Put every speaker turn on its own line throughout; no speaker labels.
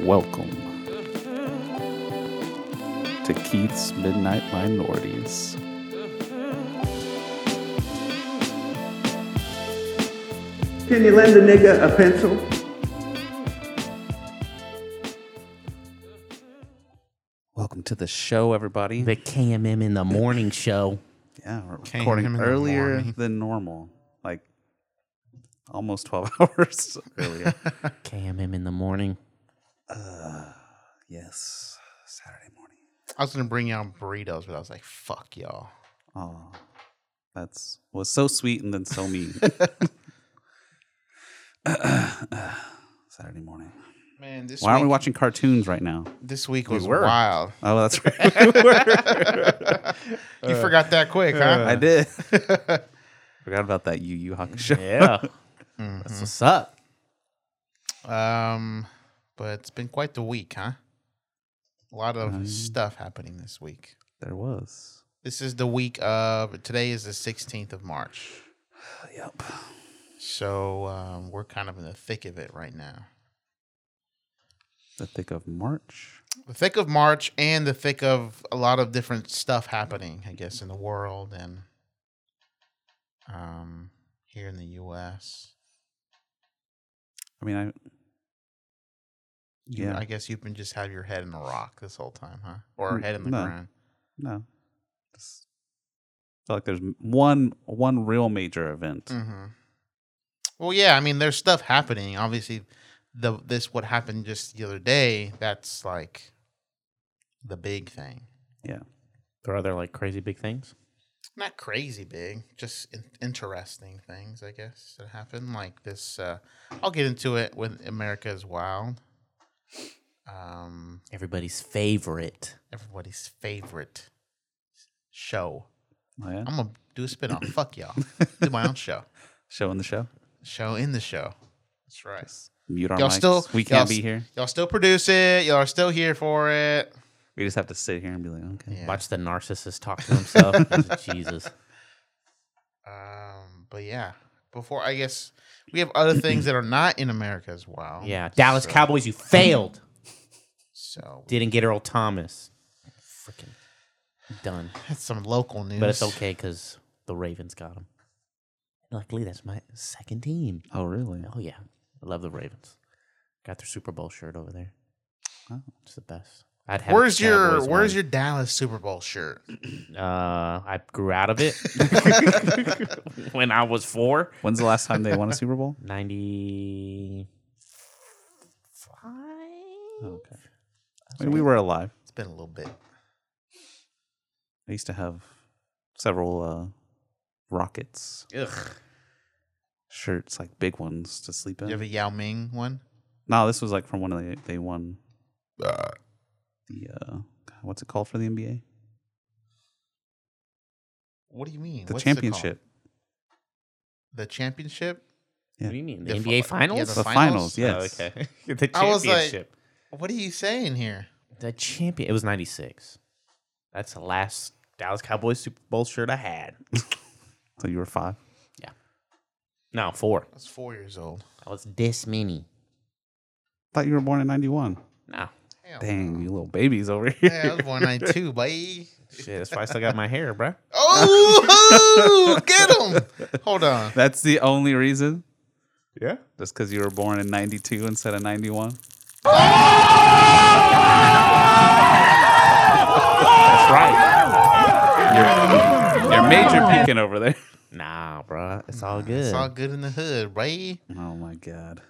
Welcome to Keith's Midnight Minorities.
Can you lend a nigga a pencil?
Welcome to the show, everybody.
the KMM in the morning show.
yeah, we're
Came
recording
in the
earlier
morning.
than normal, like almost 12 hours earlier.
KMM in the morning.
yes, Saturday morning.
I was gonna bring y'all burritos, but I was like, "Fuck y'all."
Oh, that's was so sweet and then so mean. Saturday morning.
Man, this
Why aren't we
week,
watching cartoons right now?
this week was
were.
wild.
Oh, that's right.
You forgot that quick, huh?
I did. Uh, Forgot about that Yu Yu Hakusho. Mm-hmm.
Yeah. That's what's up.
Um, but it's been quite the week, huh? A lot of
Mm-hmm.
stuff happening this week.
There was.
This is the week of today is the 16th of March,
Yep.
so um, we're kind of in the thick of it right now.
The thick of March.
The thick of March and the thick of a lot of different stuff happening, I guess, in the world and um here in the U.S.
I mean, I.
You-
Yeah.
I guess you've been just have your head in a rock this whole time, huh? Or
Mm,
head in the
no.
ground.
No. Just feel like there's m- one one real major event.
hmm Well, yeah. I mean, there's stuff happening. Obviously, the this what happened just the other day. That's like the big thing.
Yeah.
There are other like crazy big things.
Not crazy big, just in- interesting things, I guess, that happen. Like this, uh, I'll get into it when America is Wild. Um,
Everybody's favorite.
everybody's favorite show.
Oh, yeah.
I'm gonna do a spin off. Fuck y'all. Do my own show.
Showing the show.
show in the show. That's right.
Mute our
Y'all
mics.
still
we
y'all
can't
s-
be here.
Y'all still produce it. Y'all are still here for it.
We just have to sit here and be like, okay.
Yeah.
Watch the narcissist talk to himself. Jesus.
Um, but yeah, before I guess we have other things that are not in America as well.
Yeah. Dallas
so,
Cowboys, you failed.
So we
Didn't get Earl Thomas. Freaking done.
had some local news,
But it's okay because the Ravens got him. Luckily, that's my second team.
Oh, really?
Oh, yeah. I love the Ravens. Got their Super Bowl shirt over there.
Oh.
It's the best. I'd have it if
Where's
the
your
Cowboys
Where's
won.
your Dallas Super Bowl shirt?
Uh, I grew out of it when I was four.
When's the last time they won a Super Bowl?
95?
Okay. I mean, we were alive.
It's been a little bit.
I used to have several uh, rockets
Ugh.
shirts, like big ones to sleep in.
You have a Yao Ming one.
no, this was like from when they they won
Uh,
the uh, what's it called for the NBA?
what do you mean?
The
What's it called?
championship.
the championship.
Yeah.
What do you mean? The,
The
NBA
fi-
Finals?
yeah,
the,
The
finals.
finals?
Yes.
Oh, okay. the
I was like-
championship.
What are you saying here?
the champion. It was 96. That's the last Dallas Cowboys Super Bowl shirt I had.
So you were five.
No, four.
I was four years old.
I was this many.
Thought you were born in '91.
No.
Hell
Dang, you little babies over here.
Yeah, I was born ninety two, boy.
Shit, that's why I still got my hair, bruh.
Oh, get him! Hold on.
That's the only reason.
Yeah.
Just because you were born in '92 instead of '91.
That's right.
You're major peeking over there.
Nah, bruh. It's all good.
It's all good in the hood, right?
Oh my god.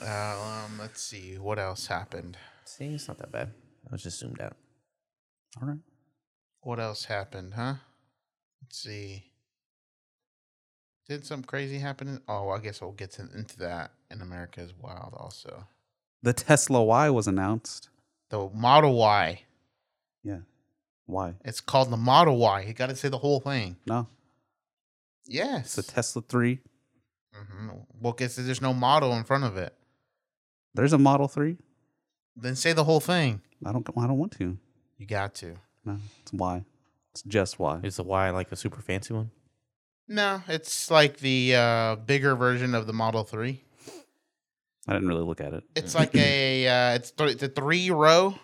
Uh, um, let's see what else happened.
See, it's not that bad. I was just zoomed out.
All right.
What else happened, huh? Let's see. Did something crazy happen? in- Oh, I guess we'll get to, into that in America's Wild also.
The Tesla Y was announced.
The Model Y.
Yeah. Why?
It's called the Model Y. You got to say the whole thing.
No. It's
Yes.
the Tesla 3.
hmm Well, guess there's no model in front of it.
There's a Model 3.
Then say the whole thing.
I don't I don't want to.
You got to.
No. It's why. It's just why.
Is the Y like a super fancy one?
No, it's like the uh, bigger version of the Model 3.
I didn't really look at it.
It's like a uh, it's th- it's a three row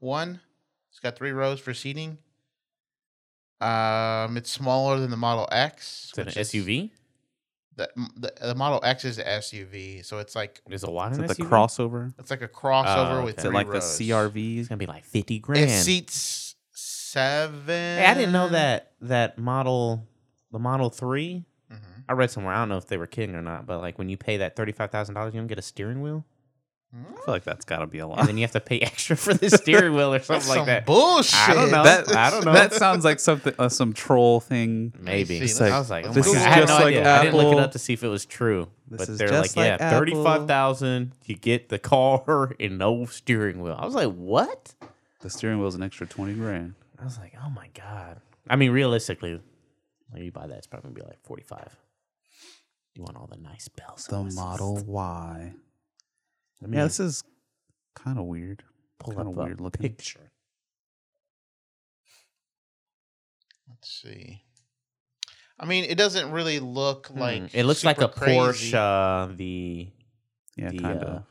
one. It's got three rows for seating. Um, it's smaller than the Model X.
Is it an
which is-
SUV?
The, the the Model X is the SUV, so it's like
Is a lot
Is
an
it the
SUV?
crossover?
it's like a crossover
Oh, okay.
with
Is it
three
like
rows.
the
It's
CRV?
gonna be like fifty
It
grand.
seats seven.
Hey, I didn't know that that model, the Model Three.
Mhm.
I read somewhere. I don't know if they were kidding or not, but like when you pay that thirty five thousand dollars, you don't get a steering wheel,
I feel like that's got to be a
and
lot.
then you have to pay extra for the steering wheel or
That's
something like
some
that.
Bullshit.
I don't know.
That
I don't know.
that sounds like something uh, some troll thing.
Maybe
Let's see,
I was like, oh my
this
God.
is
I had
just
no
like
idea. I didn't look it
Apple.
up to see if it was true,
This
but
is
they're
just
like,
like
yeah,
Apple.
thirty five thousand, you get the car and no steering wheel. I was like, what?
The steering wheel's an extra twenty grand.
I was like, oh my god. I mean, realistically, when you buy that, it's probably gonna be like forty five. You want all the nice bells.
The
and whistles.
Model Y.
Let me
Yeah, this is kind of weird.
pull
kinda
up a
weird looking.
picture.
Let's see. I mean, it doesn't really look like
Hmm, it looks like
super
a
crazy.
Porsche. Uh, the
Yeah,
The,
kind
uh,
of.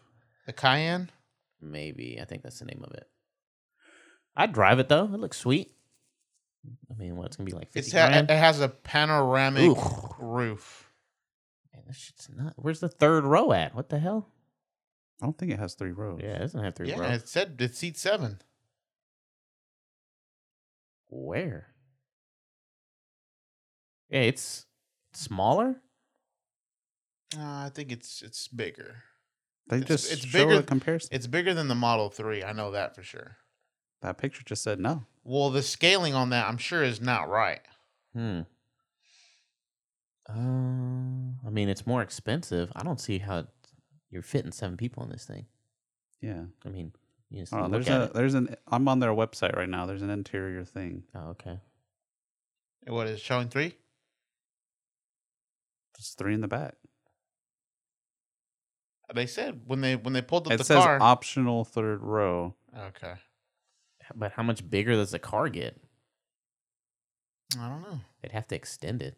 The Cayenne.
maybe I think that's the name of it. I drive it though. It looks sweet. I mean, what it's gonna be like fifty
It's ha- eh,
grand?
it has a panoramic
Ooh.
roof. eh.
Man, this shit's not. Where's the third row at? What the hell?
I don't think it has three rows.
Yeah, it doesn't have three
yeah,
rows.
it said it seats seven.
Where? Yeah, it's smaller.
Uh, I think it's it's bigger.
they
It's-
just
it's
show
bigger-
a comparison.
It's bigger than the Model Three. I know that for sure.
that picture just said no.
Well, the scaling on that, I'm sure, is not right.
Hmm. Um, I mean, it's more expensive. I don't see how you're fitting seven people in this thing.
Yeah,
I mean, you just
I
Oh,
don't know.
look
There's
at
a
it.
there's an I'm on their website right now. There's an interior thing.
Oh, okay.
What is it showing three?
There's three in the back.
They said when they when they pulled up
It
the
says
car.
optional third row.
okay,
But how much bigger does the car get?
I don't know.
They'd have to extend it.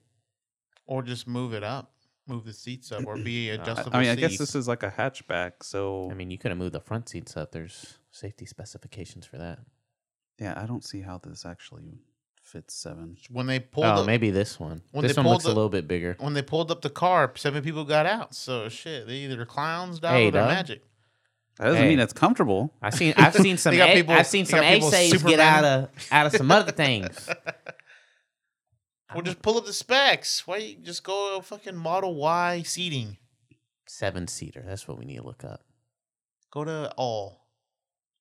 Or just move it up, move the seats up, or be
I- I
I,
adjustable.
I mean, I guess
seats.
this is like a hatchback. So
I mean, you could have moved the front seats up. There's safety specifications for that.
yeah, I don't see how this actually fits seven.
when they pulled
Oh,
up,
maybe this one.
when they
this one
pulled
looks a
the-
little bit bigger.
when they pulled up the car, seven people got out. So shit, they either clowns died
Hey,
or they're
dog.
magic.
That doesn't
Hey.
mean it's comfortable.
I've seen I've seen some
They got
A-
people-
I've seen
they
some
got people
essays get
Superman.
out of out of some other things.
Well, just pull up the specs. Why you just go fucking Model Y seating?
Seven seater. That's what we need to look up.
Go to all,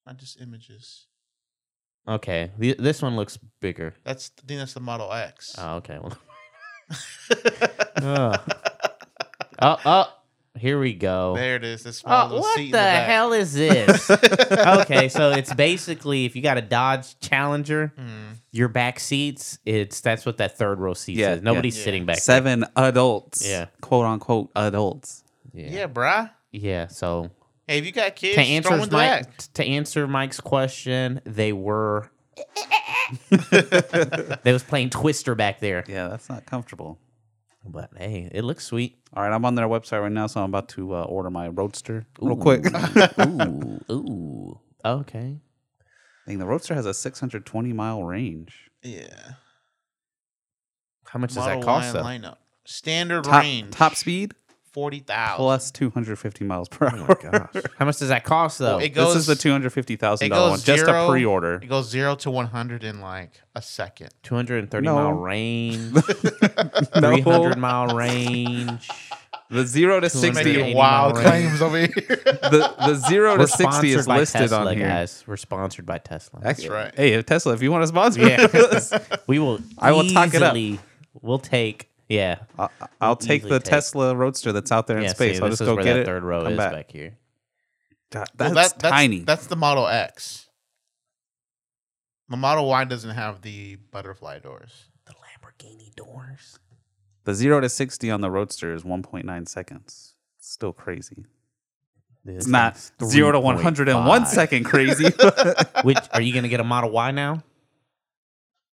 not just images.
Okay, th- this one looks bigger.
That's I think that's the Model X.
Oh, okay. Well, Ugh. oh, oh, here we go.
there it is. The small
Oh,
little
what
seat
the,
in the back.
hell is this? okay, so it's basically if you got a Dodge Challenger,
Mm.
your back seats. It's that's what that third row seat
Yeah,
is. Nobody's
yeah.
sitting back. there.
Seven adults.
Yeah.
quote unquote adults.
Yeah.
Yeah.
bruh.
Yeah. So
Hey, if you got kids,
to
just
answer
throw them in the
Mike,
back.
to answer Mike's question, they were they was playing Twister back there.
Yeah, that's not comfortable.
But hey, it looks sweet.
All right, I'm on their website right now, so I'm about to uh, order my Roadster real quick. I
Ooh, ooh. Okay.
think the Roadster has a 620 mile range.
Yeah.
How much
Model
does that cost
Y
though?
lineup. Standard
Top,
range.
top speed
forty thousand.
plus 250 miles per hour.
How much does that cost though?
it
This
goes
is the two hundred fifty thousand
it
dollar one,
goes
just a
zero-
pre-order.
It goes zero to one hundred in like a second.
230
No.
mile range,
No.
300 mile range.
The zero to
Making
sixty,
$80
Making wild
range.
claims over here.
the, the zero
We're
to sixty
sponsored
is
by
listed
Tesla,
on here.
guys. We're sponsored by Tesla.
Actually,
right.
Hey, if Tesla, if you want to sponsor
Yeah.
us,
we will.
I will talk it up.
easily- We'll take. Yeah.
I'll, I'll take
Easily
the
take.
Tesla Roadster that's out there in
yeah,
space.
see,
I'll
this
just
is
go
where
get
that
it.
third row
come
is
back.
back, here.
God, That's,
Well, that-
tiny.
That's the Model X. The Model Y doesn't have the butterfly doors.
The Lamborghini doors.
the zero to sixty on the Roadster is one point nine seconds. It's still crazy. It's not zero to one hundred in one second crazy.
Which are you gonna get a Model Y now?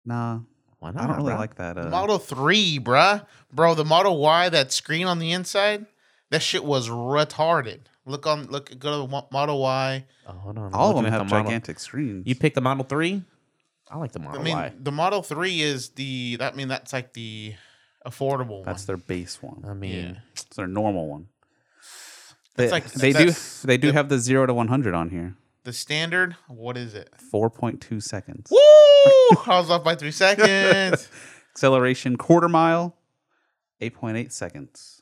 nah,
Why not?
I don't really
bro?
like that. Uh,
Model 3, bruh. Bro, the Model Y, that screen on the inside, that shit was retarded. Look on look go to the Mo- Model Y.
Oh, hold on.
All of
Looking
them
at
have
the model-
gigantic screens.
You pick the Model 3? I like the Model
I mean,
Y.
the Model Three is the that mean that's like the affordable
That's
one.
their base one. Um,
I mean,
yeah.
It's their normal one. They,
That's like-
they do
that's-
they do
the-
have the zero to one hundred on here.
The standard. What is it?
Four point two seconds.
Woo! I was off by three seconds.
Acceleration quarter mile, eight point eight seconds.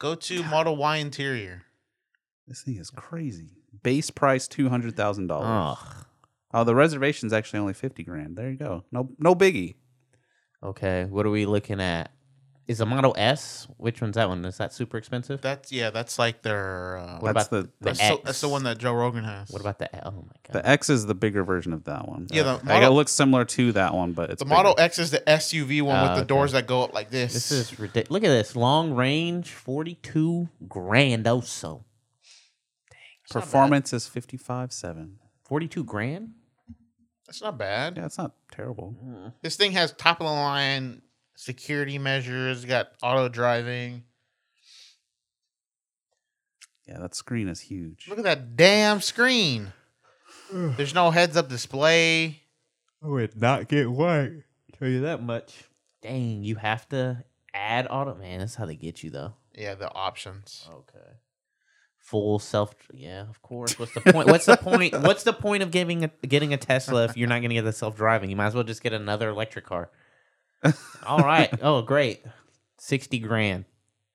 Go to Model Y interior.
This thing is crazy. Base price two hundred thousand dollars.
Ugh.
Oh, the reservation's actually only fifty grand. There you go. No, no biggie.
Okay, what are we looking at? Is the Model S? Which one's that one? Is that super expensive?
That's yeah. That's like their. Uh,
What
That's
about
the-
that's,
the
so,
X?
that's the one that Joe Rogan has.
What about the? Oh my god.
The X is the bigger version of that one.
Yeah, the
like it
model-
looks similar to that one, but it's
the Model
bigger.
X is the SUV one
Oh,
with
okay.
the doors that go up like this.
This is ridiculous. Look at this long range, forty-two grand. Also,
Performance is fifty five seven.
forty-two grand.
that's not bad.
Yeah, it's not terrible.
Mm-hmm. This thing has top of the line security measures. Got auto driving.
Yeah, that screen is huge.
Look at that damn screen. There's no heads up display.
Tell you that much. Dang, you have to add auto. Man, that's how they get you though.
Yeah, the options.
Okay. Full self. Yeah, of course. What's the point? What's the point? What's the point of giving a, getting a Tesla if you're not going to get the self driving? You might as well just get another electric car. All right. Oh, great. Sixty grand.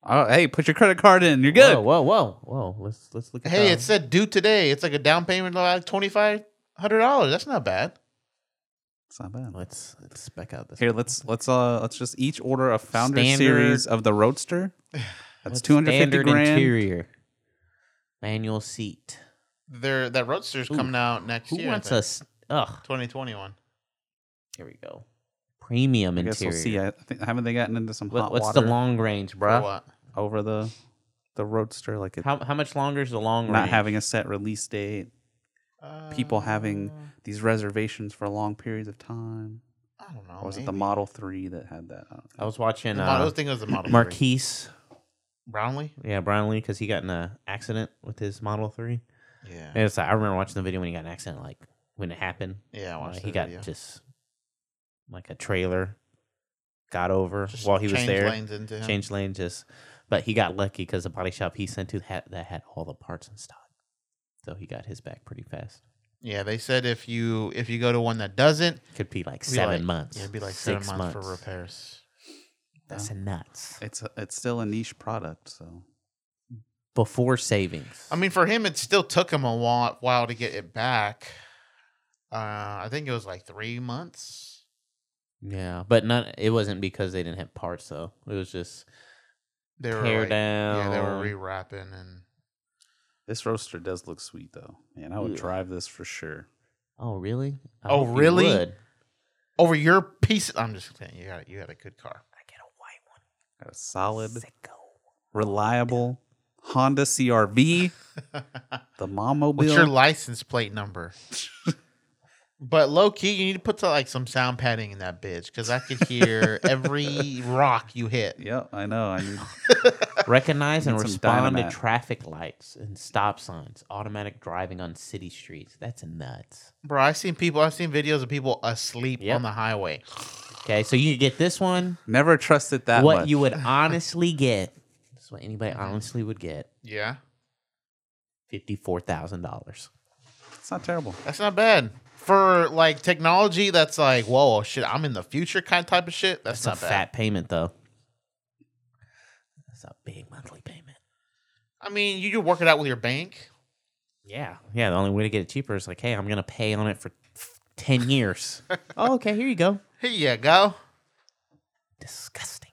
Oh, hey, put your credit card in. You're good.
Whoa, whoa, whoa, whoa. Let's let's look. At
Hey,
the-
it said due today. It's like a down payment of like twenty five hundred dollars. That's not bad.
It's not bad.
Let's let's spec out this.
Here, let's let's uh let's just each order a founder
Standard-
series of the Roadster. That's
What's
two hundred fifty
standard
grand.
Interior, manual seat.
There, that Roadster's
Ooh.
coming out next
Who
year.
wants us? Ugh.
Twenty twenty one.
Here we go. Premium
I guess
interior.
we'll see. I think haven't they gotten into some
What-
hot
what's
water
the long range,
For
bro?
what?
over the the Roadster? Like it,
How how much longer is the long
not
range?
having a set release date. People having these reservations for long periods of time.
Uh, I don't know.
Oh,
Or was it the
maybe.
Model Three that had that? Uh, I don't know.
I was watching
The model, I
uh,
think it was the model. Marquis
Marquise.
Brownlee.
Yeah, Brownlee, because he got in an accident with his Model Three.
Yeah.
And it's like I remember watching the video when he got in an accident, like when it happened.
Yeah, I
Uh,
watched
he
the
got
video.
just like a trailer, got over while he was
change
there.
lanes into him.
Change lane just but he got lucky because the body shop he sent to had that had all the parts in stock so he got his back pretty fast
Yeah, they said if you if you go to one that doesn't,
could be like
it'd be
seven
like-
months
Yeah, it'd be like
six
seven months, for repairs.
that's nuts
It's a, it's still a niche product, so
before savings
I mean, for him, it still took him a while, while to get it back. Uh, I think it was like three months.
yeah but not it wasn't because they didn't have parts though it was just
They were
tear
like-
down
Yeah, they were rewrapping and
this Roadster does look sweet though. Man, I would
Ugh.
drive this for sure.
oh really I
Oh,
hope you
really?
would.
over your piece. I'm just saying, you got you had a good car.
i get a white
Got a solid,
one sicko
reliable Honda CRV. the mom mobile.
What's your license plate number? but low key, you need to put some, like some sound padding in that bitch because I could hear every rock you hit.
Yep, I know. I need
Recognize and
Need some
respond to
dynamite.
traffic lights and stop signs. Automatic driving on city streets. That's nuts.
Bro, I've seen people. I've seen videos of people asleep
Yep.
on the highway.
Okay, so you get this one.
never trusted that
what
much.
you would honestly get. This is what anybody
Mm-hmm.
honestly would get.
Yeah,
Fifty-four thousand dollars.
It's not terrible.
that's not bad for like technology. That's like whoa, shit. I'm in the future kind of type of shit. That's,
That's a
not bad.
fat payment, though. That's a big monthly payment.
I mean, you could work it out with your bank.
Yeah, yeah. The only way to get it cheaper is like, hey, I'm gonna pay on it for ten years. oh, okay. Here you go.
Here you go.
Disgusting.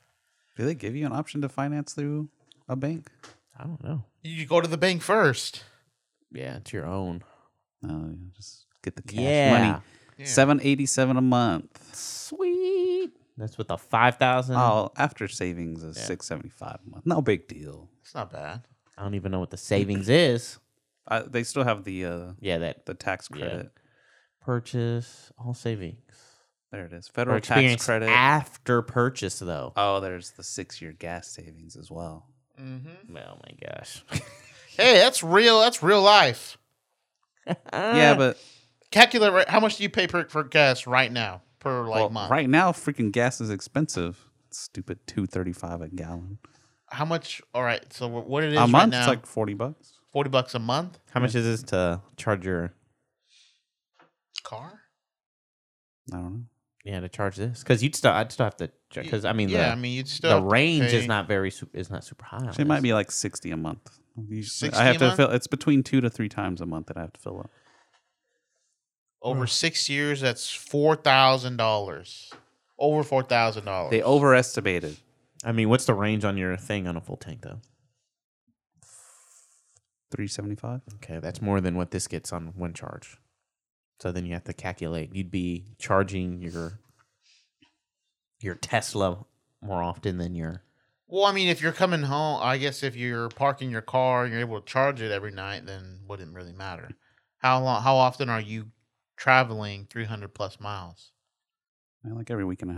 Do they give you an option to finance through a bank?
I don't know.
You go to the bank first.
Yeah, it's your own.
No, you just get the cash
Yeah.
money. Seven eighty seven a month.
Sweet. That's with the five thousand.
Oh, after savings is six seventy five a month. No big deal.
It's not bad.
I don't even know what the savings is.
Uh, they still have the uh,
Yeah, that
the tax credit.
purchase all savings.
There it is.
Or
Federal
experience
tax credit.
after purchase though.
oh, there's the six year gas savings as well.
Mm-hmm.
Oh my gosh.
Hey, that's real. That's real life.
Uh,
yeah, but
Calculate right, how much do you pay per, for gas right now per like
well,
month?
right now, freaking gas is expensive. Stupid, two thirty-five a gallon.
How much? All right. So wh- what it is
A month,
right now?
it's like forty bucks.
forty bucks a month.
How much is this to charge your?
Car?
I don't know.
Yeah, to charge this because you'd still I'd still have to because I mean
yeah,
the,
I mean you'd still
the
have to
range is
pay-
not very su- is not super high. on
Actually, it might
this.
be like sixty a month. You-
60
I have
a
to
month?
fill. It's between two to three times a month that I have to fill up.
over six years. That's four thousand dollars. Over four thousand dollars.
They overestimated.
I mean, what's the range on your thing on a full tank though?
375
Okay, that's more than what this gets on one charge. So then you have to calculate. You'd be charging your your Tesla more often than your
Well, I mean, if you're coming home, I guess if you're parking your car and you're able to charge it every night, then wouldn't really matter. How long? How often are you traveling 300 plus miles?
Yeah, like every week and a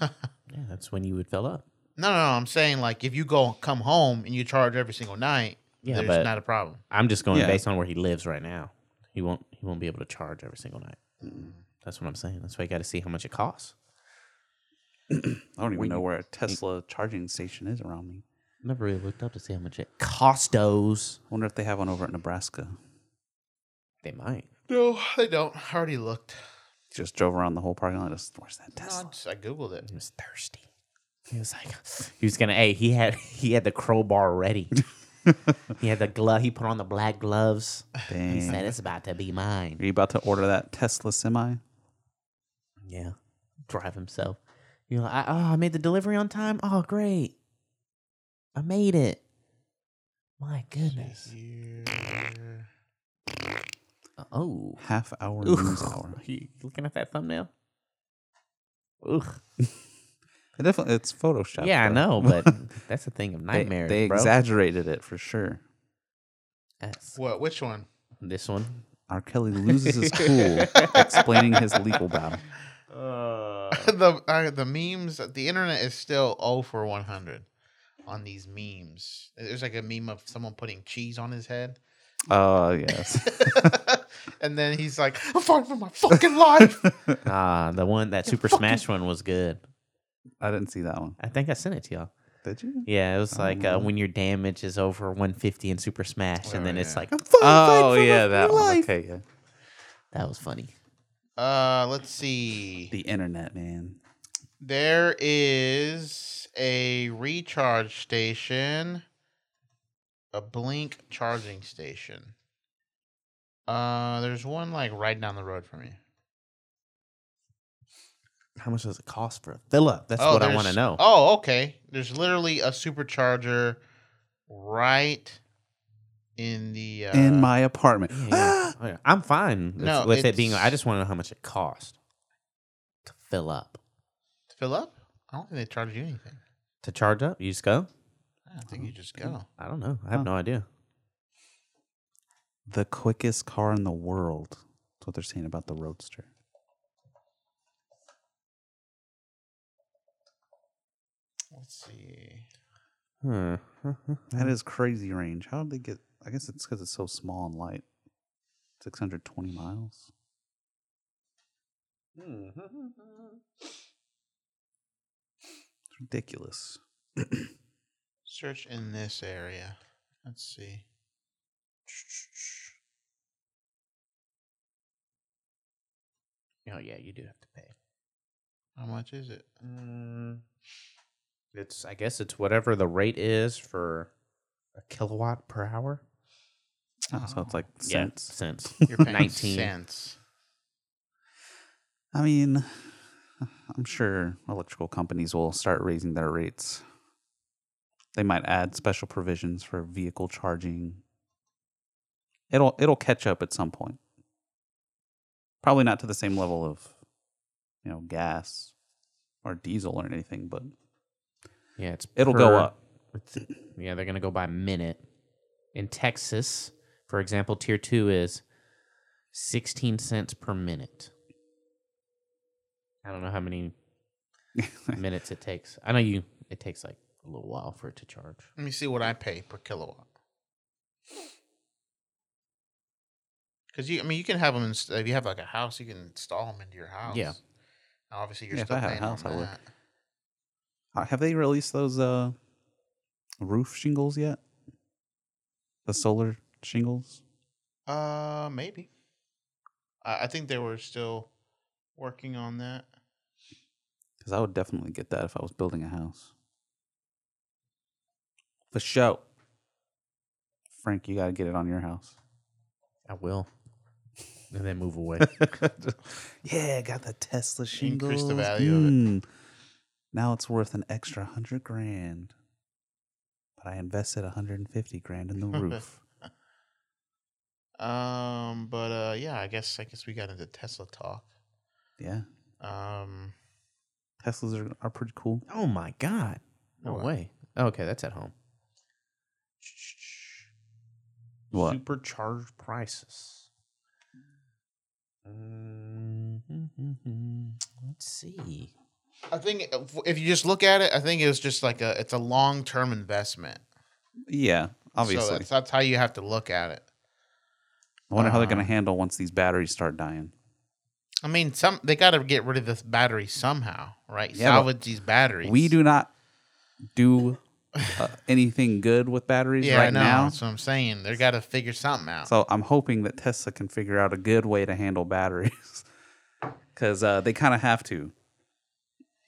half
yeah. That's when you would fill up.
No, no, no. I'm saying like if you go come home and you charge every single night,
Yeah,
there's
but-
not a problem.
I'm just going
Yeah.
based on where he lives right now. He won't he won't be able to charge every single night. That's what I'm saying. That's why you got to see how much it costs.
i don't even
When
know
you-
where a tesla charging station is around me
Never really looked up to see how much it costos.
I wonder if they have one over at nebraska
They might.
No, I don't. I already looked.
just drove around the whole parking lot just where's that
No,
tesla
I, just, I googled it.
He was thirsty. He was like, he was gonna. Hey, he had he had the crowbar ready. he had the glove. He put on the black gloves. He
Dang.
said, "It's about to be mine."
are you about to order that tesla semi
Yeah, drive himself. You know, I, oh, I made the delivery on time. Oh, great! I made it. My goodness.
Here.
Oh,
half hour
Ooh.
news hour
you looking at that thumbnail? Ugh.
it definitely it's photoshop
Yeah, I
though.
know, but that's a thing of
they,
nightmares,
they
bro.
exaggerated it for sure
That's-
What? Which one?
This one.
r kelly loses his cool explaining his legal battle
the uh, the memes. The internet is still 0 for 100 on these memes. There's like a meme of someone putting cheese on his head.
oh yes
and then he's like, I'm fighting for my fucking life.
Ah, the one that Super Smash one was good.
i didn't see that one
I think I sent it to y'all.
did you
Yeah, it was like uh,
Oh.
when your damage is over 150 in Super Smash, and
Oh,
then it's
yeah.
like I'm
oh yeah that one okay yeah
that was funny.
Uh, let's see.
the internet man
There is a recharge station, a blink charging station. Uh, there's one like right down the road from me.
How much does it cost for a fill up? That's
Oh,
what I want to
there's-
know.
Oh, okay. There's literally a supercharger right in the uh,
in my apartment.
Yeah, yeah. Oh, yeah. I'm fine with,
No,
with it being. I
it's-
just want to know how much it cost to fill up,
fill up. I don't think they charge you anything.
to charge up. You just go.
I think you just go.
I don't know. I have
Huh.
no idea.
The quickest car in the world. That's what they're saying about the Roadster.
Let's see.
Hmm.
That is crazy range. How did they get? I guess it's because it's so small and light. 620 miles.
Hmm.
It's ridiculous.
Search in this area. Let's see.
Oh yeah, you do have to pay.
How much is it?
Mm, it's I guess it's whatever the rate is for a kilowatt per hour.
Oh, so it's like
Yeah,
cents.
cents.
You're paying
19.
cents.
I mean, I'm sure electrical companies will start raising their rates. They might add special provisions for vehicle charging. It'll it'll catch up at some point. Probably not to the same level of, you know, gas or diesel or anything, but
Yeah, it's
it'll go
per-
up.
it's- yeah, they're gonna go by minute. In Texas, for example, tier two is sixteen cents per minute. I don't know how many minutes it takes. I know you. It takes like a little while for it to charge.
Let me see what I pay per kilowatt. Because you, I mean, you can have them. Inst- if you have like a house, you can install them into your house.
Yeah.
Now, obviously, you're
Yeah, if
still
I had a
paying on
house, I would.
that.
Uh, Have they released those uh roof shingles yet? The solar shingles?
Uh, maybe. I, I think they were still working on that.
Because I would definitely get that if I was building a house. For show. Frank, you gotta get it on your house.
I will. And then move away.
yeah, got the Tesla shingles.
Increase the value of it.
of it. Hmm. Now it's worth an extra hundred grand. But I invested 150 grand in the roof.
Um, but uh, yeah, I guess I guess we got into Tesla talk.
yeah.
Um,
Teslas are, are pretty cool.
oh my god. No
What?
way. Okay, that's at home.
What?
Supercharged prices. Mm, Let's see.
I think if, if you just look at it, I think it was just like a it's a long term investment.
Yeah,
so
obviously.
that's, that's how you have to look at it.
I wonder how they're
Uh,
going to handle once these batteries start dying.
I mean, some they got to get rid of this battery somehow, right?
Yeah, but
Salvage these batteries.
We do not do uh, anything good with batteries
yeah, I
right
know.
now.
That's what I'm saying. They got to figure something out.
So I'm hoping that Tesla can figure out a good way to handle batteries because uh, they kind of have to.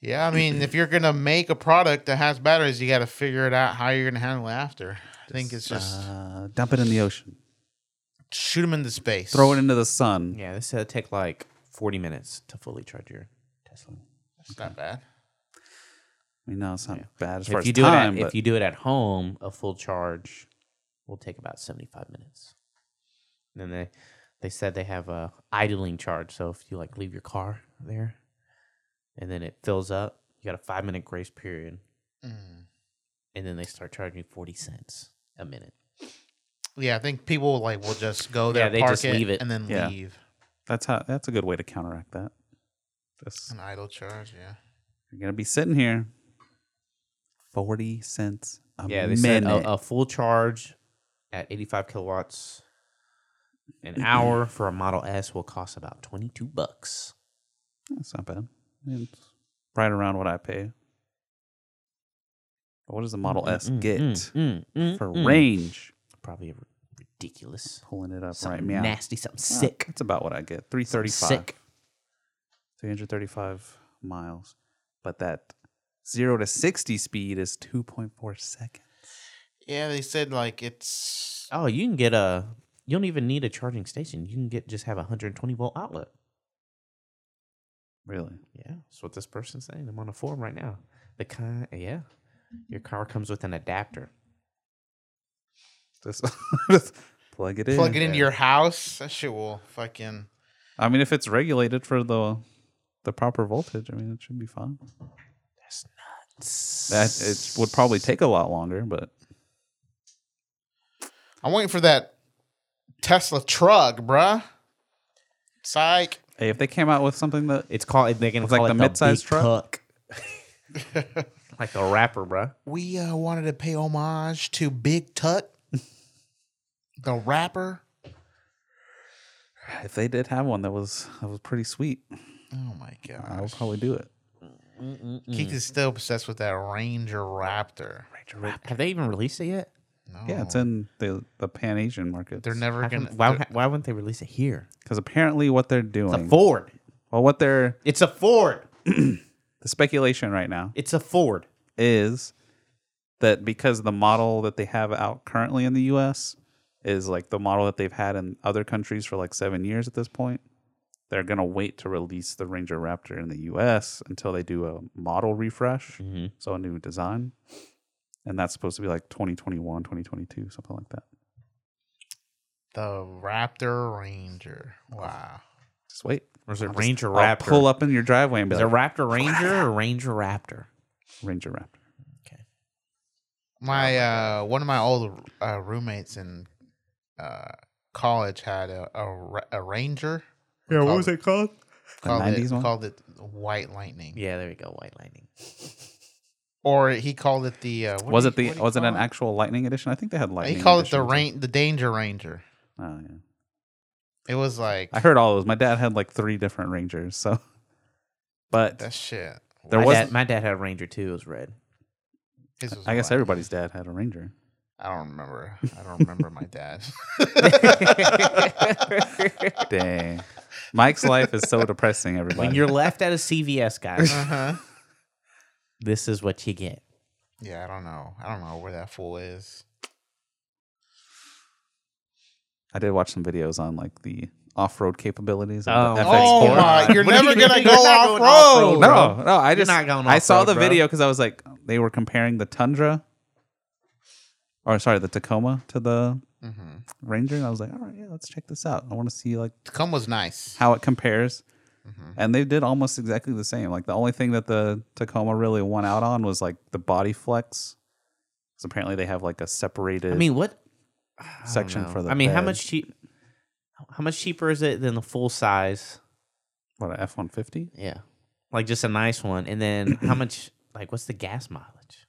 yeah, I mean, if you're gonna make a product that has batteries, you got to figure it out how you're gonna handle it after. I think it's just
uh, dump it in the ocean,
shoot them into space.
throw it into the sun.
Yeah, this will take like 40 minutes to fully charge your Tesla.
It's not bad.
I mean, no, it's not
Yeah.
bad as far
If you
as
do
time.
it at,
but
if you do it at home, a full charge will take about 75 minutes. And then they they said they have a idling charge, so if you like leave your car there and then it fills up, you got a 5 minute grace period
Mm.
and then they start charging 40 cents a minute.
Yeah, I think people like will just go there,
Yeah, they
park
just
it,
leave it.
and then
Yeah.
leave.
that's how that's a good way to counteract that. Just,
Mm.
An idle charge, yeah.
you're gonna be sitting here, forty cents a
Yeah, they
minute.
said oh, a, a full charge at 85 kilowatts an hour for a Model S will cost about 22 bucks.
That's not bad. I mean, It's right around what I pay. But what does the
mm,
Model S get for range?
Probably a r- ridiculous.
Pulling it up
Something
right now.
nasty, something sick.
That's about what I get. 335.
Sick.
335 miles. But that 0 to 60 speed is 2.4 seconds.
Yeah, they said like it's
Oh, you can get a. You don't even need a charging station. You can get just have a 120 volt outlet.
Really?
Yeah, that's what this person's saying. I'm on a forum right now. The kind, yeah, your car comes with an adapter.
Just, plug it in.
plug it into your house. That shit will fucking.
I mean, if it's regulated for the the proper voltage, I mean, it should be fine.
That's nuts.
That it would probably take a lot longer, but
I'm waiting for that Tesla truck, bruh. Psych.
hey, if they came out with something that
It's called. They can
It's
call
like
it
the
the
mid-sized
mid-sized
truck?
truck. like a rapper, bro.
We uh, wanted to pay homage to Big Tut, the rapper.
if they did have one that was that was pretty sweet,
Oh my
I
god.
would probably do it.
Keith is still obsessed with that Ranger Raptor.
Have they even released it yet?
No.
Yeah, it's in the the Pan Asian market.
They're never
How come-
gonna.
why,
they're-
why wouldn't they release it here?
because apparently what they're
It's a
doing.
Ford.
well, what they're
It's a Ford.
the speculation right now
It's a Ford.
is that because the model that they have out currently in the U.S. is like the model that they've had in other countries for like seven years at this point, they're gonna wait to release the Ranger Raptor in the U.S. until they do a model refresh,
Mhm.
so a new design, and that's supposed to be like 2021, 2022, something like that.
the Raptor Ranger.
Oh
Wow.
Just wait.
Or is it Ranger
I'll
Raptor?
pull up in your driveway and be
Is it
like,
Raptor Ranger or Ranger Raptor?
Ranger Raptor.
My uh, one of my old uh, roommates in uh, college had a a, ra- a Ranger. Yeah, what was it called?
The
Called it,
90s one?
called it White Lightning.
Yeah, there we go. White Lightning.
or he called it the uh, what
was
did
it
he-
the
what did he
was it
call
an actual lightning edition? I think they had lightning.
He called it the
editions.
rain, the Danger Ranger.
Oh, yeah.
It was like
I heard all those. My dad had like three different rangers. So, but
that shit.
There
my,
was-
dad, my dad had a Ranger too. It was red.
His was
I guess
black.
everybody's dad had a ranger.
I don't remember. I don't remember my dad. Uh-huh.
Dang. Mike's life is so depressing, everybody.
when you're left at a CVS, guys,
uh-huh.
this is what you get.
Yeah, I don't know. I don't know where that fool is.
I did watch some videos on like the off-road capabilities of the
Oh.
FX4.
Oh my! You're
What are
never
you-
gonna
you're
go
not
off
going off-road,
road.
bro.
No, no, I
You're
just
not going
I saw
off-road,
the
bro.
video because I was like, they were comparing the Tundra, or sorry, the Tacoma to the
Mm-hmm.
Ranger, and I was like, all right, yeah, let's check this out. I want to see like
Tacoma's nice.
how it compares. And they did almost exactly the same. Like the only thing that the Tacoma really won out on was like the body flex, because apparently they have like a separated.
I mean, what I don't
section
know.
for the
I mean, how
bed.
much cheap? How much cheaper is it than the full size?
what an F one fifty.
Yeah, like just a nice one. And then how much? Like, what's the gas mileage?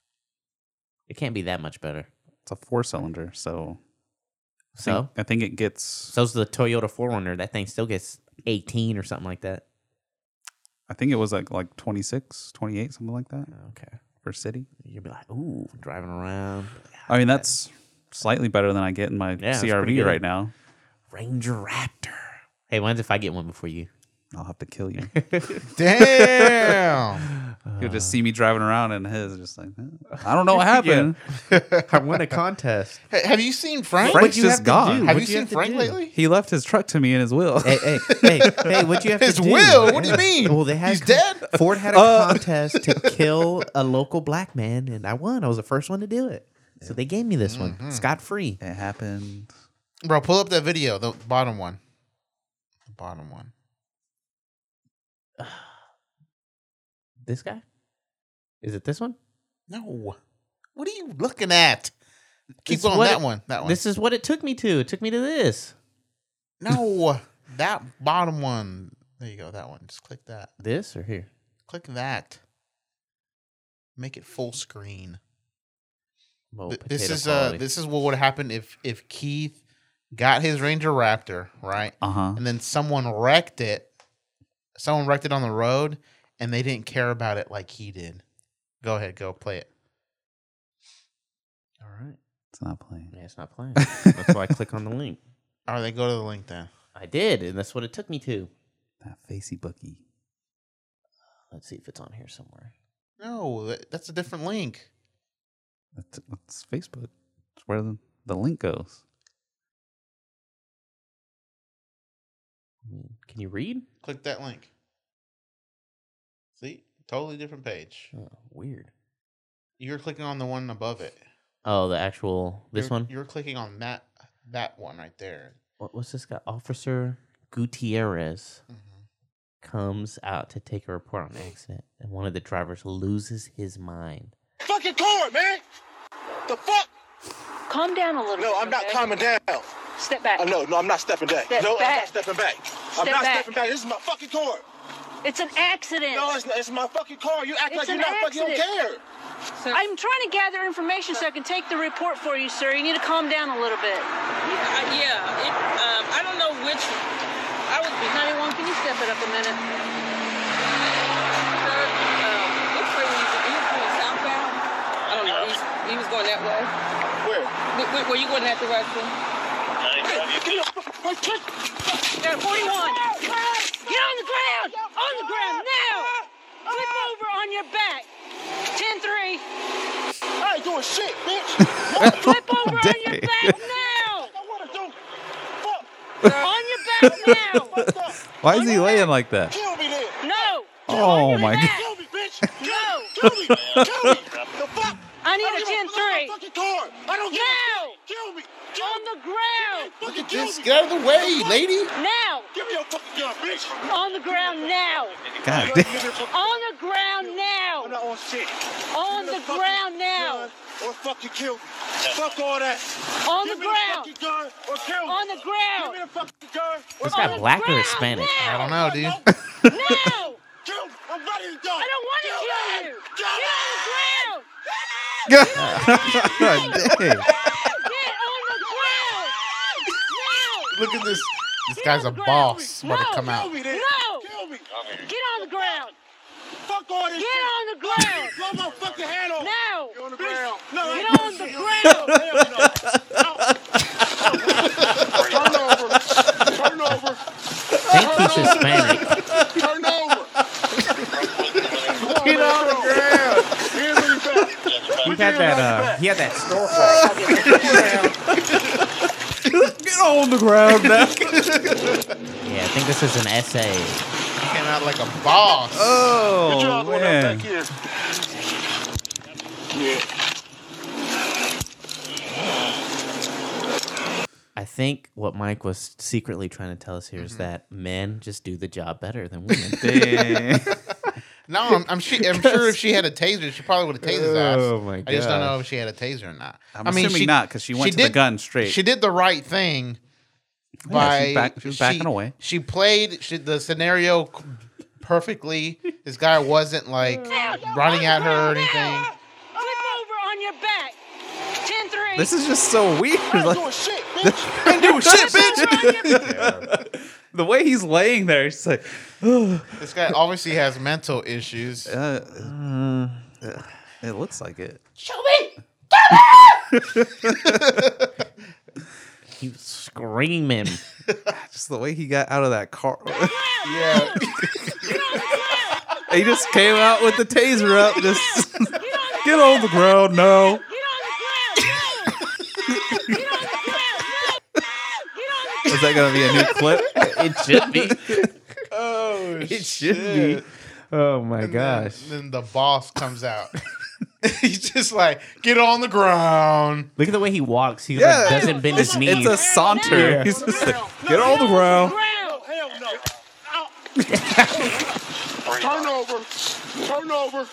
It can't be that much better.
It's a four cylinder, so I think,
So,
I think it gets.
so's the Toyota 4Runner. That thing still gets 18 or something like that.
I think it was like like 26, 28, something like that
Okay,
for city.
you'll be like, ooh, driving around.
I mean, that's slightly better than I get in my
that's pretty
CRV
good.
right now.
Ranger Raptor. Hey, when's if I get one before you?
I'll have to kill you.
Damn.
You'll
Uh.
just see me driving around in his, just like "Huh? I don't know what happened.
I won a contest.
Hey, have you seen Frank?
Frank's just gone.
have you seen Frank lately?
He left his truck to me in his will.
Hey, hey, hey, hey, what you have
His
to do?
will? What do you mean?
Well, they had
He's dead?
Ford had a
Uh.
contest to kill a local black man, and I won. I was the first one to do it. So they gave me this
Mm-hmm.
one scot free.
it happened.
Bro, pull up that video, the bottom one. The bottom one.
This guy? Is it this one?
No. What are you looking at? Keep
It's
going.
what
That
it-
one. That one.
This is what it took me to. It took me to this.
no. that bottom one. There you go. That one. Just click that.
This or here?
Click that. Make it full screen.
Well,
Th- this
potato
is uh
quality.
this is what would happen if if Keith got his Ranger Raptor, right?
Uh huh.
And then someone wrecked it. Someone wrecked it on the road and they didn't care about it like he did. Go ahead, go play it.
All right.
It's not playing.
Yeah, it's not playing. that's why I click on the link.
All right, they go to the link then.
I did, and that's what it took me to.
That facey bookie.
Let's see if it's on here somewhere.
No, that, that's a different link.
That's, that's Facebook. It's where the, the link goes.
I mean, Can you read?
Click that link. See? Totally different page.
Oh, weird.
You're clicking on the one above it.
Oh, the actual this
You're-
one.
You're clicking on that that one right there.
What was this guy? Officer Gutierrez comes out to take a report on an accident, and one of the drivers loses his mind.
fucking cord, man. The fuck?
Calm down a little.
No,
bit,
I'm not
okay?
calming down.
Step back.
Uh, no, no, I'm not stepping back.
Step
no, I'm
back.
not stepping back. I'm
Step
not
back.
stepping back. This is my fucking cord.
It's an accident.
No, it's not. It's my fucking car. You act
It's
like you're
an
not fucking
accident.
care.
I'm trying to gather information so I can take the report for you, sir. You need to calm down a little bit.
Uh, yeah, it, um, I don't know which. I was behind
91, can you step it up a
Uh,
minute?
her. Um, which way was he? He was going southbound. I don't know. He's, he was going that way.
Where?
Wh- wh- were you going that direction?
Get up.
Yeah,
41. Get on the ground. On the ground now. Flip over on your back. 10 3.
I ain't doing shit, bitch.
Flip over on your
Dang.
back now.
I want to do. Fuck.
On your back now.
Fuck up.
Why is he laying like that?
Kill me then.
No.
Oh my
back.
god.
Kill me, bitch. Kill
No.
me. Kill me. The fuck?
I
I
need
don't
a
give a
10
fuck about
3.
my fucking cord. I don't give
No.
a shit. Kill me. Kill
On
me.
the ground.
Fucking kill
Just
me.
get out of the way,
Fuck.
lady.
Now.
Give me your fucking gun, bitch.
On the ground now.
God damn.
On the ground
I'm
now.
not on Oh, shit.
On
Give
the
me fucking
ground now.
gun Or fucking kill me. Fuck all that.
On the
Give me
ground.
fucking gun or kill me.
On the
Give me
ground.
the fucking gun or
This guy
On Oh, the
black or
ground
Hispanic?
now.
I don't know, dude.
No.
kill me. I'm ready to go.
I don't want to kill you. Get on the ground.
God dang.
Get on the ground! Now!
Look at this. This
Get
guy's a
on the ground.
boss when it
No,
come out.
Kill me then.
No.
Kill me.
Get on the ground!
Fuck all this
Get on the ground!
shit. Blow my fucking head off.
Now!
Get on the ground. No,
Get
ain't
on
no
the
shit.
ground!
Turn over. Turn over.
Think he's Hispanic.
Turn over.
Get on the ground.
Give me back.
He had that. Uh, he had that store.
Get on the ground now.
Yeah, I think this is an essay.
Came out like a boss.
Good
Oh,
job on that
man.
back here. Yeah.
I think what Mike was secretly trying to tell us here is
Mm-hmm.
that men just do the job better than women.
Dang.
No, I'm, I'm, she, I'm sure if she had a taser, she probably would have tased his ass.
Oh, my
I just don't know
gosh.
if she had a taser or not.
I'm
I mean,
assuming
she,
not because she went
she
to the
did-
gun straight.
She did the right thing by
Yeah, she back- she was backing away.
She played she, the scenario c- perfectly. This guy wasn't like running at her or anything.
Flip over on your back! 10 3.
this is just so weird.
I ain't
Like,
doing shit, bitch.
shit, bitch. the way he's laying there, it's like,
This guy obviously has mental issues.
uh, uh, it looks like it.
He was screaming.
Just the way he got out of that car.
Yeah,
he just came out with the taser up. Just get on the ground now.
Get on the ground! No! Get on the ground! No! Get on the
Is that gonna be a new clip?
It should be.
oh,
It should be. Oh my
uh,
gosh.
Then the boss comes out. He's just like, get on the ground.
Look at the way he walks. He
Yeah.
like, doesn't bend his
It's,
knees.
it's a saunter.
Yeah.
He's just like, get on the ground.
ground!
Oh, Hell no. Out. Turn over. Turn over.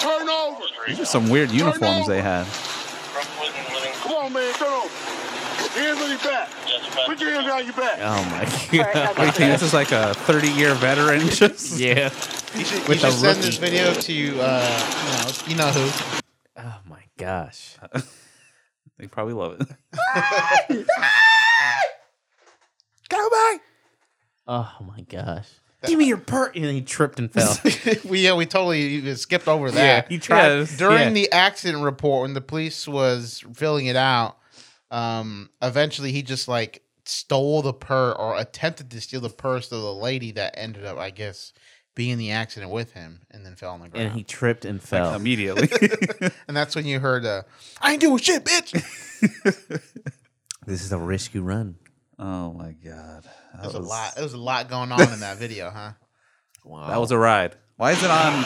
Turn over.
These are some weird uniforms they had.
Come on, man. Turn over. Hands on your back. Put your hands on your back.
Oh my god.
Wait, think this is like a 30 year veteran just.
Yeah.
You should, you
With
should
a
send
rookie.
this video to uh, you know, you know who.
Oh my gosh.
They probably love it.
Oh my gosh. Give me your part. And he tripped and fell.
we yeah, we totally even skipped over that.
He tried.
Yes.
During
Yeah.
the accident report, when the police was filling it out, um, eventually he just like stole the purse or attempted to steal the purse of the lady that ended up, I guess, being in the accident with him, and then fell on the ground.
And
And,
he tripped and fell.
um, Immediately.
that's when you heard, uh, "I ain't doing shit, bitch."
this is a risk you run.
oh my God. That
There's a
was-
lot. There was a lot going on in that video, huh?
Wow.
That was a ride. Why is it on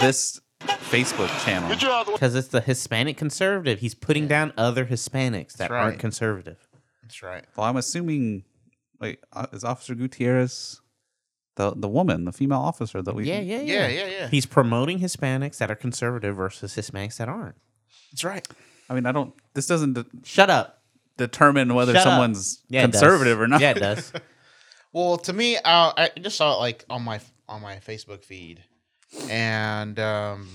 this Facebook channel?
Get your
Oh
other
because it's the Hispanic conservative. He's putting down other Hispanics that
That's right.
aren't conservative.
That's right.
Well, I'm assuming, wait, uh, is Officer Gutierrez the the woman, the female officer that we?
Yeah, yeah, yeah,
Yeah, yeah, yeah.
He's promoting Hispanics that are conservative versus Hispanics that aren't.
That's right.
I mean, I don't. This doesn't de-
Shut up.
determine whether
Shut up.
someone's
Yeah, it does.
conservative or not.
Yeah, it does.
Well, to me, I, I just saw it like on my on my Facebook feed, and um,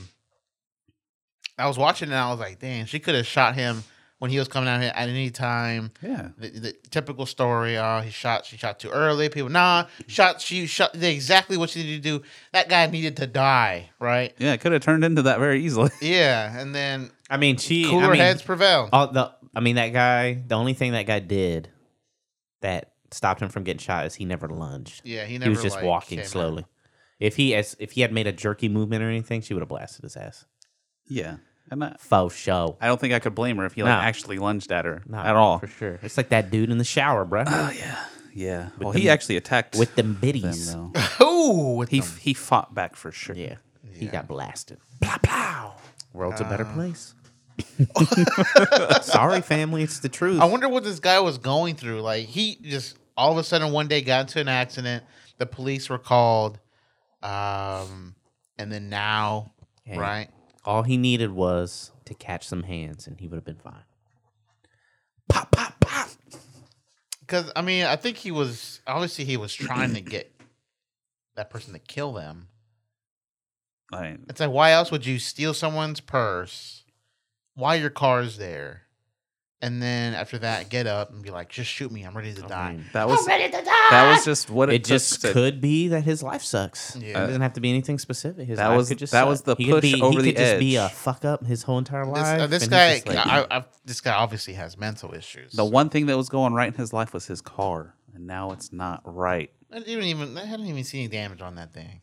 I was watching it. and I was like, "Damn, she could have shot him when he was coming out here at any time."
yeah.
The, the typical story: Oh, he shot. She shot too early. People, nah, shot. She shot did exactly what she needed to do. That guy needed to die, right?
Yeah, it could have turned into that very easily.
Yeah, and then
I mean, she.
cooler
I mean, uh,
heads prevail.
all the. I mean, that guy. The only thing that guy did that stopped him from getting shot is he never lunged.
Yeah, he
he
never.
was just
like,
walking
came out.
slowly. If he as if he had made a jerky movement or anything, she would have blasted his ass.
yeah, and I,
Faux show.
I don't think I could blame her if he like
No.
actually lunged at her
No,
at all.
for sure. It's like that dude in the shower, bro,
Yeah. well,
them-
he actually attacked
with them
them,
biddies.
though.
Ooh, with
He
them.
he fought back for sure.
Yeah. He got blasted. Plow, plow. World's a better
Uh.
place. Sorry, family. It's the truth.
I wonder what this guy was going through. Like he just all of a sudden one day got into an accident. The police were called, um, and then now,
Hey.
right?
All he needed was to catch some hands, and he would have been fine. Pop, pop, pop.
Because I mean, I think he was obviously he was trying to get that person to kill them.
I,
It's like why else would you steal someone's purse why your car is there, and then after that, get up and be like, just shoot me. I'm ready to die.
That was that was just what it,
Oh It
took
just
to-
could be that his life sucks.
Yeah.
it doesn't have to be anything specific. His
That
life
was-
could just
that
suck.
was the
he could
push
be,
over
he
the
could just be a
edge.
fuck up his whole entire
This,
life.
uh, this
and
guy,
he's just like,
I, I, this guy obviously has mental issues.
The one thing that was going right in his life was his car, and now it's not right.
I didn't even I hadn't even seen any damage on that thing.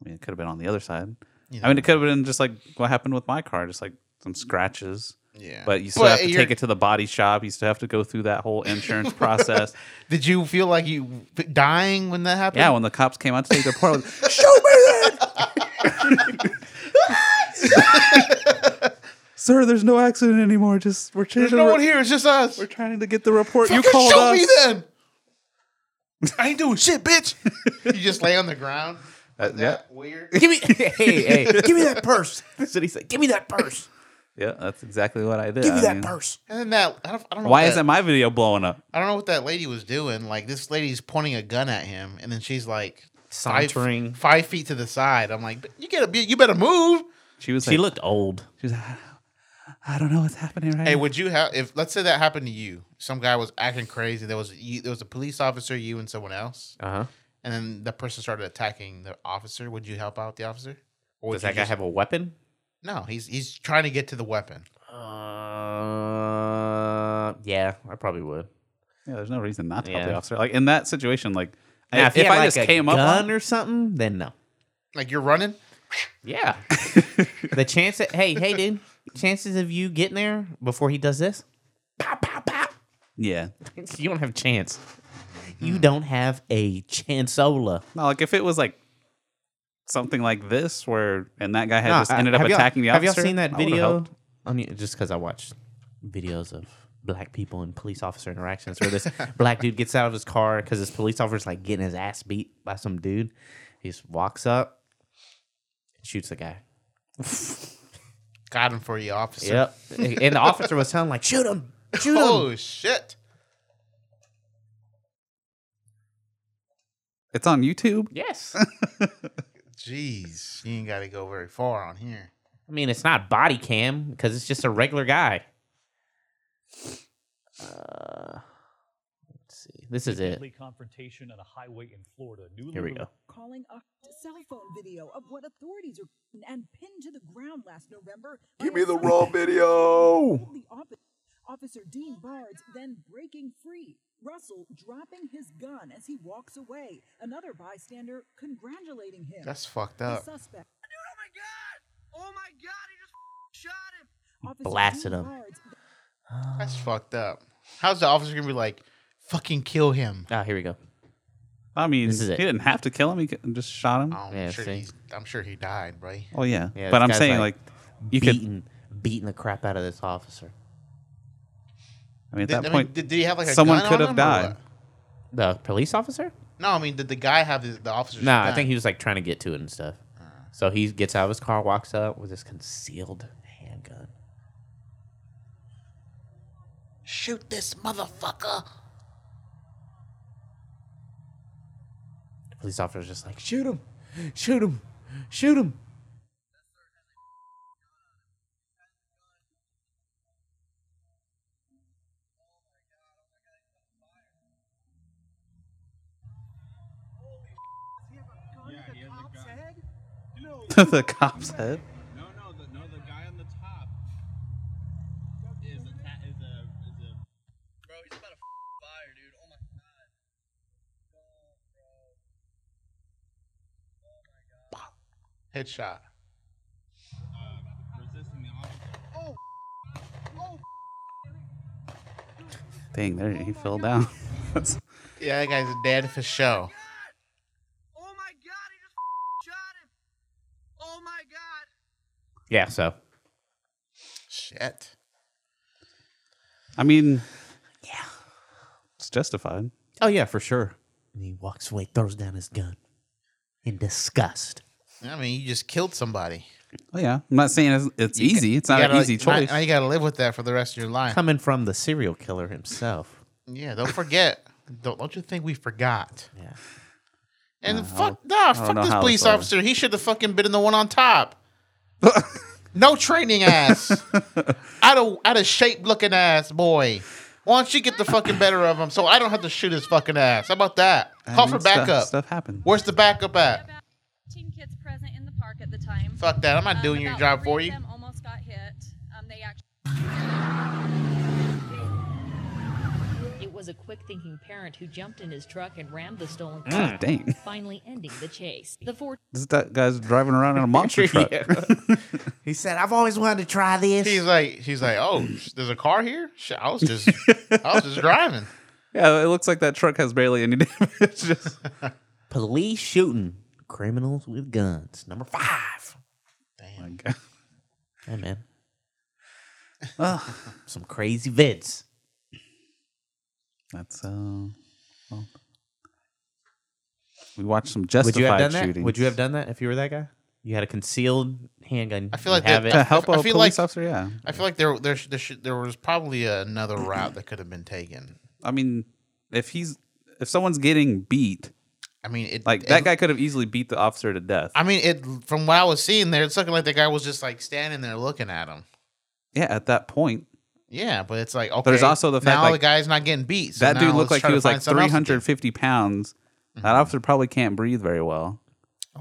I mean, it could have been on the other side.
You
I mean, it could have been just like what happened with my car, just like some scratches.
Yeah.
But you still have to
you're-
take it to the body shop. You still have to go through that whole insurance process.
Did you feel like you f- dying when that happened?
yeah, when the cops came out to take their part, I was, show me that. Sir, there's no accident anymore. Just we're
There's
changing.
no one here. It's just us.
We're trying to get the report you
Fucking
called
shoot
us.
me then. I ain't doing shit, bitch. you just lay on the ground.
Uh, yeah,
That weird.
give me, hey, hey, give me that purse. That's what he said. Give me that purse.
yeah, that's exactly what I did.
Give me
I
that
mean,
purse.
And then that I don't, I don't know.
Why
what
isn't my video blowing up?
I don't know what that lady was doing. Like this lady's pointing a gun at him, and then she's like five,
Sauntering.
five feet to the side. I'm like, you get you better move.
She was.
She
like,
looked old.
She was. I don't know what's happening right
Hey,
now.
would you have if let's say that happened to you? Some guy was acting crazy. There was you, there was a police officer, you, and someone else,
Uh huh.
and then the person started attacking the officer. Would you help out the officer? Or would
Does
you
that guy
just-
have a weapon?
No, he's he's trying to get to the weapon.
Uh, yeah, I probably would.
Yeah, there's no reason not to help the
Yeah.
officer. Like in that situation, like
Now,
if,
he
if
had,
I
like,
just
a
came up,
gun
on-
or something, then no.
Like you're running.
Yeah. the chance that hey, hey dude, chances of you getting there before he does this? Pop, pop, pop.
yeah,
You don't have a chance. You don't have a chanceola.
no, like if it was like something like this, where and that guy had
Nah,
just
I-
ended up
have y'all-
attacking the officer.
Have y'all seen that
I would've
video?
helped.
On, you- just because I watched videos of black people and police officer interactions where this black dude gets out of his car because this police officer's like getting his ass beat by some dude. He just walks up, shoots the guy.
Got him for you, officer.
Yep. and the officer was telling him, like, shoot him, shoot him.
Oh shit!
It's on YouTube.
Yes.
Jeez, you ain't got to go very far on here.
I mean, it's not body cam because it's just a regular guy. Uh, let's see. This is it.
deadly confrontation on a highway in Florida. New
Here we
Lulu-
go.
calling a cell phone video of what authorities are and pinned to the ground last November. Give me the raw video. Officer Dean Bards then breaking free. Russell dropping his gun as he walks away. Another bystander congratulating him.
That's fucked
the
up.
suspect.
Oh
Blasted him.
That's fucked up. How's the officer gonna be like, fucking kill him?
Ah, here we go.
I mean,
This is
he
it.
didn't have to kill him. He c- just shot him.
Oh, I'm
Yeah,
sure
see?
he's. I'm sure he died, right?
Oh yeah,
Yeah,
but
this
I'm
guy's
saying like,
like
you could.
beating, beating the crap out of this officer.
I mean, at
Did,
that
I mean,
point,
did, did he have like a
someone
gun
could
on
have
him or
died.
what?
The police officer?
No, I mean, did the guy have his, the officer's?
No, I
gun?
think he was like trying to get to it and stuff. So he gets out of his car, walks up with his concealed handgun.
shoot this motherfucker.
The police officer's just like, shoot him, shoot him, shoot him.
the cops said,
No, no, the, no, the guy on the top is a ta- is a is a. Bro, he's about to f- fire, dude. Oh my god.
Headshot.
Resisting the officer.
"Dang, there he fell down." That's-
Yeah, that guy's dead for show.
Oh my god, he just shot him. Oh my god.
Yeah, so
Shit.
I mean, yeah, it's justified.
Oh yeah, for sure. And he walks away, throws down his gun in disgust.
I mean, you just killed somebody.
Oh yeah, I'm not saying it's, it's easy. It's
You
not
gotta,
an easy
now-
choice.
Now you gotta live with that for the rest of your life.
Coming from the serial killer himself.
Yeah, don't forget. don't, don't you think we forgot?
Yeah.
And fuck, nah,
don't
fuck
know
this
how this
police
all-
officer. He should have fucking been the one on top. No training ass. out of out of shape looking ass boy. Why don't you get the fucking better of him so I don't have to shoot his fucking ass? How about that?
I
Call
mean,
for
stuff-
backup.
stuff happens.
Where's the backup at?
Teen kids present in the park at the time. Um,
Fuck that. I'm not doing your
about
job
three
for
of
you.
Them almost got hit. Um, they actually.
It was a quick thinking parent who jumped in his truck and rammed the stolen
Mm.
Hmm.
car,
Dang.
finally ending the chase. The four
This that guy's driving around in a monster truck.
he said, "I've always wanted to try this."
He's like, he's like, oh, there's a car here. Shit, I was just, I was just driving.
Yeah, it looks like that truck has barely any damage. Just
police shooting criminals with guns. Number five.
Damn.
My God.
Hey man,
Ah,
some crazy vids.
that's uh. well. we watched some justified
Would you have done
shootings.
that? Would you have done that if you were that guy? You had a concealed handgun.
I feel like
you have
that-
it.
to help
I
a
feel
police
like-
officer? Yeah.
I feel like there, there, sh- there, sh- there was probably another route that could have been taken.
I mean, if he's if someone's getting beat,
I mean, it
like that guy could have easily beat the officer to death.
I mean, it from what I was seeing there, it's looking like the guy was just like standing there looking at him.
yeah, at that point,
Yeah, but it's like okay.
There's also the fact,
now the
like,
guy's not getting beat. so
that dude
now
looked
let's
like
try
he
to
was like
find something else to do. Mm-hmm.
350 pounds. That officer probably can't breathe very well.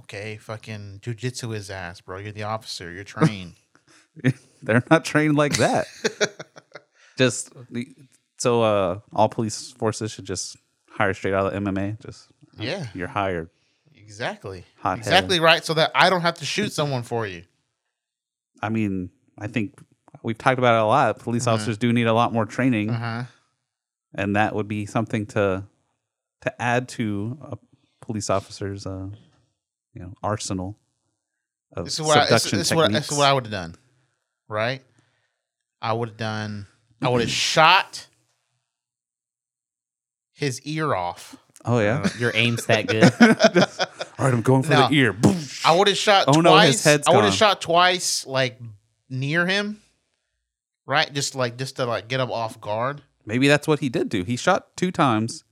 Okay, fucking jujitsu his ass, bro. You're the officer. You're trained.
They're not trained like that. just the- so uh, all police forces should just hire straight out of MMA. Just
Yeah.
you're hired.
exactly.
Hot-headed.
exactly right. So that I don't have to shoot someone for you.
I mean, I think we've talked about it a lot. Police
Mm-hmm.
officers do need a lot more training,
Uh-huh.
and that would be something to to add to a police officer's uh, you know arsenal of
This is what I, this,
subduction
this is what,
techniques.
this is what I would have done. Right? I would have done. I would have shot his ear off.
oh yeah,
Uh, Your aim's that good.
all right, I'm going for
No.
the ear. Boom.
I would have shot
Oh,
twice.
no, his head's
I would
gone.
have shot twice, like near him, right? Just like just to like get him off guard.
Maybe that's what he did do. He shot two times,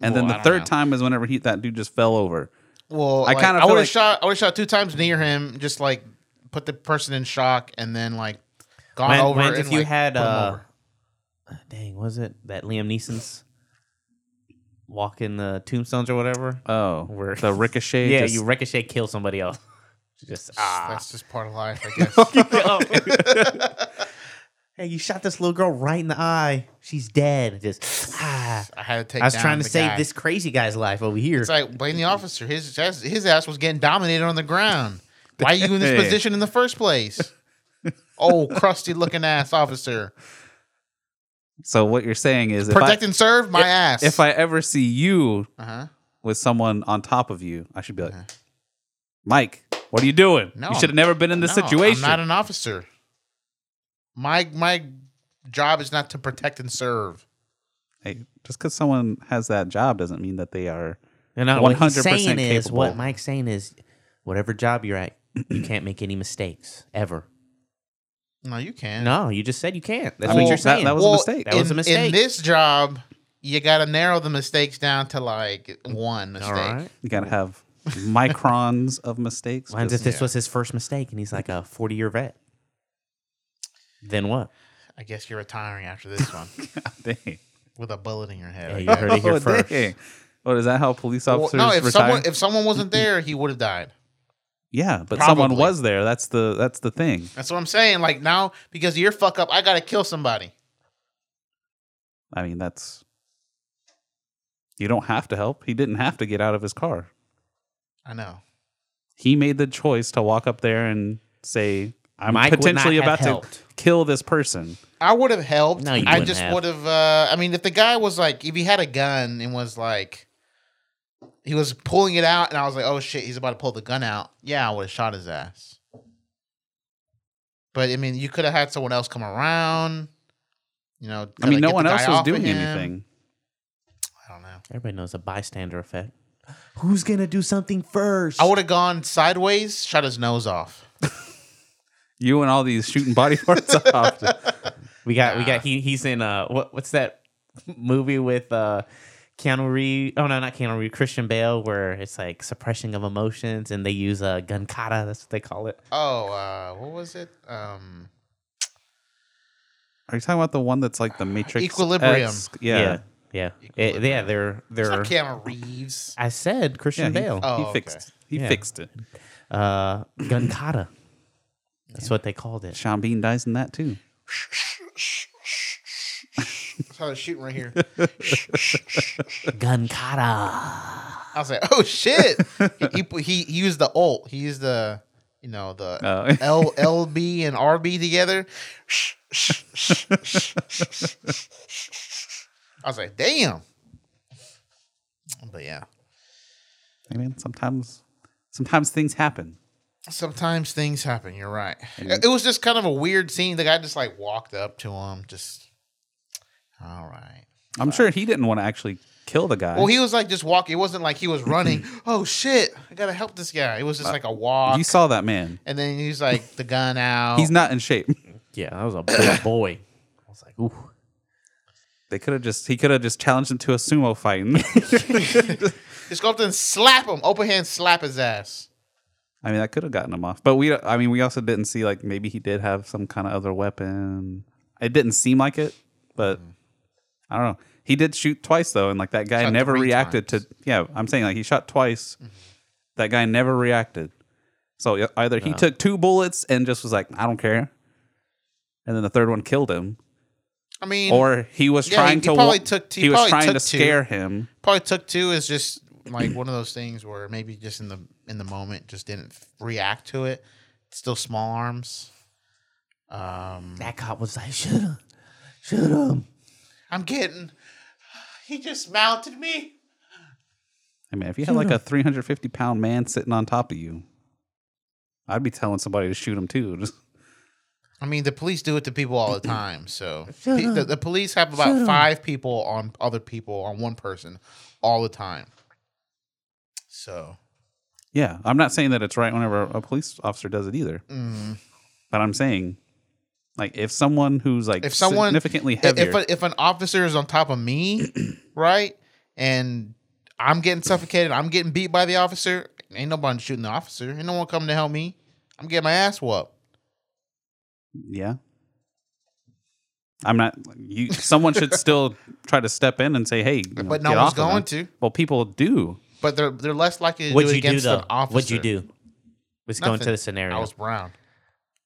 and
Well,
then the
I don't
third
know.
time is whenever he that dude just fell over.
Well,
I
like,
kinda
I
feel
would have
like-
shot. I would have shot two times near him, just like put the person in shock, and then like gone
When-
over.
when
and,
if you
like,
had
put him
uh,
over.
dang, was it that Liam Neeson's walking the tombstones or whatever?
Oh,
Where-
the ricochet.
yeah,
just-
you ricochet, kill somebody else. Just ah.
that's just part of life, I guess.
hey, you shot this little girl right in the eye. She's dead. Just ah.
I had to take.
I was
down
trying to
the
save
guy.
this crazy guy's life over here.
It's like blame the officer. His ass, his ass was getting dominated on the ground. Why are you in this position in the first place? Oh, crusty looking ass officer.
So what you're saying is, if I,
Protect and serve my ass.
if I ever see you
uh-huh.
with someone on top of you, I should be like, Mike, what are you doing?
No,
you should have never been in this
No,
situation.
I'm not an officer. My my job is not to protect and serve.
hey, just because someone has that job doesn't mean that they are.
And not what he's
100%
saying is
capable.
what Mike's saying is, whatever job you're at, you can't make any mistakes ever.
No, you can't.
No, you just said you can't. That's
I
what
mean,
you're
that-
saying.
that was a mistake.
That was a
in- In
mistake.
this job, you got to narrow the mistakes down to like one mistake.
All right.
You gotta have microns of mistakes.
Mine's if
just-
this
yeah.
was his first mistake and he's like a 40 year vet. Then what?
I guess you're retiring after this one
Dang.
with a bullet in your head.
Yeah,
I
you
guess.
heard it here
Oh,
first.
dang. What is that? How police
Well,
officers
no, if
retire?
someone if someone wasn't there, he would have died.
yeah, but someone
Probably.
was there. That's the that's the thing.
That's what I'm saying. Like now, because of your fuck up, I gotta kill somebody.
I mean, that's you don't have to help. He didn't have to get out of his car.
I know.
He made the choice to walk up there and say, "I'm
Mike would not
potentially
have
about to
helped.
kill this person."
I would have helped.
No, you
I
wouldn't
just
have.
would have. Uh, I mean, if the guy was like, if he had a gun and was like, he was pulling it out, and I was like, oh shit, he's about to pull the gun out. Yeah, I would have shot his ass. But I mean, you could have had someone else come around. You know,
I mean,
kinda
no
get
one
the
else
guy
was
off of
doing
him.
anything.
I don't know.
Everybody knows a bystander effect. Who's going to do something first?
I would have gone sideways, shot his nose off.
You and all these shooting body parts off.
we got, we got, he, he's in, uh, what, what's that movie with, uh, Keanu Reeves. Oh no, not Keanu Reeves. Christian Bale, where it's like suppression of emotions, and they use a uh, gun kata. That's what they call it.
Oh, uh, what was it? Um,
Are you talking about the one that's like the Matrix?
Equilibrium.
Yeah.
yeah, yeah, It- yeah. They're
it's
they're
not Keanu Reeves.
I said Christian
Yeah, he-
Bale.
he Oh, okay. fixed- he fixed it.
Uh, gun kata. That's what they called it.
Sean Bean dies in that too.
That's how they're shooting right here.
gun kata.
I was like, oh shit. he, he put- he he used the alt. He used the you know the
Oh.
L L B and R B together. I was like, damn. But yeah,
I mean, sometimes sometimes things happen.
sometimes things happen. You're right. It, it was just kind of a weird scene. The guy just like walked up to him, just all right.
I'm sure he didn't want to actually kill the guy.
Well, he was like just walking. It wasn't like he was running. oh shit! I gotta help this guy. It was
Uh,
just like a walk,
you saw that man.
and then he's like the gun out.
He's not in shape.
Yeah, that was a big boy.
I was like, ooh. They could have just he could have just challenged him to a sumo fight. and-
Just go up there and slap him. Open hand slap his ass.
I mean, that could have gotten him off. But we, I mean, we also didn't see like maybe he did have some kind of other weapon. It didn't seem like it, but
Mm-hmm.
I don't know. He did shoot twice though, and like that guy never reacted to. Yeah, I'm saying like he shot twice.
Mm-hmm.
That guy never reacted. So e- either he
No.
took two bullets and just was like, I don't care, and then the third one killed him,
I mean,
or he was
yeah,
trying to.
He
wa-
probably took. He,
he was
probably
trying
took
to
two.
scare him.
Probably took two is just like one of those things where maybe just in the in the moment just didn't react to it. Still small arms. Um,
that cop was like, shoot him, shoot him.
I'm getting. He just mounted me.
I mean, if you had like a 350 pound man sitting on top of you, I'd be telling somebody to shoot him too. Just
I mean, the police do it to people all the time. So
Shut
Pe- the,
up.
the police have
Shut
about
up.
five people on other people on one person all the time. So
yeah, I'm not saying that it's right whenever a police officer does it either,
mm,
but I'm saying like if someone who's like
if someone
significantly
i-
heavier,
if a, if an officer is on top of me, right, and I'm getting suffocated, I'm getting beat by the officer. Ain't nobody shooting the officer. Ain't no one coming to help me. I'm getting my ass whooped.
yeah, I'm not you. Someone should still try to step in and say, hey, you know,
But no
get
one's
off of them.
going to.
Well, people do.
But they're they're less likely to
What'd
do it
you do,
against an
though?
officer.
What'd you do? Let's go into the scenario.
I was brown.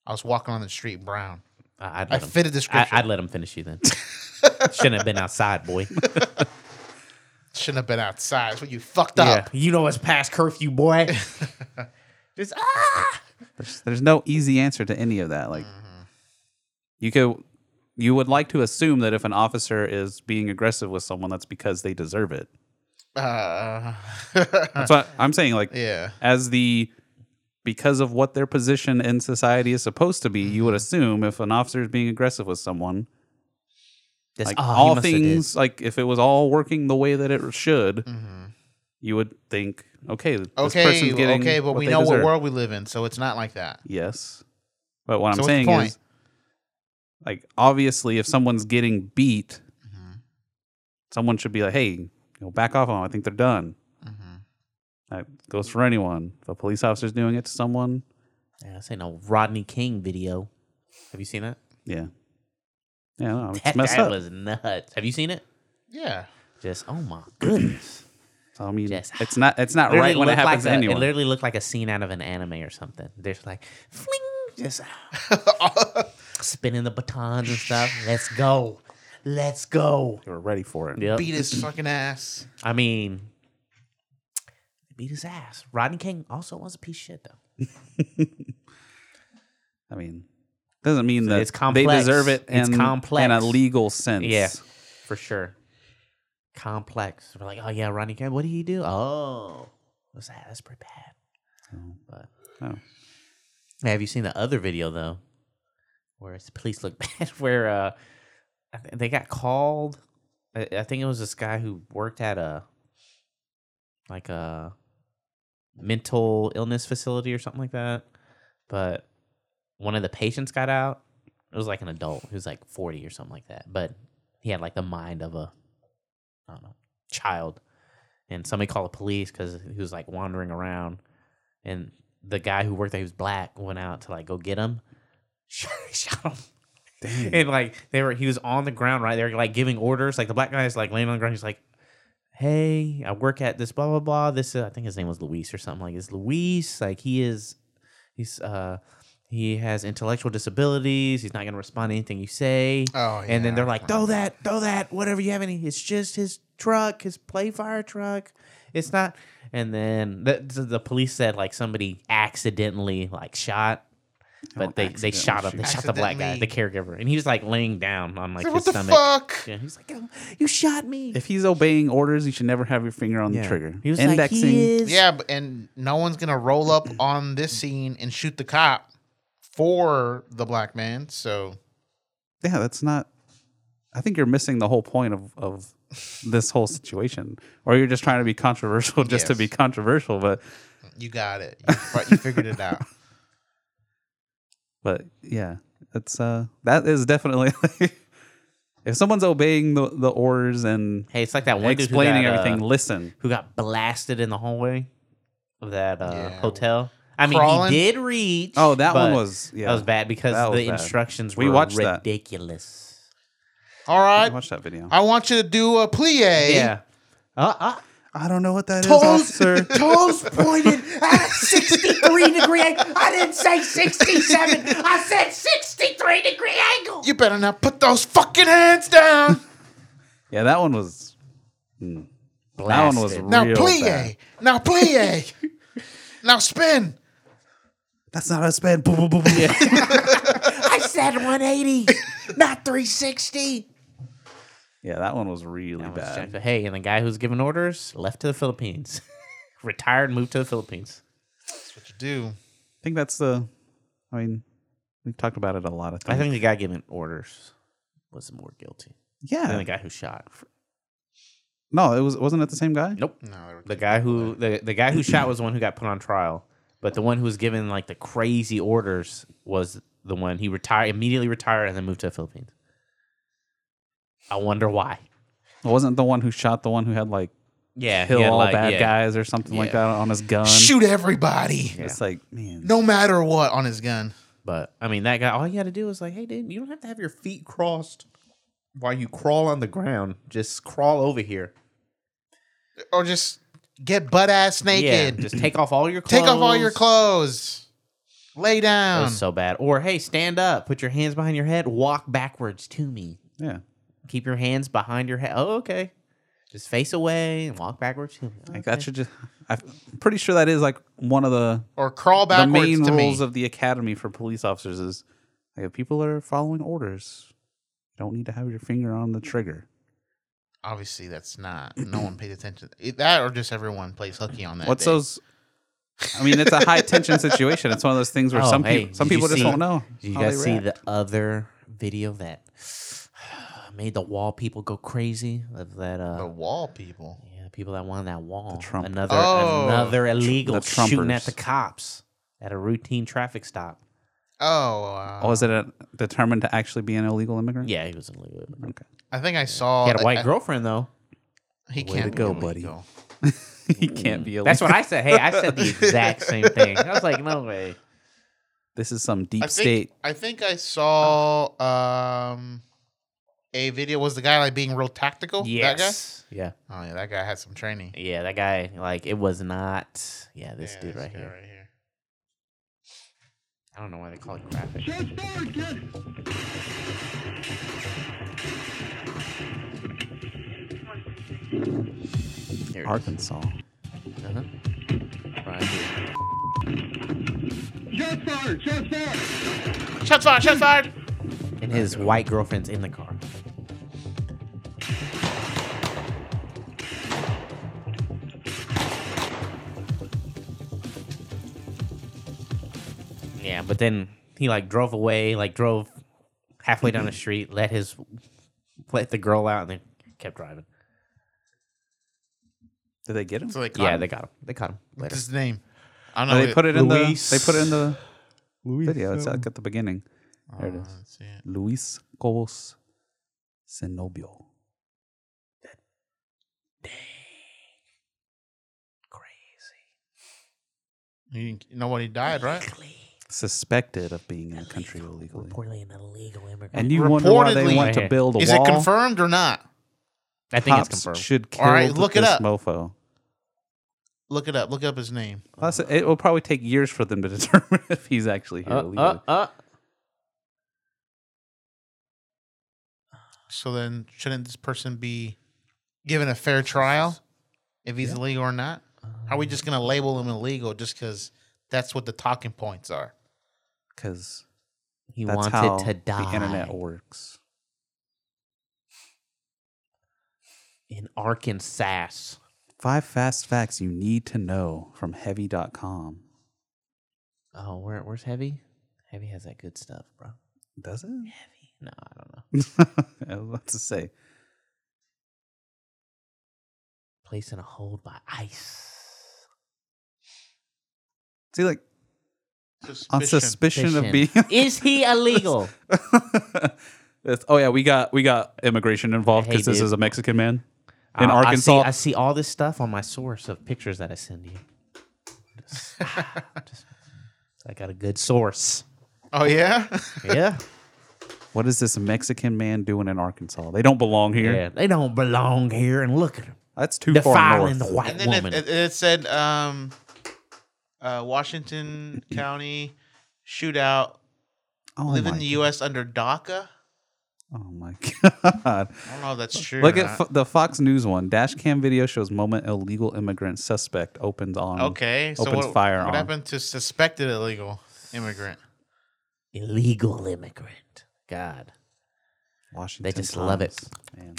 I was walking on the street brown.
I, I'd
I
let him-
fitted the description.
I, would let him finish you then. Shouldn't have been outside, boy.
Shouldn't have been outside. That's what you fucked
yeah,
up.
you know it's past curfew, boy. Just ah.
There's, there's no easy answer to any of that. Like you could you would like to assume that if an officer is being aggressive with someone, that's because they deserve it.
Uh,
That's what I'm saying. Like
Yeah.
as the because of what their position in society is supposed to be, you
Mm-hmm.
would assume if an officer is being aggressive with someone, like
That's- oh, he
all
must have did.
things, like if it was all working the way that it should, you would think, okay, this
Mm-hmm. okay,
person's getting
okay, but
what
we
they
know
deserve.
what world we live in, so it's not like that.
Yes. But what I'm
So what's the
saying
point?
is, like, obviously, if someone's getting beat, someone should be like, hey, you know, back off on them. I think they're done. Mm-hmm. That goes for anyone. If a police officer's doing it to someone,
Yeah, this ain't no Rodney King video. Have you seen that?
yeah. Yeah, no, it's
That,
messed
that
up.
was nuts. Have you seen it?
Yeah.
Just oh my goodness.
So, I mean, it's not it's not
Literally
right when it
looked
happens to
like a-
anyone.
It literally looked like a scene out of an anime or something. They're just like fling, just spinning the batons and stuff. Let's go, let's go.
They were ready for it.
Yep.
Beat his fucking ass.
I mean, they beat his ass. Rodney King also was a piece of shit though.
I mean, doesn't mean that
It's
they
complex.
deserve it in,
It's complex.
in a legal sense.
Yeah, for sure. Complex. We're like, oh yeah, Rodney King. What did he do? Oh, what's that? That's pretty bad. But
Oh.
Yeah, have you seen the other video though, where it's the police look bad? Where uh, I th- they got called. I, I think it was this guy who worked at a like a mental illness facility or something like that. But one of the patients got out. It was like an adult who was like forty or something like that, but he had like the mind of a I don't know child, and somebody called the police because he was like wandering around, and the guy who worked there, he was black, went out to like go get him, shot him. And like they were, he was on the ground right there, like giving orders. Like the black guy is like laying on the ground. He's like, "Hey, I work at this blah blah blah. This is, I think his name was Luis or something. Like it's Luis. Like he is, he's uh, he has intellectual disabilities. He's not gonna respond to anything you say.
Oh,
And then
yeah,
they're like, throw that, throw that, whatever you have any. It's just his truck, his play fire truck. It's not. And then the, the the police said like somebody accidentally like shot. But they, they shot him. They shot the black guy, the caregiver, and he was like laying down on like
Like,
his
what the
stomach.
fuck?
Yeah, he's like, "Oh, you shot me.
If he's obeying orders, you should never have your finger on
Yeah.
the trigger.
He was like,
Indexing.
Yeah, but, and no one's gonna roll up on this scene and shoot the cop for the black man. So
yeah, that's not. I think you're missing the whole point of, of this whole situation, or you're just trying to be controversial just to be controversial. But
you got it. You, fi- you figured it out.
but yeah, it's uh that is definitely like, if someone's obeying the, the orders and
hey, it's like that one dude who
explaining
got, uh,
everything. listen,
who got blasted in the hallway of that uh,
Yeah.
hotel? I mean,
Crawling?
he did reach.
Oh, that one
but
was- yeah.
that was bad because
That was
the
bad.
instructions
We
were
watched that.
ridiculous.
All right,
watch that video.
I want you to do a plie.
Yeah. Uh, uh,
I don't know what that is,
Toes-
officer.
toes pointed at 63 degree angle. I didn't say
67.
I said 63 degree angle.
You better not put those fucking hands down.
Yeah, that one was. mm. that one was
Blasted. now
real
plie.
bad.
Now plie. now spin.
That's not a spin. Boom, boom, boom, boom.
I said 180, not 360.
Yeah, that one was really bad.
Jack- Hey, and the guy who's giving orders left to the Philippines, retired, moved to the Philippines.
Do
I think that's the. I mean, we've talked about it a lot of times.
I think the guy giving orders was more guilty.
Yeah.
than the guy who shot.
no, it was wasn't it the same guy?
Nope. the guy who the, the guy who shot was the one who got put on trial, but the one who was given like the crazy orders was the one he retired immediately retired and then moved to the Philippines. I wonder why.
It wasn't the one who shot the one who had like
Yeah, he
kill
had,
all
like-
bad
yeah.
guys or something like
Yeah.
that on his gun.
Shoot everybody.
It's like man,
No matter what on his gun.
But I mean, that guy. All you had to do was like, hey, dude, you don't have to have your feet crossed while you crawl on the ground. Just crawl over here.
Or just get butt ass naked.
just take off all your
Take off all your
clothes.
clothes. Lay
That
down.
was so bad. Or hey, stand up, put your hands behind your head, walk backwards to me.
Yeah.
Keep your hands behind your head. Oh, okay. Just face away and walk backwards to me.
like that should just. I'm pretty sure that is like one of the
Or crawl
the main
backwards to me.
rules of the academy for police officers is like if people are following orders, you don't need to have your finger on the trigger.
Obviously, that's not. No one paid attention. It- That or just everyone plays hooky on that.
What's
day.
those? I mean, it's a high tension situation. It's one of those things where
Oh,
some
hey,
people some
did you
people just
see-
don't know.
Did you
how they
guys see
react.
the other video that made the wall people go crazy? Of that uh,
The wall people.
Yeah, people that wanted that wall.
Oh. Trump-
Another
Oh.
another
The
illegal
Trumpers.
shooting at the cops at a routine traffic stop.
Oh, uh,
Oh, is it a, determined to actually be an illegal immigrant?
Yeah, he was an illegal immigrant.
Okay.
I think I saw.
He had a white
I- I-
girlfriend though.
He
Way to
can't
go,
be
buddy.
illegal.
he can't be illegal.
Mm. That's what I said. Hey, I said the exact same thing. I was like, no way.
This is some
I
deep
think,
state.
I think I saw um, a video. Was the guy like being real tactical?
Yes. Yeah.
That guy? Oh, yeah. That guy had some training.
Yeah, that guy, like, it was not. Yeah, this dude right here.
Right here.
I don't know why they call it graphic. Here it is.
Arkansas.
Uh-huh. Right here.
Shots fired! Shots fired!
Shots fired! Shots fired!
And his white girlfriend's in the car. Yeah, but then he like drove away, like drove halfway down the street, let his let the girl out, and then kept driving.
Did they get him?
So they caught
yeah,
him.
they got him. They caught him.
What's
Later.
his name? I
No, they put it in the. They put it in the
Luis
video. It's like
something.
at the beginning. There it
Uh,
is.
let's see it.
Luis Cobos Zenobio.
He, nobody died, right?
Suspected of being in the country illegally.
Reportedly an illegal immigrant.
And you wonder why they want to build a
Is
wall.
it confirmed or not?
I think it's
Cops
confirmed.
Should kill
All right, look it
this
up.
mofo.
Look it up. Look up his name.
Plus, it will probably take years for them to determine if he's actually here
Uh,
illegally.
uh, uh.
So then, shouldn't this person be given a fair trial if he's
Yeah.
illegal or not? How are we just going
Um.
to label him illegal just because that's what the talking points are?
Because
He
that's
wanted
how
to
The internet
die.
works.
In Arkansas.
Five fast facts you need to know from heavy.com.
Oh, where, where's Heavy? Heavy has that good stuff, bro.
Does it?
No, I don't know.
I was about to say.
Placed in a hold by ice.
See, like, on suspicion, of being.
Is he illegal?
It's- oh yeah, we got we got immigration involved
Hey,
because this
dude.
is a Mexican man in
I- I see-
Arkansas.
I see, all this stuff on my source of pictures that I send you. Just- just- I got a good source.
Oh, yeah?
Yeah.
what is this Mexican man doing in Arkansas? They don't belong here.
Yeah, they don't belong here. And look at them.
That's too far north.
Defiling the white
and then it,
woman.
it, it said um, uh, Washington County shootout.
Oh
live
my
in the U.S. under DACA.
Oh my god!
I don't know if that's true.
Look
or
at
not.
fo- the Fox News one. Dash cam video shows moment illegal immigrant suspect opens on.
okay. So
Um, opens
what,
fire
what
on.
happened to suspected illegal immigrant?
illegal immigrant. God.
Washington.
They just love it.
Times, Man.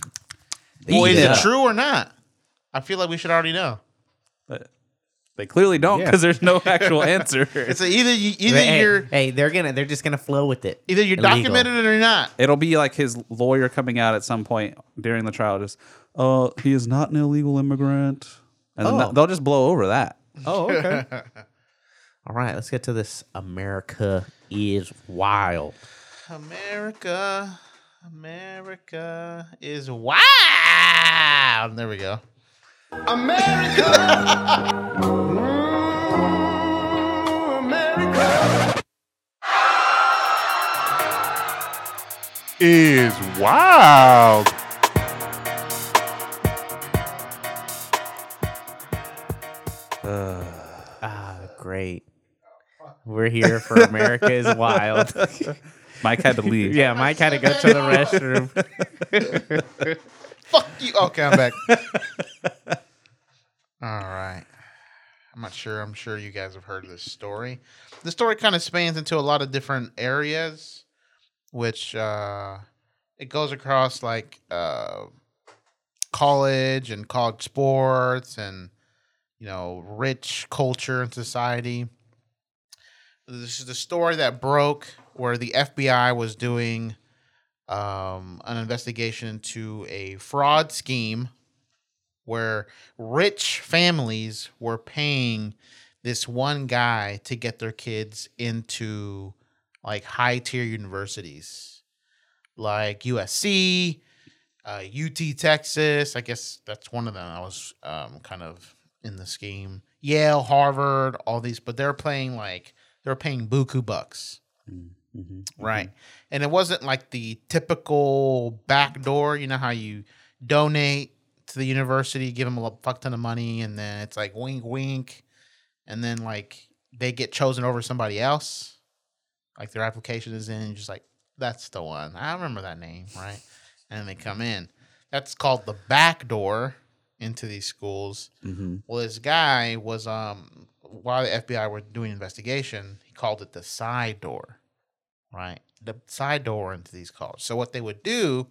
They
well,
eat
is
it
it
up.
true or not? I feel like we should already know.
But they clearly don't
Yeah.
because there's no actual answer.
It's a, either you, either
hey,
you're
hey, they're gonna they're just gonna flow with it.
either you're
Illegal.
documented it or not.
It'll be like his lawyer coming out at some point during the trial, just, uh, he is not an illegal immigrant. And then
Oh.
they'll just blow over that.
Oh, okay. All right, let's get to this. America is wild.
America, America is wild. There we go.
Is wild.
Ah, great. We're here for America is wild.
Mike had to leave.
yeah, Mike had to go to the restroom.
Fuck you. Okay, I'm back. All right. I'm not sure. I'm sure you guys have heard this story. The story kind of spans into a lot of different areas, which uh, it goes across like uh, college and college sports and, you know, rich culture and society. This is the story that broke where the FBI was doing um, an investigation into a fraud scheme where rich families were paying this one guy to get their kids into like high tier universities like USC, uh, UT Texas. I guess that's one of them. I was um, kind of in the scheme. Yale, Harvard, all these, but they're playing like they're paying buku bucks. Right. And it wasn't like the typical back door. You know how you donate to the university, give them a fuck ton of money, and then it's like wink, wink. And then like they get chosen over somebody else. Like their application is in, and you're just like, that's the one. I remember that name. Right. And they come in. That's called the back door into these schools.
hmm
Well, this guy was um while the FBI were doing investigation, he called it the side door, right? The side door into these colleges. So what they would do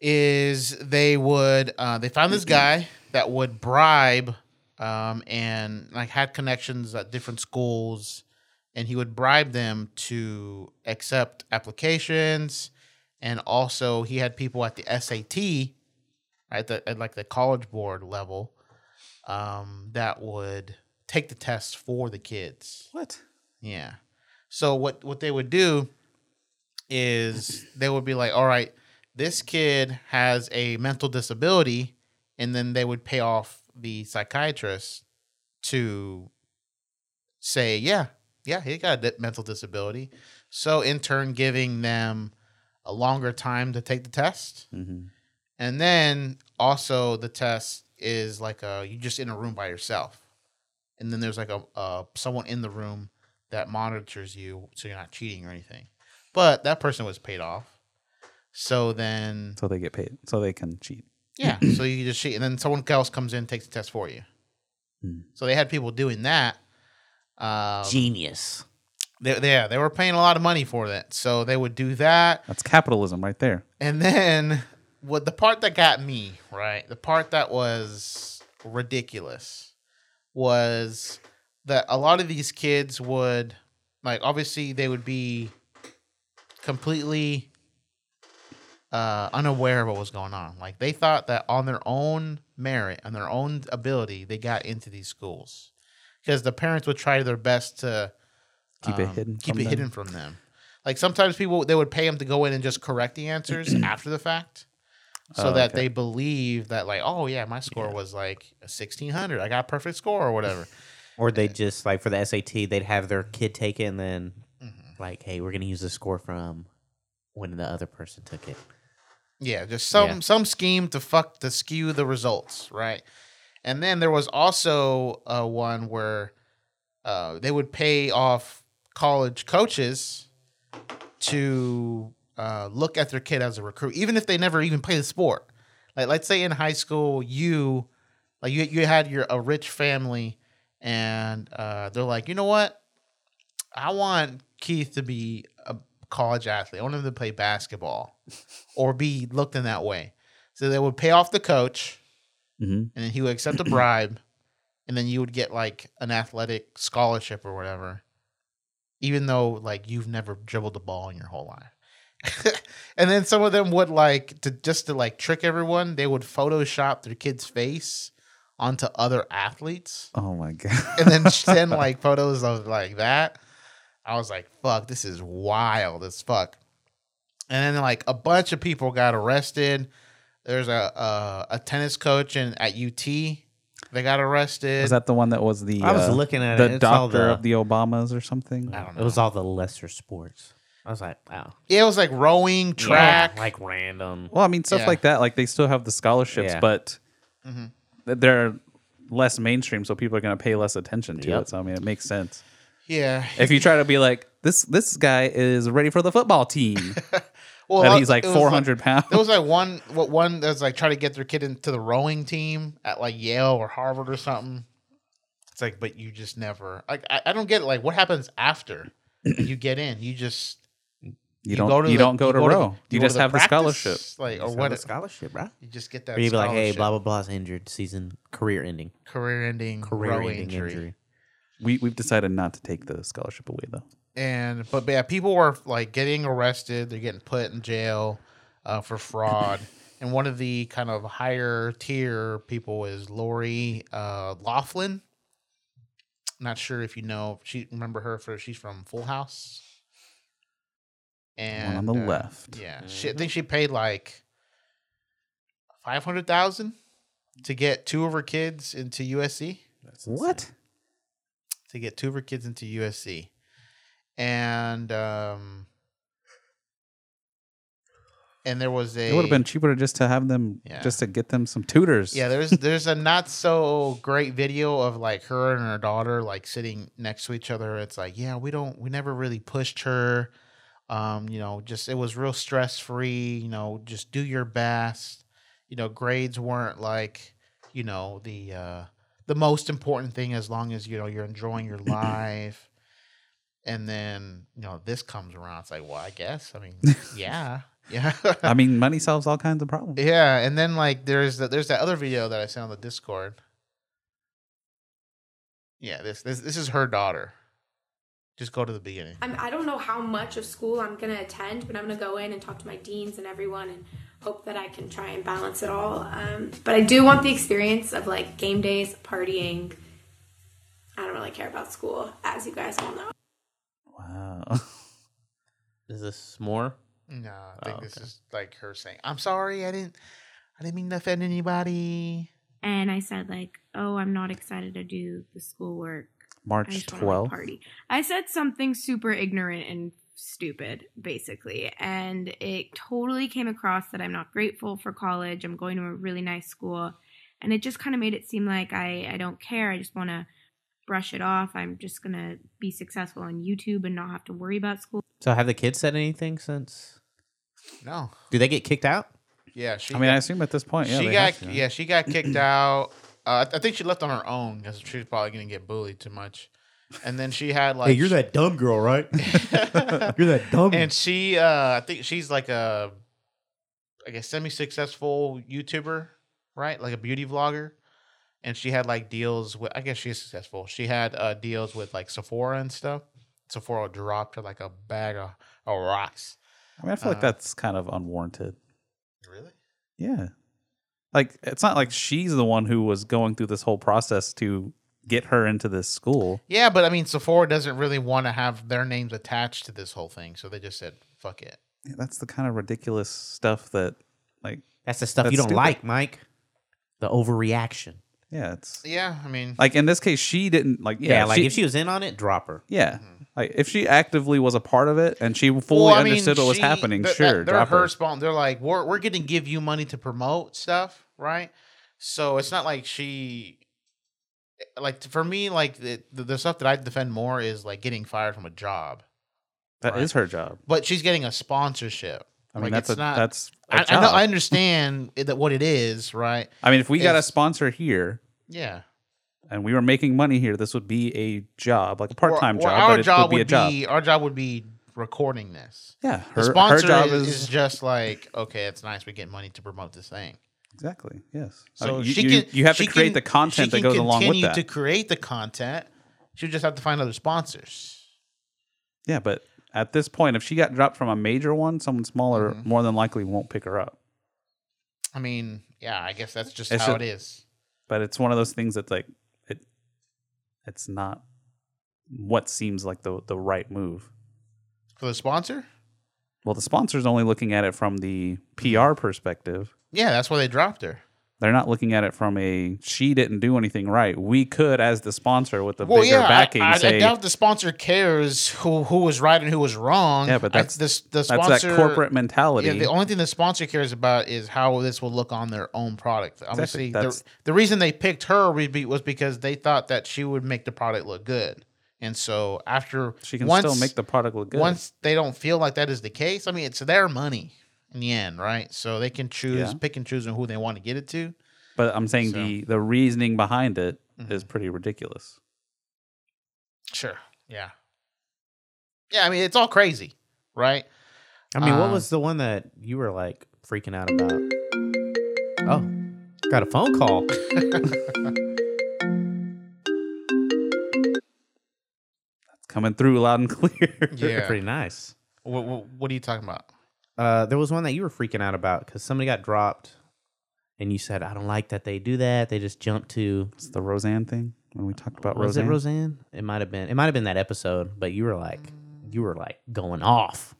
is they would uh, they found this guy that would bribe um, and like had connections at different schools, and he would bribe them to accept applications, and also he had people at the SAT at the at like the college board level um, that would take the tests for the kids.
What?
Yeah. So what what they would do is they would be like, all right, this kid has a mental disability, and then they would pay off the psychiatrist to say, yeah, yeah, he got a di- mental disability. So, in turn, giving them a longer time to take the test.
Mhm.
And then also, the test is like a, you just in a room by yourself. And then there's like a, a someone in the room that monitors you so you're not cheating or anything. But that person was paid off. So then
So they get paid. So they can cheat.
yeah. so you just cheat, and then someone else comes in and takes the test for you. So they had people doing that. Um,
Genius.
They, they- yeah, they were paying a lot of money for that. So they would do that.
That's capitalism right there.
And then what the part that got me, right? The part that was ridiculous was that a lot of these kids would like obviously they would be completely uh unaware of what was going on. Like they thought that on their own merit, on their own ability, they got into these schools. Because the parents would try their best to
Um,
Keep it hidden
Keep
from
it
them.
hidden from them. Like sometimes people they would pay them to go in and just correct the answers after the fact, so
Oh,
that
okay.
they believe that like oh yeah my score was like a sixteen hundred I got a perfect score or whatever.
Or they just like for the SAT, they'd have their kid take it and then
Mm-hmm.
like, hey, we're gonna use the score from when the other person took it.
Yeah, just some
Yeah.
some scheme to fuck to skew the results, right? And then there was also uh, one where uh, they would pay off college coaches to uh, look at their kid as a recruit, even if they never even play the sport. Like, let's say in high school, you like you you had your a rich family, and uh, they're like, you know what? I want Keith to be a college athlete. I want him to play basketball or be looked in that way. So they would pay off the coach
Mhm.
and then he would accept a bribe and then you would get like an athletic scholarship or whatever. Even though like you've never dribbled the ball in your whole life. and then some of them would like to just to like trick everyone, they would photoshop their kid's face onto other athletes
Oh my god.
and then send like photos of like that. I was like, fuck, this is wild as fuck. And then like a bunch of people got arrested. There's a a, a tennis coach in at UT. They got arrested.
Is that the one that was the? uh,
I was looking at
the
it. It's all
doctor
the-
of the Obamas or something.
I don't
It was all the lesser sports. I was like, wow.
Yeah, it was like rowing, track.
Yeah, like random.
Well, I mean stuff
Yeah.
like that. Like they still have the scholarships,
Yeah.
but
Mhm.
th- they're less mainstream, so people are going to pay less attention to
Yep.
it. So I mean, it makes sense.
Yeah.
If you try to be like this, this guy is ready for the football team,
Well,
and he's like
it was
four hundred pounds.
There was like one what one that was like trying to get their kid into the rowing team at like Yale or Harvard or something. It's like, but you just never like I, I don't get it. Like what happens after you get in? You just
You don't- you don't go to row. You just
the
have the
practice,
scholarship.
Like
You
or
just
Oh, what
have a scholarship, bro.
You just get that
Or you'd be like, hey,
scholarship.
blah blah blah's injured, season career ending.
career ending
Career
row
ending
injury.
injury.
we we've decided not to take the scholarship away though.
and but yeah, people were like getting arrested. They're getting put in jail uh, for fraud. and one of the kind of higher tier people is Lori uh, Laughlin. Not sure if you know. She remember her for she's from Full House. uh, And
on the left.
yeah, she, I think she paid like five hundred thousand to get two of her kids into USC
What?
to get two of her kids into USC. And um and there was a
It would have been cheaper just to have them,
Yeah.
just to get them some tutors.
Yeah, there's there's a not so great video of like her and her daughter like sitting next to each other. It's like, yeah, we don't we never really pushed her. Um, you know, just it was real stress free, you know, just do your best. You know, grades weren't like, you know, the uh the most important thing as long as you know you're enjoying your life. And then, you know, this comes around. It's like, well, I guess. I mean, yeah. Yeah.
I mean, money solves all kinds of problems.
Yeah, and then like there's the, there's that other video that I sent on the Discord. Yeah, this this this is her daughter. Just go to the beginning.
I'm, I don't know how much of school I'm going to attend, but I'm going to go in and talk to my deans and everyone and hope that I can try and balance it all. Um, but I do want the experience of like game days, partying. I don't really care about school, as you guys all know.
Wow.
Is this more?
No, I think this is like her saying, "I'm sorry, I didn't, I didn't mean to offend anybody."
And I said like, "Oh, I'm not excited to do the schoolwork." I
March
just wanna, like,
12th.
party. I said something super ignorant and stupid, basically, and it totally came across that I'm not grateful for college. I'm going to a really nice school, and it just kind of made it seem like I I don't care. I just want to brush it off. I'm just gonna be successful on YouTube and not have to worry about school.
So have the kids said anything since?
No.
Do they get kicked out?
Yeah, she
I mean,
got-
I assume at this point, yeah,
she
they
got
have to.
yeah, she got kicked out. Uh, I th- I think she left on her own because she was probably gonna get bullied too much. And then she had like,
hey, you're that dumb girl, right? you're that dumb.
and she, uh, I think she's like a, like a semi-successful YouTuber, right? Like a beauty vlogger. And she had like deals with, I guess she's successful. She had uh, deals with like Sephora and stuff. Sephora dropped her like a bag of, of rocks.
I mean, I feel
Uh,
like that's kind of unwarranted.
Really?
Yeah. Like it's not like she's the one who was going through this whole process to get her into this school.
Yeah, but I mean, Sephora doesn't really want to have their names attached to this whole thing, so they just said, "Fuck it."
Yeah, that's the kind of ridiculous stuff that like
That's the stuff you don't
stupid.
like, Mike. The overreaction.
Yeah, it's
Yeah, I mean,
like in this case she didn't like yeah,
Yeah, like if she was in on it, drop her.
Yeah. Like if she actively was a part of it and she fully
Mm-hmm. Well, I mean,
understood what was
she-
happening,
that-
sure,
that- they're
drop
her,
her.
spawn. They're like, "We're we're going to give you money to promote stuff, right?" So it's not like she, eh, like for me, like the the, the stuff that I defend more is like getting fired from a job,
That is
right?
her job.
but she's getting a sponsorship.
I mean,
Like,
that's
it's
a-
not
that's a
I, I know
job.
I understand it- that what it is, right?
I mean, if we got a
It's-
sponsor here
yeah.
and we were making money here, this would be a job, like a part time
Or-
job,
or Our
but it
job
would be a job.
our job would be recording this.
Yeah,
the
her- her
sponsor
job
is,
is-
is just like okay, it's nice we get money to promote this thing.
Exactly. Yes. So
So
Uh, you,
she
you,
can,
you have to
she
create
can-
the content
she
that
can
goes along with
continue
that.
To create the content, she would just have to find other sponsors.
yeah, but at this point, if she got dropped from a major one, someone smaller
Mm-hmm.
more than likely won't pick her up.
I mean, yeah, I guess that's just
It's
how
a-
it is.
But it's one of those things that's like it. It's not what seems like the the right move.
For the sponsor,
Well, the sponsor's only looking at it from the
Mm-hmm.
PR perspective.
yeah, that's why they dropped her.
They're not looking at it from a she didn't do anything right. We could, as the sponsor with the
well,
bigger
yeah, I-
backing,
I, I,
say
doubt the sponsor cares who who was right and who was wrong.
Yeah, but
I-
that's-
this the
that's that
sponsor
corporate mentality.
Yeah, the only thing the sponsor cares about is how this will look on their own product. Obviously,
that's-
the, the reason they picked her would be- was because they thought that she would make the product look good. And so after
she can still make the product look good.
Once they don't feel like that is the case, I mean, it's their money in the end, right? So they can choose,
Yeah.
pick and choose on who they want to get it to.
But I'm saying
So-
the the reasoning behind it is pretty ridiculous.
Sure. Yeah. Yeah. I mean, it's all crazy, right?
I mean, what
Uh,
was the one that you were like freaking out about? Oh, got a phone call.
It's coming through loud and clear.
Yeah.
Pretty nice.
What, what, what are you talking about?
Uh, there was one that you were freaking out about because somebody got dropped, and you said, "I don't like that they do that. They just jump to."
It's the Roseanne thing when we talked about
Was
Roseanne.
it Roseanne? It might have been. It might have been that episode, but you were like, you were like going off.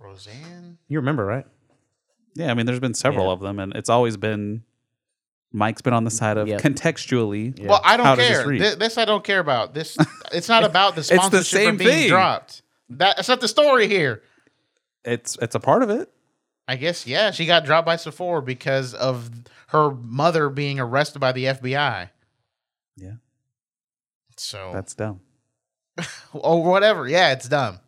Roseanne?
You remember, right?
Yeah, I mean, there's been several
Yeah.
of them, and it's always been Mike's been on the side of
Yep.
contextually.
Well, I don't
how does this
care. Thi-
read?
This, I don't care about. This it's not about the
It's the
sponsorship or
same
being
thing.
dropped. That, that's not the story here.
it's it's a part of it.
I guess yeah, she got dropped by Sephora because of her mother being arrested by the FBI.
Yeah.
So
That's dumb.
oh whatever. Yeah, it's dumb.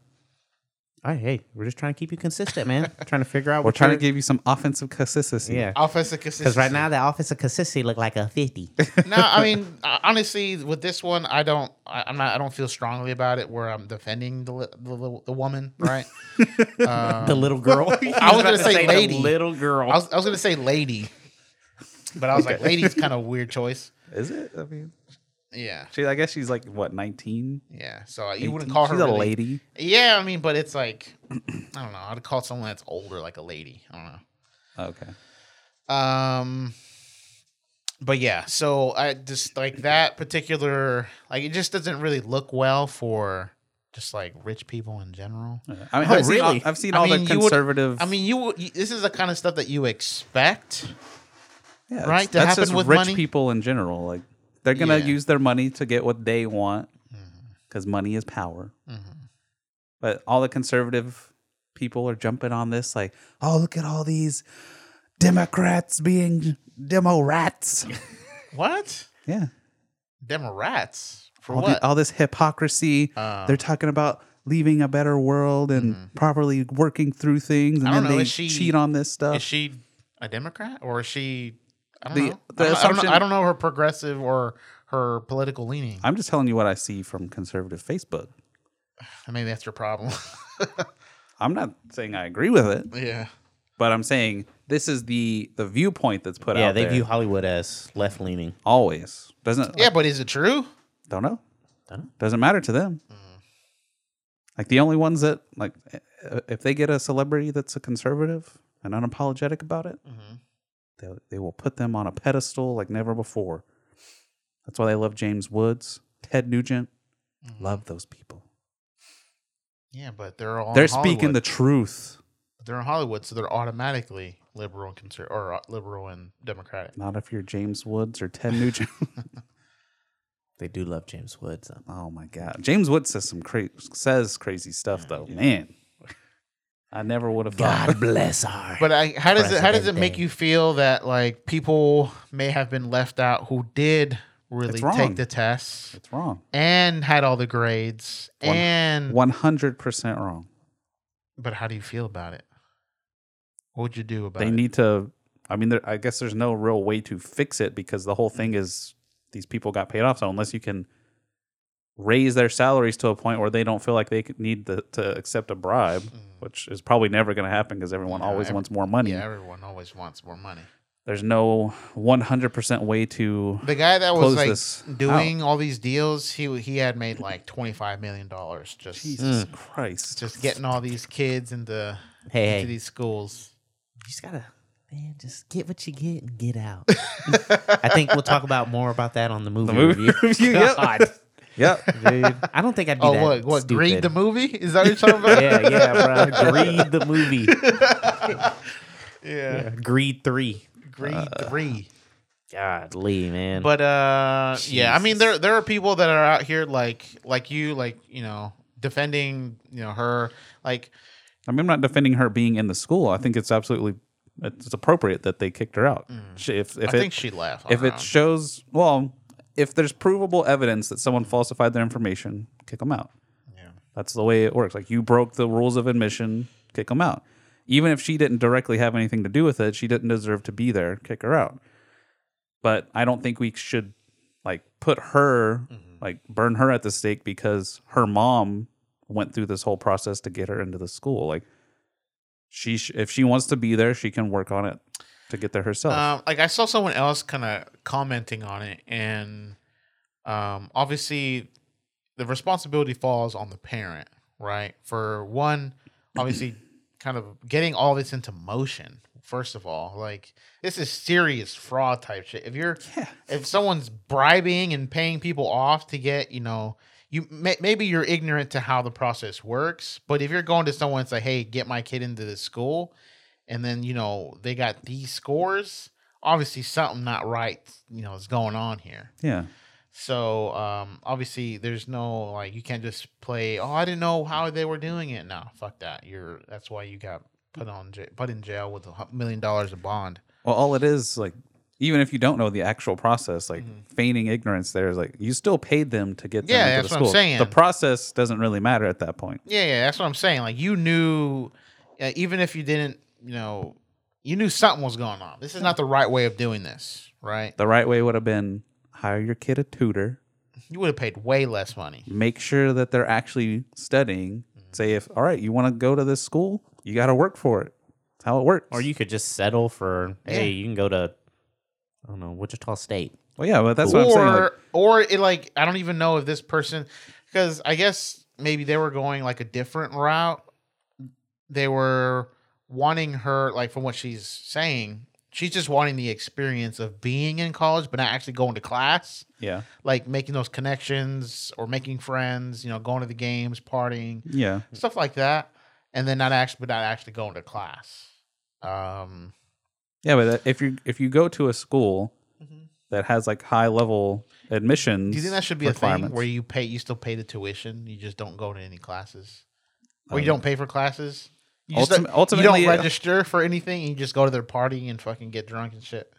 All right, hey, we're just trying to keep you consistent, man. trying to figure out.
We're
what
trying to
you're-
give you some offensive consistency.
Yeah.
Offensive
Because right now the office of consistency look like a fifty.
no, I mean uh, honestly, with this one, I don't. I, I'm not. I don't feel strongly about it. Where I'm defending the li- the, li- the woman, right? Um,
the little girl.
I was gonna say,
the
lady.
little girl.
I was, I was gonna say lady, but I was like,
Okay.
lady's kind of a weird choice.
Is it? I mean,
Yeah,
she. I guess she's like what 19.
yeah. So uh, you
18?
wouldn't call her
She's a
really-
lady.
Yeah, I mean, but it's like I don't know. I'd call someone that's older like a lady. I don't
Okay.
know. Um, but yeah. So I just like that particular like it just doesn't really look well for just like rich people in general.
I mean, I've seen all- I've seen all the
you would-
conservative-
I mean, you, would- you this is the kind of stuff that you expect,
Yeah,
right?
it's-
To
that's
happen
just
with
rich
money.
people in general. Like they're gonna
Yeah. Mm-hmm.
use their money to get what they want because money is power.
Mhm.
But all the conservative people are jumping on this, like, oh, look at all these Democrats being demo rats.
What?
Yeah.
Demorats for
all, the-
what?
all this hypocrisy.
Oh. Mm-hmm.
They're talking about leaving a better world and properly working through things, and
I don't
then
know.
they
Is she
cheat on this stuff.
Is she a Democrat or is she? I don't
The-
know.
the
I, don't, I don't know.
assumption-
I don't know her progressive or her political leaning.
I'm just telling you what I see from conservative Facebook.
Maybe that's your problem.
I'm not saying I agree with it.
Yeah.
But I'm saying this is the the viewpoint that's put
yeah,
out
they
there.
view Hollywood as left leaning.
always. Doesn't
yeah, but is it true?
don't know. Doesn't matter to them.
Mm.
Like the only ones that like i- if they get a celebrity that's a conservative and unapologetic about it,
Mm-hmm.
they they will put them on a pedestal like never before. That's why they love James Woods, Ted Nugent.
Mm-hmm.
Love those people.
Yeah, but they're all.
They're
in
speaking the
Hollywood.
truth.
They're in Hollywood, so they're automatically liberal and conservative, or uh, liberal and democratic.
Not if you're James Woods or Ted Nugent.
They do love James Woods. though.
Oh my god, James Woods says some cra- says crazy stuff though. Man, I never would have. thought.
But I, how does it how does it
Presidente.
make you feel that like people may have been left out who did really
It's wrong.
take the tests?
It's wrong.
And had all the grades.
One-
and
100% wrong.
but how do you feel about it? What would you do about
they
it?
need to. I mean, there, I guess there's no real way to fix it because the whole thing is these people got paid off. So unless you can raise their salaries to a point where they don't feel like they could- need the, to accept a bribe, which is probably never going to happen because everyone always
Mm. every-
wants more money.
Yeah, everyone always wants more money.
There's no 100% way to.
The guy that was
close
like
this out.
doing all these deals, he he had made like twenty five million dollars just
Jesus Christ.
mm. just getting all these kids into
Hey,
into
hey.
these schools.
You just gotta, man, just get what you get and get out. I think we'll talk about more about that on the movie,
movie
review.
review, yep. Yep.
dude. I don't think I'd be
Oh,
that
what? What?
stupid.
Greed the movie? Is that what you're talking about?
yeah, yeah, bro. Greed the movie.
Yeah.
Greed three.
Greed three.
Godly, man.
But uh, yeah, I mean, there there are people that are out here like like you, like you know, defending you know her. Like
I mean, I'm not defending her being in the school. I think it's absolutely it's appropriate that they kicked her out. She, if, if
Mm. I
it-
think she left on
If
her
it
own.
shows, well, if there's provable evidence that someone falsified their information, kick them out.
Yeah.
That's the way it works. Like you broke the rules of admission, kick them out. Even if she didn't directly have anything to do with it, she didn't deserve to be there. Kick her out. But I don't think we should like put her like burn her at the stake because her mom went through this whole process to get her into the school. Like she, sh- if she wants to be there, she can work on it to get there herself.
Um, like I saw someone else kind of commenting on it, and um, obviously the responsibility falls on the parent, right? For one, obviously, kind of getting all this into motion. First of all, like this is serious fraud type shit. If you're, if someone's bribing and paying people off to get, you know, you may, maybe you're ignorant to how the process works, but if you're going to someone and say, "Hey, get my kid into this school," and then you know they got these scores, obviously something not right, you know, is going on here.
yeah.
So um, obviously, there's no like you can't just play. Oh, I didn't know how they were doing it. No, fuck that. You're that's why you got put on j- put in jail with a hu- million dollars of bond.
Well, all it is like, even if you don't know the actual process, like feigning ignorance, there is like you still paid them to get them
Mm-hmm. Yeah,
into
that's
the
what I'm
school.
saying.
The process doesn't really matter at that point.
Yeah, yeah, that's what I'm saying. Like you knew, uh, even if you didn't, you know, you knew something was going on. This is not the right way of doing this, right?
The right way would have been hire your kid a tutor,
You would have paid way less money.
make sure that they're actually studying.
Mm-hmm.
Say if all right, you want to go to this school, you got to work for it. That's how it works.
or you could just settle for, hey, you can go to, I don't know, Wichita State.
Well, yeah, but that's
or,
what I'm saying. Like,
or it like I don't even know if this person because I guess maybe they were going like a different route. They were wanting her like from what she's saying, she's just wanting the experience of being in college, but not actually going to class.
Yeah.
Like making those connections or making friends, you know, going to the games, partying,
Yeah.
stuff like that. And then not actually, but not actually going to class. Um,
Yeah, but that- if you if you go to a school that has like high level admissions,
Mm-hmm. do you think that should be a thing
requirements-
where you pay, you still pay the tuition, you just don't go to any classes, or you
Um,
don't pay for classes? You, just
ultim-
don't-
ultimately,
you
uh,
don't register for anything. You just go to their party and fucking get drunk and shit.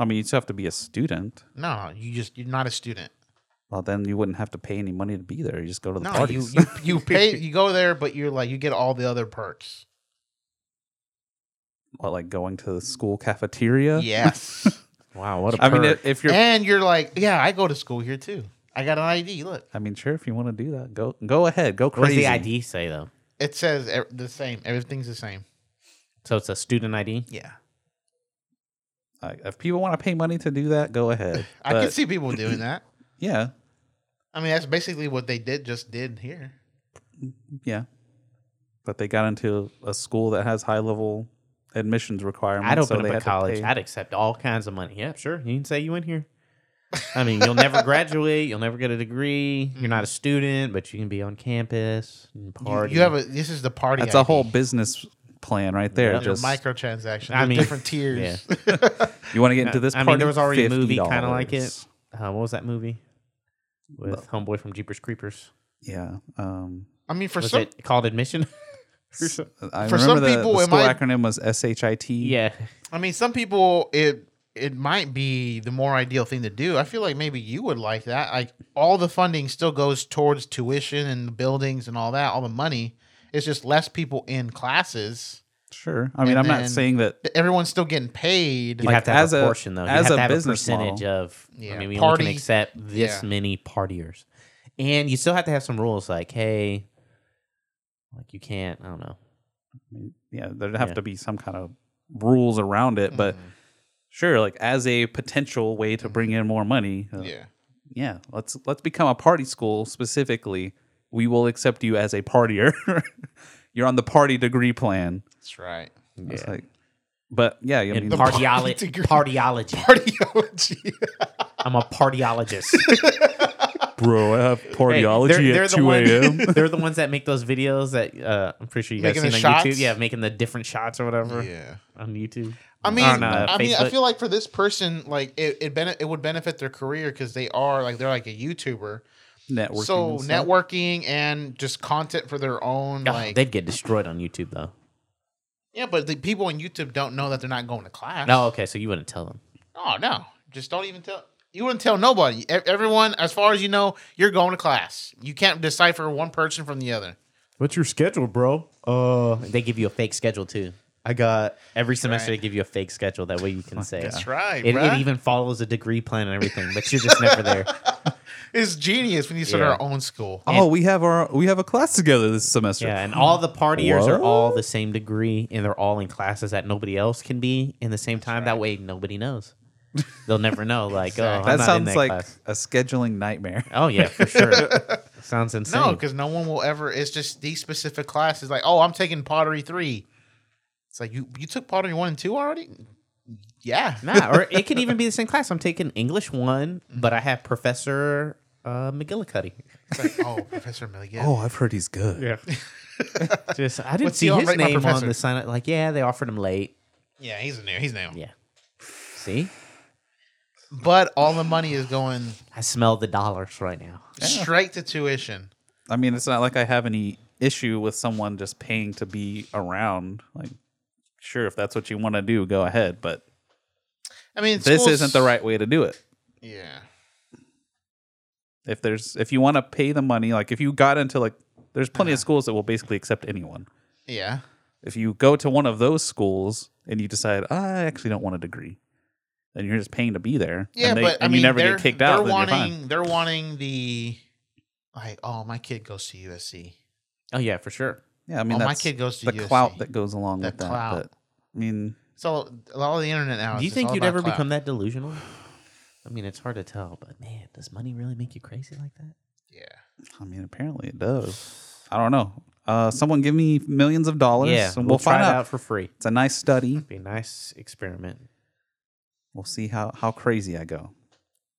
I mean, you still have to be a student.
No, you just you're not a student.
Well, then you wouldn't have to pay any money to be there. You just go to the
No, you,
parties.
you you pay you go there, but you're like you get all the other perks.
what, like going to the school cafeteria?
Yes.
wow, what
a I mean,
perk.
if, if
Eh.
you're,
and you're like, yeah, I go to school here too. I got an ID. Look,
I mean, sure, if you want to do that, go go ahead, go
What does
crazy.
the ID say though?
it says e- the same. Everything's the same.
So it's a student ID.
Yeah,
Like, if people want to pay money to do that, go ahead.
I can
But,
see people doing that.
Yeah,
I mean, that's basically what they did just did here.
yeah. But they got into a school that has high level admissions requirements.
I'd
so
open
they
up a
had to
college.
pay-
I'd accept all kinds of money. Yeah, sure. You can say you in here. I mean, you'll never graduate. You'll never get a degree. You're
Mm-hmm.
not a student, but you can be on campus and
You,
party.
you have a this is the party.
That's
ID.
a whole business plan right there.
They're
Just
microtransactions.
I
They're
mean,
different tiers.
you want to get into this?
I
party?
mean, there was already a movie
$50.
kind of like it. Uh, what was that movie with Homeboy from Jeepers Creepers?
Yeah. Um,
I mean, for
was
some
it called Admission?
s- I
For
remember
some
the,
people,
the
it
school
might-
acronym was SHIT.
yeah,
I mean, some people it it might be the more ideal thing to do. I feel like maybe you would like that. Like all the funding still goes towards tuition and the buildings and all that, all the money. It's just less people in classes.
Sure. I mean,
And
I'm not
then
saying that.
Everyone's still getting paid.
you
Like,
have to have
as
a
a-
portion though. You
as
have
a
to have a
business
percentage
model.
of.
Yeah,
I mean, we only
party-
can accept this
yeah.
many partiers, and you still have to have some rules like, hey, like you can't. I don't know.
Yeah, there'd have
Yeah. Mm-hmm.
to be some kind of rules around it, but sure, like as a potential way to bring in more money. uh,
yeah.
yeah, let's let's become a party school specifically. We will accept you as a partier. You're on the party degree plan.
That's right.
It's
Yeah.
like, but yeah, I mean,
And
party.
partiolo- partiology.
Cardiology.
I'm a partiologist.
bro, I have
Hey,
partiology
they're- they're
at
the
two
one-
a.m.
they're the ones that make those videos that uh, I'm pretty sure you guys
Making
seen on
the shots?
YouTube. Yeah, making the different shots or whatever
yeah.
on YouTube.
I mean,
on, uh,
I mean, I
Facebook.
feel like for this person, like it, it, bene- it would benefit their career because they are like they're like a YouTuber.
networking.
so
and stuff.
networking and just content for their own
God,
like
they'd get destroyed on YouTube though.
Yeah, but the people on YouTube don't know that they're not going to class.
No, okay, so you wouldn't tell them.
Oh, no. Just don't even tell. You wouldn't tell nobody. E- Everyone, as far as you know, you're going to class. You can't decipher one person from the other.
What's your schedule, bro? Uh, they give you a fake schedule too. I got every semester they give you a fake schedule. That way you can say
That's right,
It,
bruh.
it even follows a degree plan and everything, but you're just never there.
It's genius. We need to start
Yeah.
our own school.
Oh, we have our we have a class together this semester.
Yeah, and all the partiers are all the same degree, and they're all in classes that nobody else can be in the same time. That way, nobody knows. They'll never know. Like, oh, I'm
that
not in
sounds
that
like
class.
a scheduling nightmare.
Oh yeah, for sure. sounds insane.
No, because no one will ever. It's just these specific classes. Like, oh, I'm taking pottery three. It's like you you took pottery one and two already. Yeah,
nah, or it could even be the same class. I'm taking English one, but I have Professor uh, McGillicuddy.
It's like, oh, Professor Milligan.
Oh, I've heard he's good.
Yeah. Just I didn't
What's
see
he on-
his
rate my
name on
professor.
the sign. up. Like, yeah, they offered him late.
yeah, he's new. He's new.
Yeah. See,
But all the money is going
I smell the dollars right now.
straight to tuition.
I mean, it's not like I have any issue with someone just paying to be around. Like, sure, if that's what you want to do, go ahead. But
I mean,
this
schools-
isn't the right way to do it.
Yeah.
If there's if you want to pay the money, like if you got into like, there's plenty
Uh-huh.
of schools that will basically accept anyone.
Yeah.
If you go to one of those schools and you decide I actually don't want a degree, then you're just paying to be there.
Yeah,
and they-
but I
and
mean,
you never
they're,
get kicked out.
They're
Then you're fine.
wanting, they're wanting the like, oh, my kid goes to USC.
Oh yeah, for sure.
Yeah, I mean,
oh, my
that's
kid goes to
the
USC.
clout that goes along
The
with that.
clout.
But I mean,
So a lot of the internet now.
Do
is
you
just
think
all
you'd
about
ever
clout.
become that delusional? I mean, it's hard to tell, but man, does money really make you crazy like that?
Yeah.
I mean, apparently it does. I don't know. Uh, someone give me millions of dollars,
Yeah,
and we'll,
we'll try
find
it
out.
out for free.
It's a nice study.
Be a nice experiment.
We'll see how how crazy I go.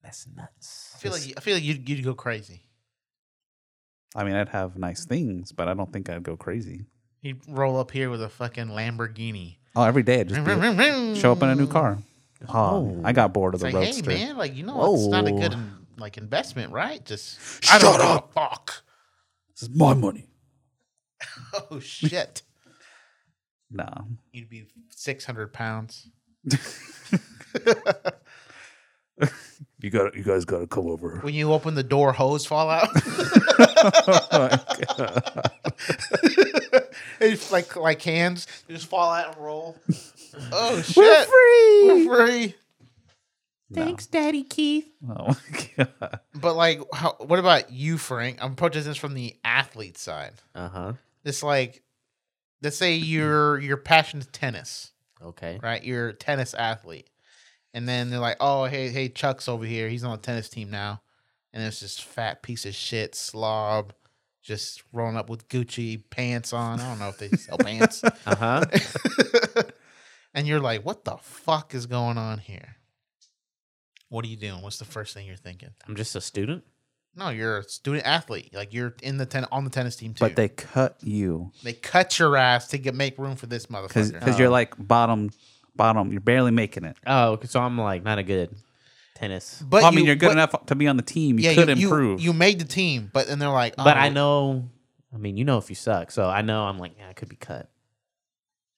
That's nuts.
I feel like I feel like you'd, you'd go crazy.
I mean, I'd have nice things, but I don't think I'd go crazy.
He'd roll up here with a fucking Lamborghini.
Oh, every day I just be- show up in a new car. Oh, I got bored of
Mm. It's
the
like, hey
roadster.
man, like you know, it's not a good in- like investment, right? Just I
Shut
don't give a
up.
fuck.
This is my money.
Oh shit!
No,
You'd be six hundred pounds.
you got you guys got to come over.
When you open the door, hose fall out. it's like like hands they just fall out and roll. Oh shit!
free.
We're free.
Thanks, Daddy Keith.
Oh my god!
But like, how, what about you, Frank? I'm approaching this from the athlete side.
Uh huh.
It's like, let's say your your passion is tennis,
Okay.
right? You're a tennis athlete, and then they're like, oh hey hey Chuck's over here. He's on the tennis team now, and it's this fat piece of shit slob. Just rolling up with Gucci pants on. I don't know if they sell pants.
Uh huh.
and you're like, what the fuck is going on here? What are you doing? What's the first thing you're thinking?
I'm just a student.
No, you're a student athlete. Like you're in the ten on the tennis team too.
But they cut you
they cut your ass to get make room for this
because
motherfucker. Uh,
you're like bottom bottom. You're barely making it.
Oh, 'cause- so I'm like not a good tennis.
But
I mean,
you-
you're good
but-
enough to be on the team. You
yeah,
could
you,
improve.
You, you made the team, but then they're like,
But
oh,
I know. I mean, you know if you suck, so I know I'm like yeah, I could be cut.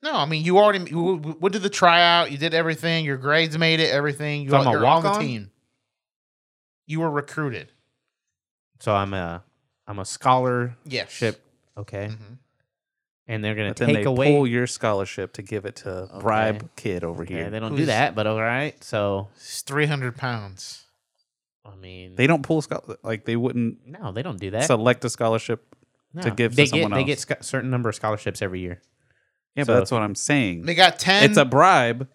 No, I mean, you already you, what did the tryout? You did everything. Your grades made it. Everything. You,
So I'm a
you're on the
walk-on?
team. You were recruited.
So I'm a I'm a scholarship.
Yes.
Okay. And they're gonna
but then they
Mm-hmm. take away.
pull your scholarship to give it to bribe kid over
Okay,
here.
they don't do
Who's-
that, but all right. So
It's three hundred pounds.
I mean,
They don't pull scholar like they wouldn't
no, they don't do that.
select a scholarship
No.
to give
they
to someone
get,
else.
They get sc- certain number of scholarships every year.
yeah,
so-
but that's what I'm saying.
They got ten.
it's a bribe.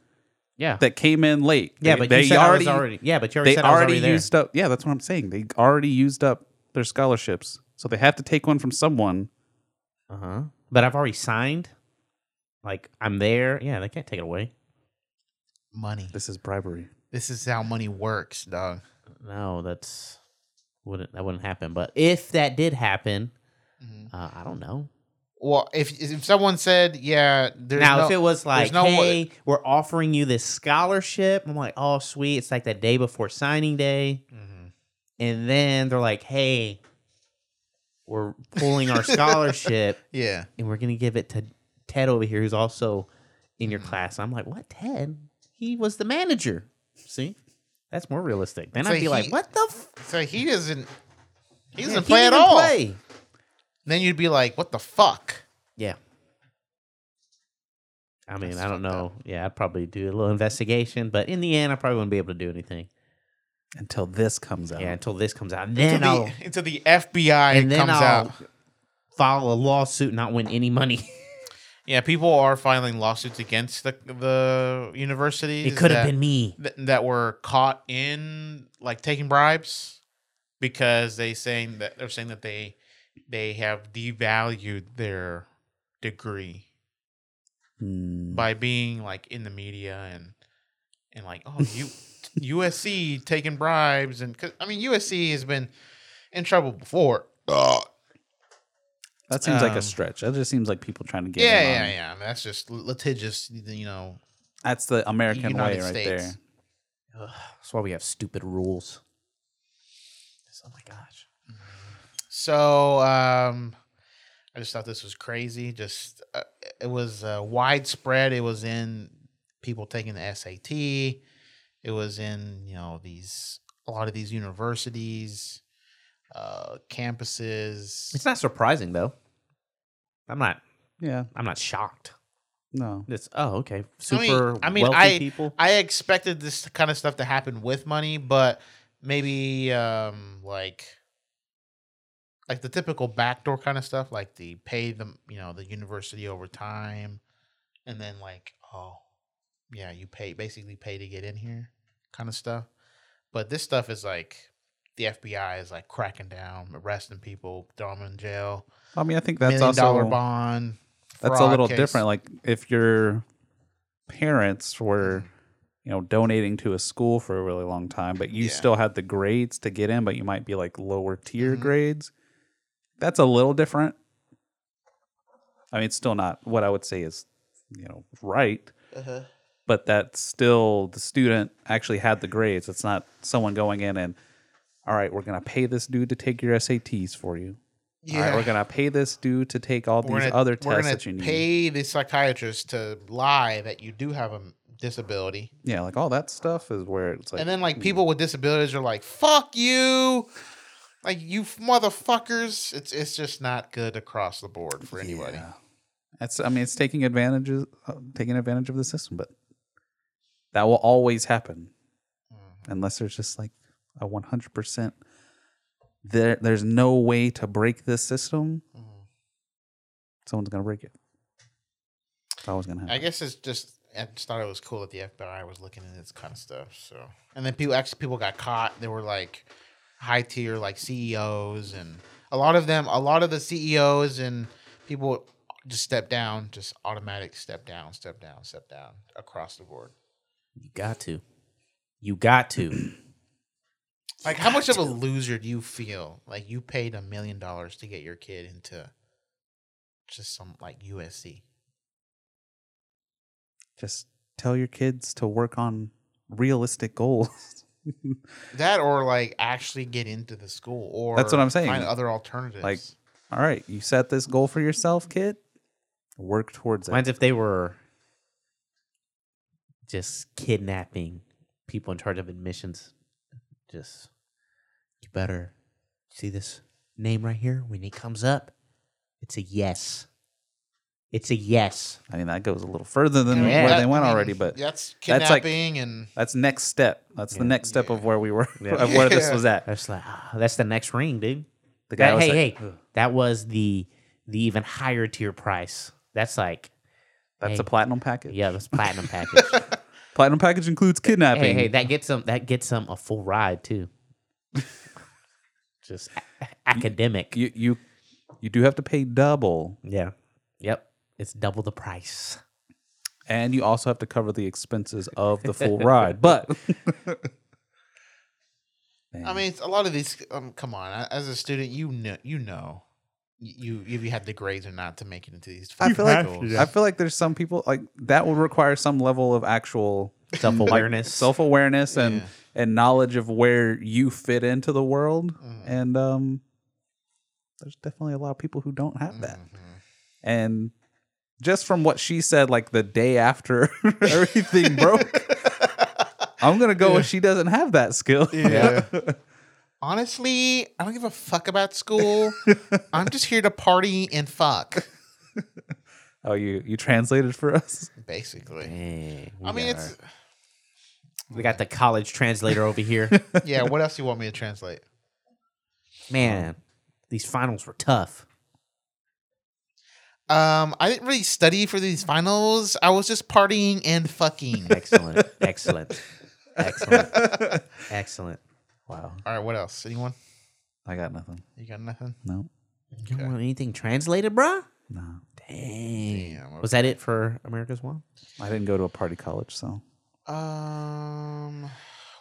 Yeah.
that came in late.
Yeah,
They-
but you
they
said I
already,
was already- yeah, but you already
they
said I was
already
already there.
used up. Yeah, that's what I'm saying. They already used up their scholarships, so they have to take one from someone.
Uh huh. But I've already signed. Like I'm there. Yeah, they can't take it away.
Money.
This is bribery.
This is how money works, dog.
No, that's wouldn't that wouldn't happen. But if that did happen, uh, I don't know.
Well, if if someone said, yeah, there's
now,
no,
if it was
there's
like,
no wa-
hey, we're offering you this scholarship, I'm like, oh, sweet. It's like that day before signing day.
Mm-hmm.
And then they're like, hey, we're pulling our scholarship
yeah,
and we're going to give it to Ted over here, who's also in
Mm-hmm.
your class. I'm like, what, Ted? He was the manager. See? That's more realistic. Then
So
I'd be like,
he-
what the? F-?
so he doesn't, he
Yeah,
doesn't play at
didn't
all.
play.
Then you'd be like, what the fuck?
Yeah. I mean, I don't know. Yeah, I'd probably do a little investigation, but in the end, I probably wouldn't be able to do anything.
Until this comes out,
Yeah, until this comes out. And then
until,
I'll
the, until the FBI
and then
comes
I'll
out.
file a lawsuit, not win any money.
Yeah, people are filing lawsuits against the the universities.
it could
that-
have been me.
th- that were caught in like taking bribes because they saying that they're saying that they they have devalued their degree
Hmm.
by being like in the media and and like oh you USC taking bribes and 'cause, I mean USC has been in trouble before.
that seems like
Um,
a stretch. That just seems like people trying to get.
yeah,
in
yeah,
on-
yeah. That's just litigious, you know.
That's the American
United
way, right
States.
there.
That's why we have stupid rules. Oh my gosh.
So um, I just thought this was crazy. Just uh, it was uh, widespread. It was in people taking the SAT. It was in you know these a lot of these universities, uh, campuses.
It's not surprising though. I'm not.
Yeah,
I'm not shocked.
no,
It's oh okay.
I
Super
mean- I mean,
wealthy
I
people.
I expected this kind of stuff to happen with money, but maybe um like like the typical backdoor kind of stuff, like the pay them, you know, the university over time, and then like oh yeah, you pay basically pay to get in here kind of stuff. But this stuff is like the FBI is like cracking down, arresting people, throwing them in jail.
I mean, I think that's
million
also
dollar bond.
That's a
fraud
little
case.
different. Like if your parents were,
Mm-hmm.
you know, donating to a school for a really long time, but you still had the grades to get in, but you might be like lower tier
Mm-hmm.
grades. That's a little different. I mean, it's still not what I would say is, you know, right.
Uh-huh.
But that's still the student actually had the grades. It's not someone going in and, all right, we're gonna pay this dude to take your SATs for you. All right,
Yeah.
we're gonna pay this dude to take all
we're
these
gonna,
other tests
we're gonna
that you need.
pay the psychiatrist to lie that you do have a m- disability.
Yeah, like all that stuff is where it's like,
and then like people with disabilities are like, "Fuck you." Like you f- motherfuckers, it's it's just not good across the board for anybody.
that's I mean, it's taking advantages, uh, taking advantage of the system, but that will always happen
Mm-hmm.
unless there's just like a one hundred percent. There, there's no way to break this system.
Mm-hmm.
Someone's gonna break it. It's always gonna happen.
I guess it's just I just thought it was cool that the FBI was looking into this kind of stuff. So and then people actually people got caught. They were like high tier like CEOs and a lot of them a lot of the CEOs and people just step down, just automatic step down, step down, step down across the board.
You got to. You got to.
Like how much of a loser do you feel? Like you paid a million dollars to get your kid into just some like USC.
Just tell your kids to work on realistic goals.
That or like actually get into the school or
That's what I'm saying.
Find other alternatives.
Like, all right, you set this goal for yourself, kid. Work towards it.
Mine's if they were just kidnapping people in charge of admissions. Just you better see this name right here when it comes up. It's a yes. It's a yes.
I mean, that goes a little further than
Yeah.
where
Yeah,
they
I
went
mean,
already, but
that's
like-
kidnapping and-
that's next step. That's the
Yeah.
next step of where we were, of where this
Yeah.
was at.
That's like "Ah, that's the next ring, dude.
The guy
That-
was
hey,
like,
hey,
"Ugh."
that was the the even higher tier price. That's like
That's
hey,
a platinum package.
Yeah, that's platinum package.
platinum package includes kidnapping.
hey, hey, that gets them that gets them a full ride too. Just a- academic.
You you you do have to pay double,
Yeah. Yep. It's double the price.
and you also have to cover the expenses of the full ride. But
I mean, it's a lot of these. Um, come on, a- as a student, you know, you know, you if you had the grades or not to make it into these.
I feel like
schools.
I feel like there's some people like that will require some level of actual
Self-awareness.
self awareness, and and knowledge of where you fit into the world. And um, there's definitely a lot of people who don't have that.
Mm-hmm.
And just from what she said, like the day after everything broke, I'm gonna go.
Yeah.
with She doesn't have that skill.
Honestly, I don't give a fuck about school. I'm just here to party and fuck,
oh, you you translated for us.
basically.
I
I mean, it's
Oh, we got the college translator over here.
yeah. What else do you want me to translate?
Man, these finals were tough.
Um, I didn't really study for these finals. I was just partying and fucking.
Excellent. Excellent. Excellent. Excellent. Wow.
All right, what else? Anyone?
I got nothing.
You got nothing?
No.
You don't want anything translated, bruh?
No.
Dang.
Damn,
Was that it for America's One?
I didn't go to a party college, so
Um,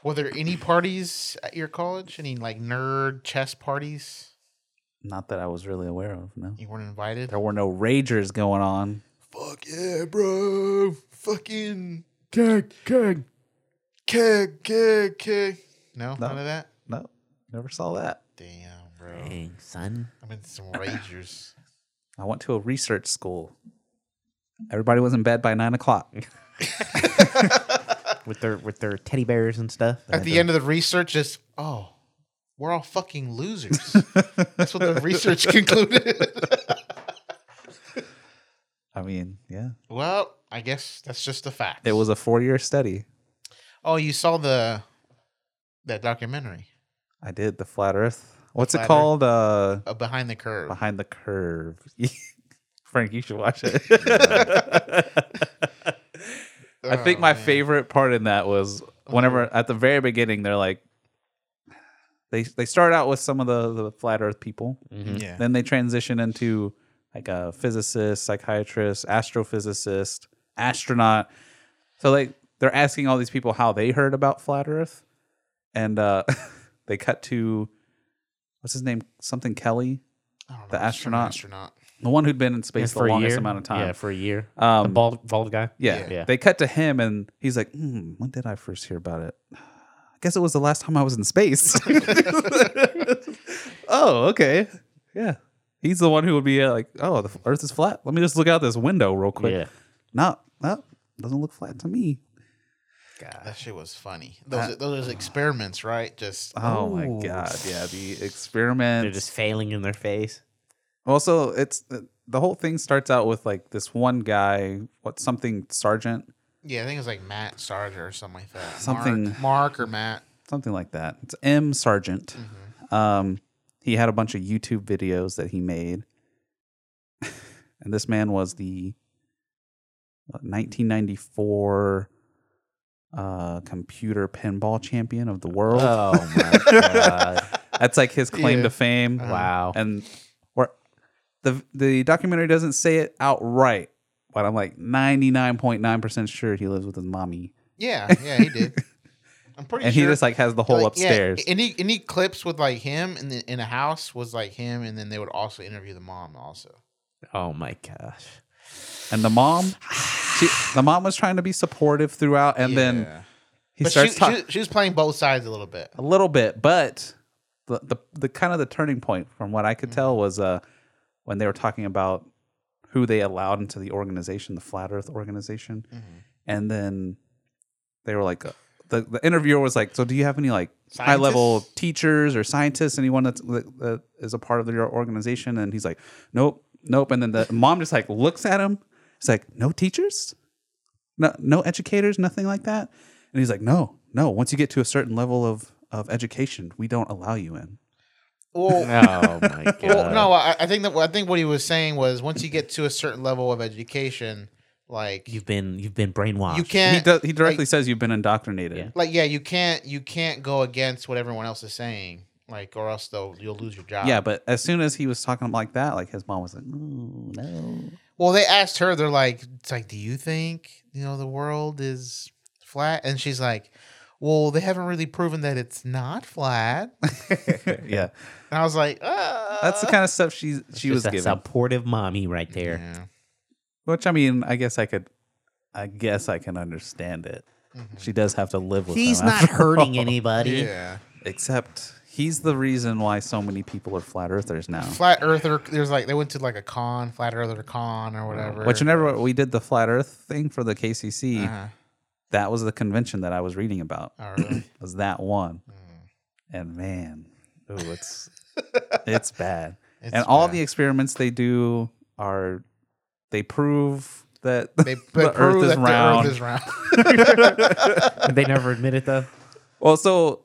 were there any parties at your college? Any like nerd chess parties?
not that I was really aware of. No,
You weren't invited.
there were no ragers going on.
Fuck yeah, bro! Fucking keg, keg, keg, keg, keg. No, none of that.
No, never saw that.
Damn, bro.
Dang, son.
I'm in some ragers.
I went to a research school. Everybody was in bed by nine o'clock.
With their with their teddy bears and stuff.
At the end of the research, just oh, we're all fucking losers. That's what the research concluded.
I mean, yeah,
well, I guess that's just the fact.
it was a four-year study.
Oh, you saw the that documentary
I did the flat Earth. What's
Flat
it
Earth?
called? Uh,
uh, behind the curve.
Behind the curve. Frank, you should watch it. I think
Oh,
my
man. Oh.
favorite part in that was whenever at the very beginning they're like, They they start out with some of the the flat Earth people.
Mhm. Yeah.
Then they transition into like a physicist, psychiatrist, astrophysicist, astronaut. So like they're asking all these people how they heard about flat Earth, and uh, they cut to what's his name? Something Kelly, the astronaut.
Oh, astronaut.
The one who'd been in space
Yeah,
the
for a
longest
year.
amount of time.
Yeah, for a year.
Um,
The bald- bald guy?
Yeah.
Yeah. Yeah.
They cut to him and he's like, hmm, when did I first hear about it? I guess it was the last time I was in space. oh, okay. Yeah. He's the one who would be uh, like, oh, the Earth is flat. Let me just look out this window real quick.
Yeah.
No, no, doesn't look flat to me.
That shit was funny. Those those experiments, right? Just
Oh my god, yeah, the experiments.
They're just failing in their face.
Also, it's the whole thing starts out with like this one guy, what something sergeant,
Yeah, I think it was like Matt Sarger or something like that.
Something-
Mark, Mark or Matt.
something like that. It's M Sargent.
Mm-hmm.
Um, he had a bunch of YouTube videos that he made, and this man was the what, 1994 uh, computer pinball champion of the world.
Oh my God.
That's like his claim
Yeah.
to fame.
Uh-huh. Wow.
And where the the documentary doesn't say it outright, but I'm like 99.9% sure he lives with his mommy.
Yeah, yeah, he did. I'm pretty
And he
sure.
just, like, has the whole
yeah,
upstairs.
any any clips with like him in the, in a house was like him, and then they would also interview the mom also.
Oh my gosh.
And the mom, she, the mom was trying to be supportive throughout, and then he
but
starts
she,
talking
she, she was playing both sides a little bit.
a little bit, but the, the the kind of the turning point from what I could tell was uh when they were talking about who they allowed into the organization, the Flat Earth organization, and then they were like. uh, the, the interviewer was like, "So, do you have any like high level teachers or scientists, anyone that's, that, that is a part of your organization?" And he's like, "Nope, nope." And then the mom just like looks at him. It's like, "No teachers? no no educators nothing like that and he's like no no once you get to a certain level of of education we don't allow you in
Well,
Oh, my
Well,
God.
no, I, I think that I think what he was saying was once you get to a certain level of education, like
You've been you've been brainwashed.
You can't-
he, does, he directly
like-
says you've been indoctrinated
like yeah, you can't you can't go against what everyone else is saying, like or else though you'll lose your job.
yeah but as soon as he was talking like that like his mom was like "Ooh, no
Well, they asked her. They're like, it's like, do you think you know the world is flat? And she's like, well, they haven't really proven that it's not flat. and
yeah
I was like, ah.
that's the kind of stuff she she was
Just a
giving
supportive mommy right there.
which i mean i guess i could i guess i can understand it she does have to live with
He's
him
not
after
hurting
all.
anybody. Yeah.
except he's the reason why so many people are flat earthers now
flat earther. There's like they went to like a con, flat earther con
Oh,
or whatever.
Which whenever we did the flat Earth thing for the KCC,
Uh-huh.
that was the convention that I was reading about. was that one?
Mm.
And man, ooh, it's it's bad.
It's
and all the experiments they do are they prove that
They- they
the
prove
Earth is
that the Earth
round.
is round.
they never admit it though.
Well, so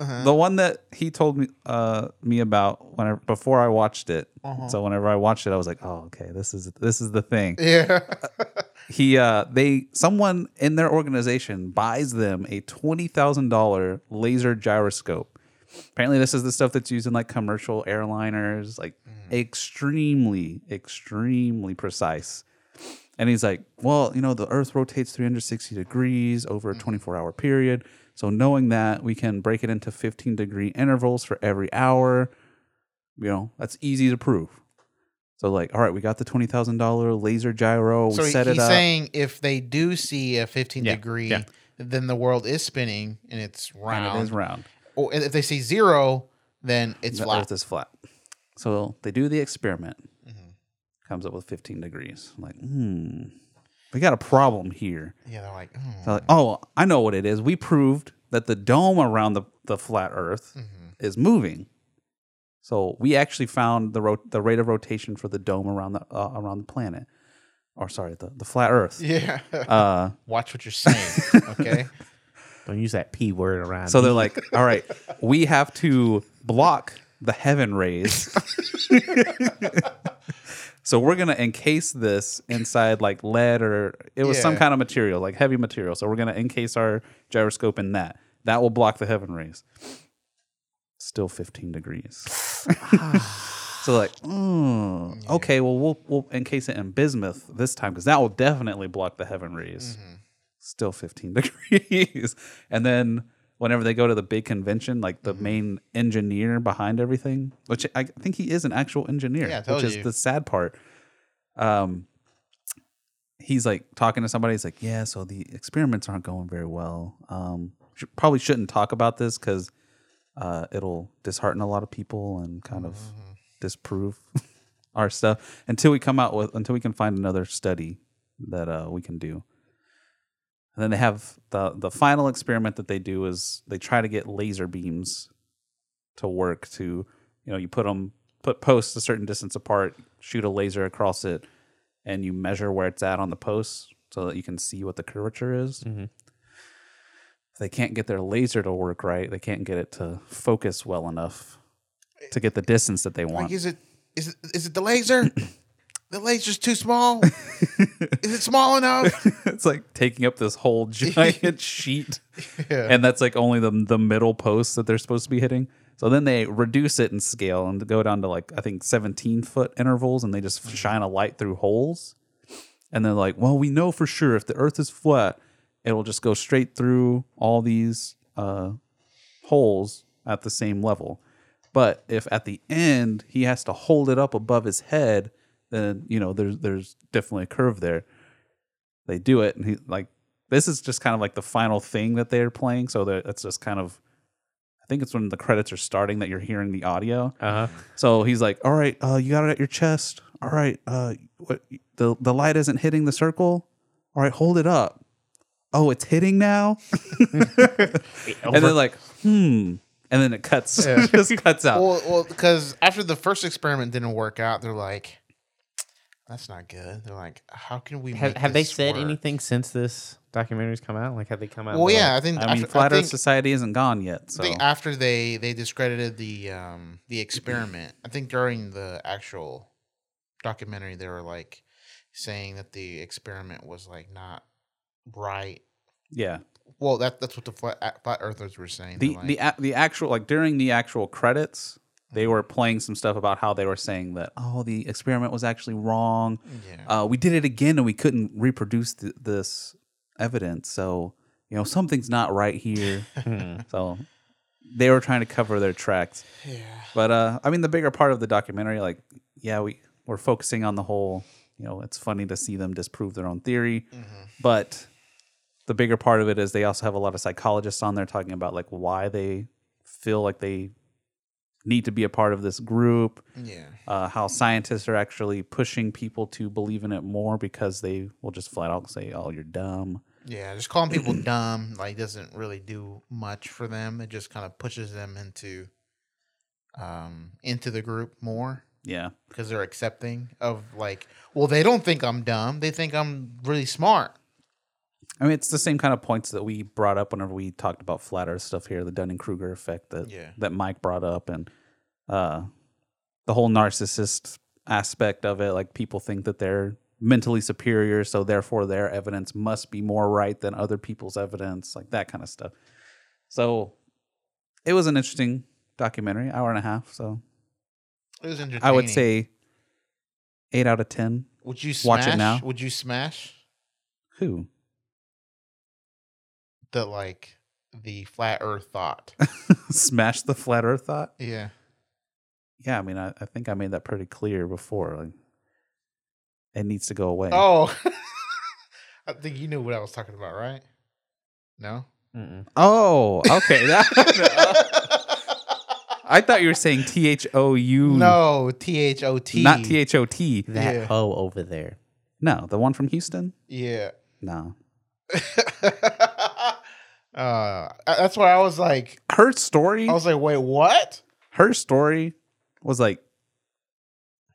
uh-huh.
the one that he told me uh, me about whenever before I watched it.
Uh-huh.
So whenever I watched it, I was like, "Oh, okay, this is this is the thing."
Yeah.
he uh, they someone in their organization buys them a twenty thousand dollar laser gyroscope. Apparently, this is the stuff that's used in like commercial airliners, like
Mm.
extremely, extremely precise. And he's like, well, you know, the Earth rotates 360 degrees over
Mm.
a 24 hour period. So, knowing that, we can break it into 15 degree intervals for every hour. You know, that's easy to prove. So, like, all right, we got the $20,000 laser gyro. We
so he-
set it
he's
up.
saying if they do see a 15 degree,
yeah.
then the world is spinning and it's round.
And it is round.
Or if they see zero, then it's
the
flat.
Earth is flat. So, they do the experiment,
Mm-hmm.
comes up with 15 degrees. I'm like, hmm, we got a problem here.
yeah, they're like, hmm.
So
Mm-hmm.
like, oh, I know what it is. We proved that the dome around the, the flat Earth
Mm-hmm.
is moving. So we actually found the ro- the rate of rotation for the dome around the uh, around the planet, or sorry, the, the flat Earth.
Yeah.
Uh,
Watch what you're saying, okay?
Don't use that p word around.
so they're
me.
like, all right, we have to block the heaven rays. so we're gonna encase this inside like lead or it was some
Yeah.
kind of material, like heavy material. So we're gonna encase our gyroscope in that. That will block the heaven rays. still 15 degrees. so like, mm, okay, well, we'll we'll encase it in bismuth this time because that will definitely block the heaven rays.
Mm-hmm.
Still 15 degrees, and then whenever they go to the big convention, like
Mm-hmm.
the main engineer behind everything, which I think he is an actual engineer,
Yeah, I
which
told
is
you.
the sad part. Um, he's like talking to somebody. He's like, "Yeah, so the experiments aren't going very well. Um, sh- probably shouldn't talk about this because uh, it'll dishearten a lot of people and kind
Mm-hmm.
of disprove our stuff until we come out with until we can find another study that uh, we can do." And then they have the the final experiment that they do is they try to get laser beams to work to you know you put them put posts a certain distance apart, shoot a laser across it, and you measure where it's at on the posts so that you can see what the curvature is. If they can't get their laser to work right, they can't get it to focus well enough to get the distance that they want.
Like, is it is it is it the laser? the laser's too small. is it small enough?
it's like taking up this whole giant sheet,
Yeah.
and that's like only the the middle post that they're supposed to be hitting. So then they reduce it in scale and go down to like I think seventeen foot intervals, and they just shine a light through holes. And they're like, "Well, we know for sure if the Earth is flat, it'll just go straight through all these uh, holes at the same level." But if at the end he has to hold it up above his head, then you know there's there's definitely a curve there they do it and he like this is just kind of like the final thing that they're playing so that it's just kind of i think it's when the credits are starting that you're hearing the audio
uh-huh.
so he's like all right uh, you got it at your chest all right uh, what, the, the light isn't hitting the circle all right hold it up oh it's hitting now and
over.
then like hmm and then it cuts
Yeah.
just cuts out
Well, well, because after the first experiment didn't work out, they're like, "That's not good." They're like, "How can we?"
Have,
make
have they
this
said
work?"
anything since this documentary's come out? Like, have they come out?
Well,
and be
yeah,
like-
I think
i mean
after- I
flat earth
think-
society isn't gone yet so
I think after they they discredited the um the experiment, I think during the actual documentary they were like saying that the experiment was like not right.
yeah
Well, that that's what the flat, flat earthers were saying. They're
the
like,
the a- the actual like during the actual credits they were playing some stuff about how they were saying that oh the experiment was actually wrong uh, we did it again and we couldn't reproduce th- this evidence so you know something's not right here so they were trying to cover their tracks
Yeah.
but uh i mean the bigger part of the documentary like yeah we we're focusing on the whole you know it's funny to see them disprove their own theory but the bigger part of it is they also have a lot of psychologists on there talking about like why they feel like they need to be a part of this group.
Yeah.
Uh, how scientists are actually pushing people to believe in it more because they will just flat out say, "Oh, you're dumb."
Yeah, just calling people dumb like doesn't really do much for them. It just kind of pushes them into um into the group more.
Yeah.
Because they're accepting of like, well, they don't think I'm dumb. They think I'm really smart.
I mean, it's the same kind of points that we brought up whenever we talked about flat Earth stuff here, the Dunning Kruger effect that
Yeah.
that Mike brought up, and uh, the whole narcissist aspect of it. Like people think that they're mentally superior, so therefore their evidence must be more right than other people's evidence, like that kind of stuff. So it was an interesting documentary, hour and a half. So
It was entertaining.
I would say eight out of ten.
would you
watch
smash,
it now?
Would you smash
Who?
the like the flat Earth thought?
Smash the flat Earth thought.
yeah.
yeah, I mean, I, I think I made that pretty clear before. Like, it needs to go away.
Oh, I think you knew what I was talking about, right? No.
Oh, okay. That- I thought you were saying T H O U.
No, T H O T.
Hmm. not T H O T.
that
Yeah.
hoe over there.
No, the one from Houston.
Yeah.
No,
Uh, that's why I was like,
her story.
I was like, wait, what?
her story was like,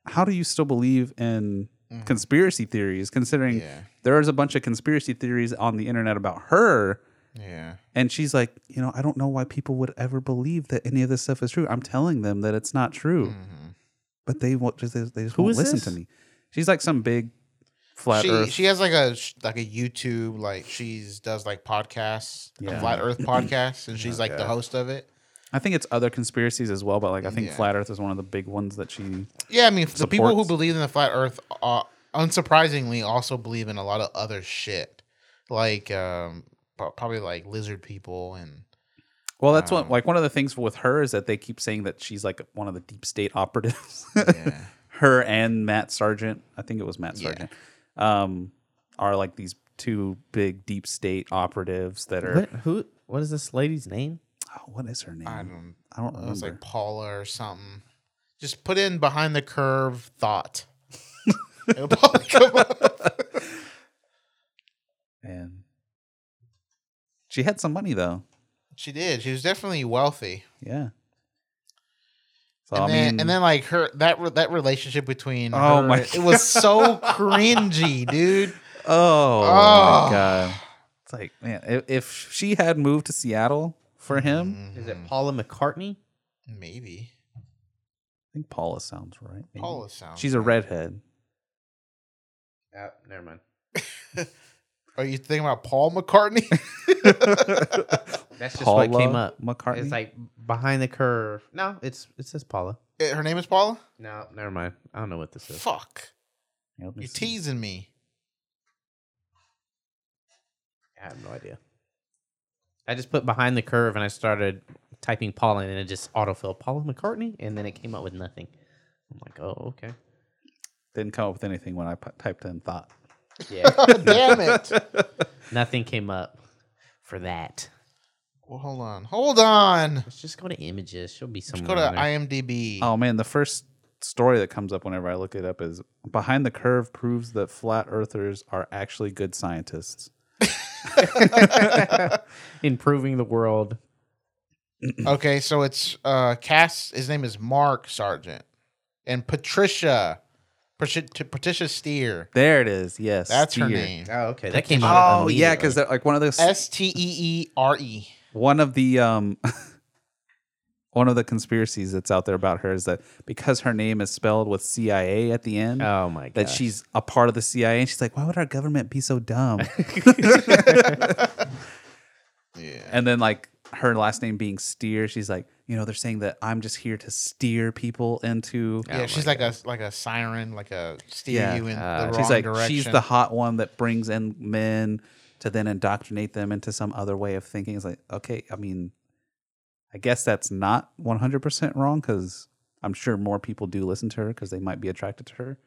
how do you still believe in
Mm-hmm.
conspiracy theories? Considering there is a bunch of conspiracy theories on the internet about her.
Yeah.
And she's like, you know, I don't know why people would ever believe that any of this stuff is true. I'm telling them that it's not true,
Mm-hmm.
but they won't just they, they just
Who
won't
is
listen
this?
to me. She's like some big flat
she
earth.
she has like a sh- like a YouTube like she's does like podcasts, a
Yeah.
flat Earth podcast, and she's like the
Okay.
host of it.
I think it's other conspiracies as well, but like I think flat Earth is one of the big ones that she.
Yeah, I mean, the people who
supports.
believe in the flat Earth, uh, unsurprisingly, also believe in a lot of other shit, like um, pro- probably like lizard people and
Well, that's
Um,
what like one of the things with her is that they keep saying that she's like one of the deep state operatives. her and Matt Sargent, I think it was Matt
Yeah.
Sargent, um, are like these two big deep state operatives that are.
What, who? What is this lady's name?
Oh, what is her name?
I don't.
I don't
It was
remember.
like Paula or something. Just put in behind the curve thought. It'll probably come up.
And she had some money though.
She did. She was definitely wealthy.
Yeah. So
and
I
then,
mean,
and then like her that re- that relationship between
Oh
her-
my
it was so cringy, dude.
oh,
Oh.
my god, it's like man, if, if she had moved to Seattle for him,
Mm-hmm.
Is it Paula McCartney?
Maybe.
I think Paula sounds right. maybe.
Paula sounds
She's a redhead.
Oh, never mind.
Are you thinking about Paul McCartney?
That's just what came
Paula
up.
McCartney?
It's like behind the curve. No, it's it says Paula.
Eh, her name is Paula.
No, never mind. I don't know what this is.
Fuck,
Let me
you're
see.
teasing me.
I have no idea. I just put behind the curve and I started typing Paula and it just autofilled Paula McCartney and then it came up with nothing. I'm like, oh, okay.
Didn't come up with anything when I pu- typed in thought.
Yeah.
Damn it.
nothing came up for that.
Well, hold on, hold on.
Let's just go to images. She'll be
Let's
somewhere.
go to
on there.
IMDb.
Oh man, the first story that comes up whenever I look it up is behind the curve proves that flat earthers are actually good scientists.
Improving the world.
Okay, so it's uh Cass. His name is Mark Sargent, and Patricia, Patricia, Patricia Steer.
There it is. Yes,
That's her
dear.
name.
Oh, okay. That came out.
Oh yeah, because like one of the
S T E E R E.
one of the um one of the conspiracies that's out there about her is that because her name is spelled with CIA at the end,
Oh my god.
that she's a part of the CIA. And she's like, why would our government be so dumb?
Yeah.
and then like her last name being Steer, she's like, you know, they're saying that I'm just here to steer people into.
Yeah, she's like a like a siren, like a steer
Yeah. uh,
you in the wrong
she's like,
direction.
she's the hot one that brings in men to then indoctrinate them into some other way of thinking. It's like, okay, I mean, I guess that's not 100% wrong because I'm sure more people do listen to her because they might be attracted to her.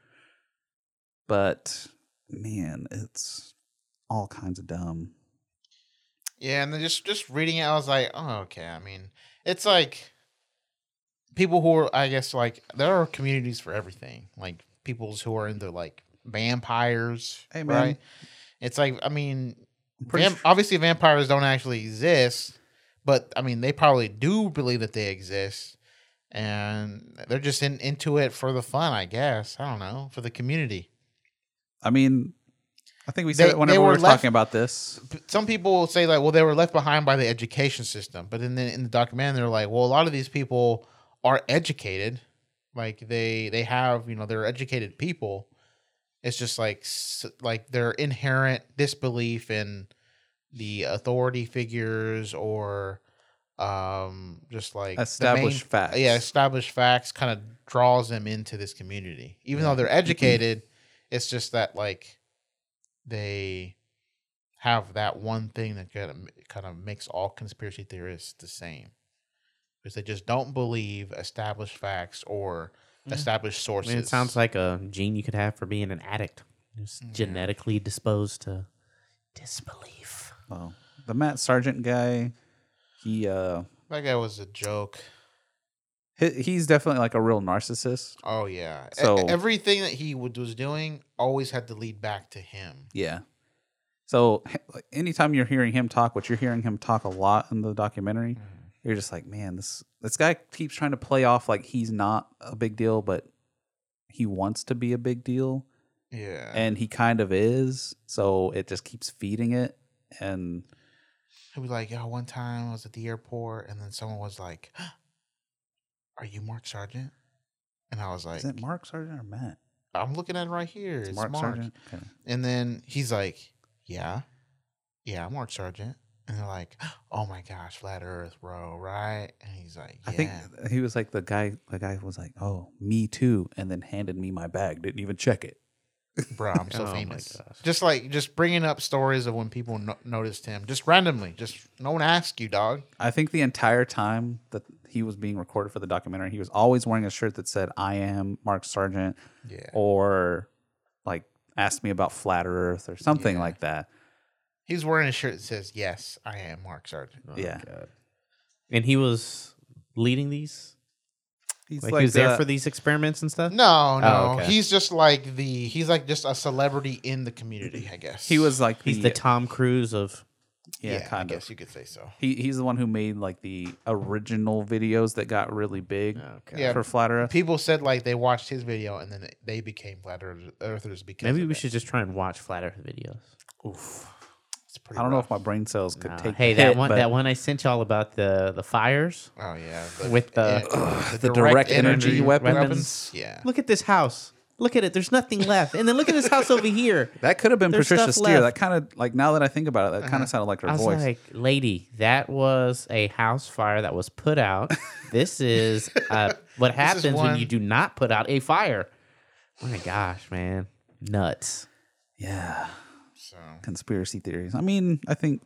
But man, it's all kinds of dumb.
yeah, and then just just reading it, I was like, oh okay. I mean, it's like people who are, I guess, like there are communities for everything. Like peoples who are into like vampires,
Hey, man.
right? It's like, I mean,
pretty
vam- obviously vampires don't actually exist, but I mean, they probably do believe that they exist. And they're just in, into it for the fun, I guess. I don't know, for the community.
I mean, I think we said
They-
it whenever
they
we
were
were
left-
talking about this.
p- some people say like, well, they were left behind by the education system, but in the in the documentary, they're like, well, a lot of these people are educated, like they they have you know they're educated people. It's just like s- like their inherent disbelief in the authority figures or um just like the main-
Established facts.
yeah established facts kind of draws them into this community even though
Mm-hmm.
they're educated it's just that like they have that one thing that kind of, kind of makes all conspiracy theorists the same because they just don't believe established facts or established
I
sources
mean, it sounds like a gene you could have for being an addict. Just genetically disposed to disbelief.
Well, Oh, the Matt Sargent guy, he uh,
that guy was a joke
he, he's definitely like a real narcissist.
oh yeah E-
So-
everything that he would, was doing always had to lead back to him
Yeah. So h- like, anytime you're hearing him talk, which you're hearing him talk a lot in the documentary,
Mm-hmm.
you're just like, man, this this guy keeps trying to play off like he's not a big deal, but he wants to be a big deal,
yeah
and he kind of is. So it just keeps feeding it, and
He was like, "Yo, one time I was at the airport, and then someone was like, "Are you Mark Sargent?" And I was like,
is it Mark Sargent or Matt?
"I'm looking at it right here. It's, Mark,
Sargent. Okay.
And then he's like, "Yeah, yeah, I'm Mark Sargent." And they're like, "Oh my gosh, flat Earth, bro, right?" And he's like, "Yeah."
I think he was like the guy. The guy was like, "Oh, me too," and then handed me my bag. Didn't even check it.
Bro, I'm
Oh
so famous. Just like just bringing up stories of when people no- noticed him, just randomly. Just no one asked you, dog.
I think the entire time that he was being recorded for the documentary, he was always wearing a shirt that said "I am Mark Sargent,"
Yeah.
or like asked me about flat Earth or something like that.
He's wearing a shirt that says, "Yes, I am Mark Sargent."
yeah,
And he was leading these.
He's
like,
like
he was there
the-
for these experiments and stuff.
No,
Oh,
no,
okay.
he's just like the he's like just a celebrity in the community, I guess.
He was like
he's the Tom Cruise of.
yeah,
Yeah, I
kind
guess
of.
you could say so.
He he's the one who made like the original videos that got really big
Yeah.
for flat Earth.
People said like they watched his video and then they became flat earth- earthers because
Maybe
of
we
it.
should just try and watch flat Earth videos.
Oof. I don't know if my brain cells could
Uh,
take.
hey,
the
that
hit,
one
but-
that one I sent y'all about the the fires.
Oh yeah,
with the
yeah, the direct energy weapons.
Yeah.
Look at this house. Look at it. There's nothing left. And then look at this house over here.
That could have been
There's
Patricia
stuff
Steele. That
left.
kind of like now that I think about it, that kind
Uh-huh.
of sounded like her
I was
voice.
like, lady, that was a house fire that was put out. This is uh, what happens when
one-
you do not put out a fire. Oh my gosh, man, nuts.
yeah,
So
conspiracy theories. I mean, I think.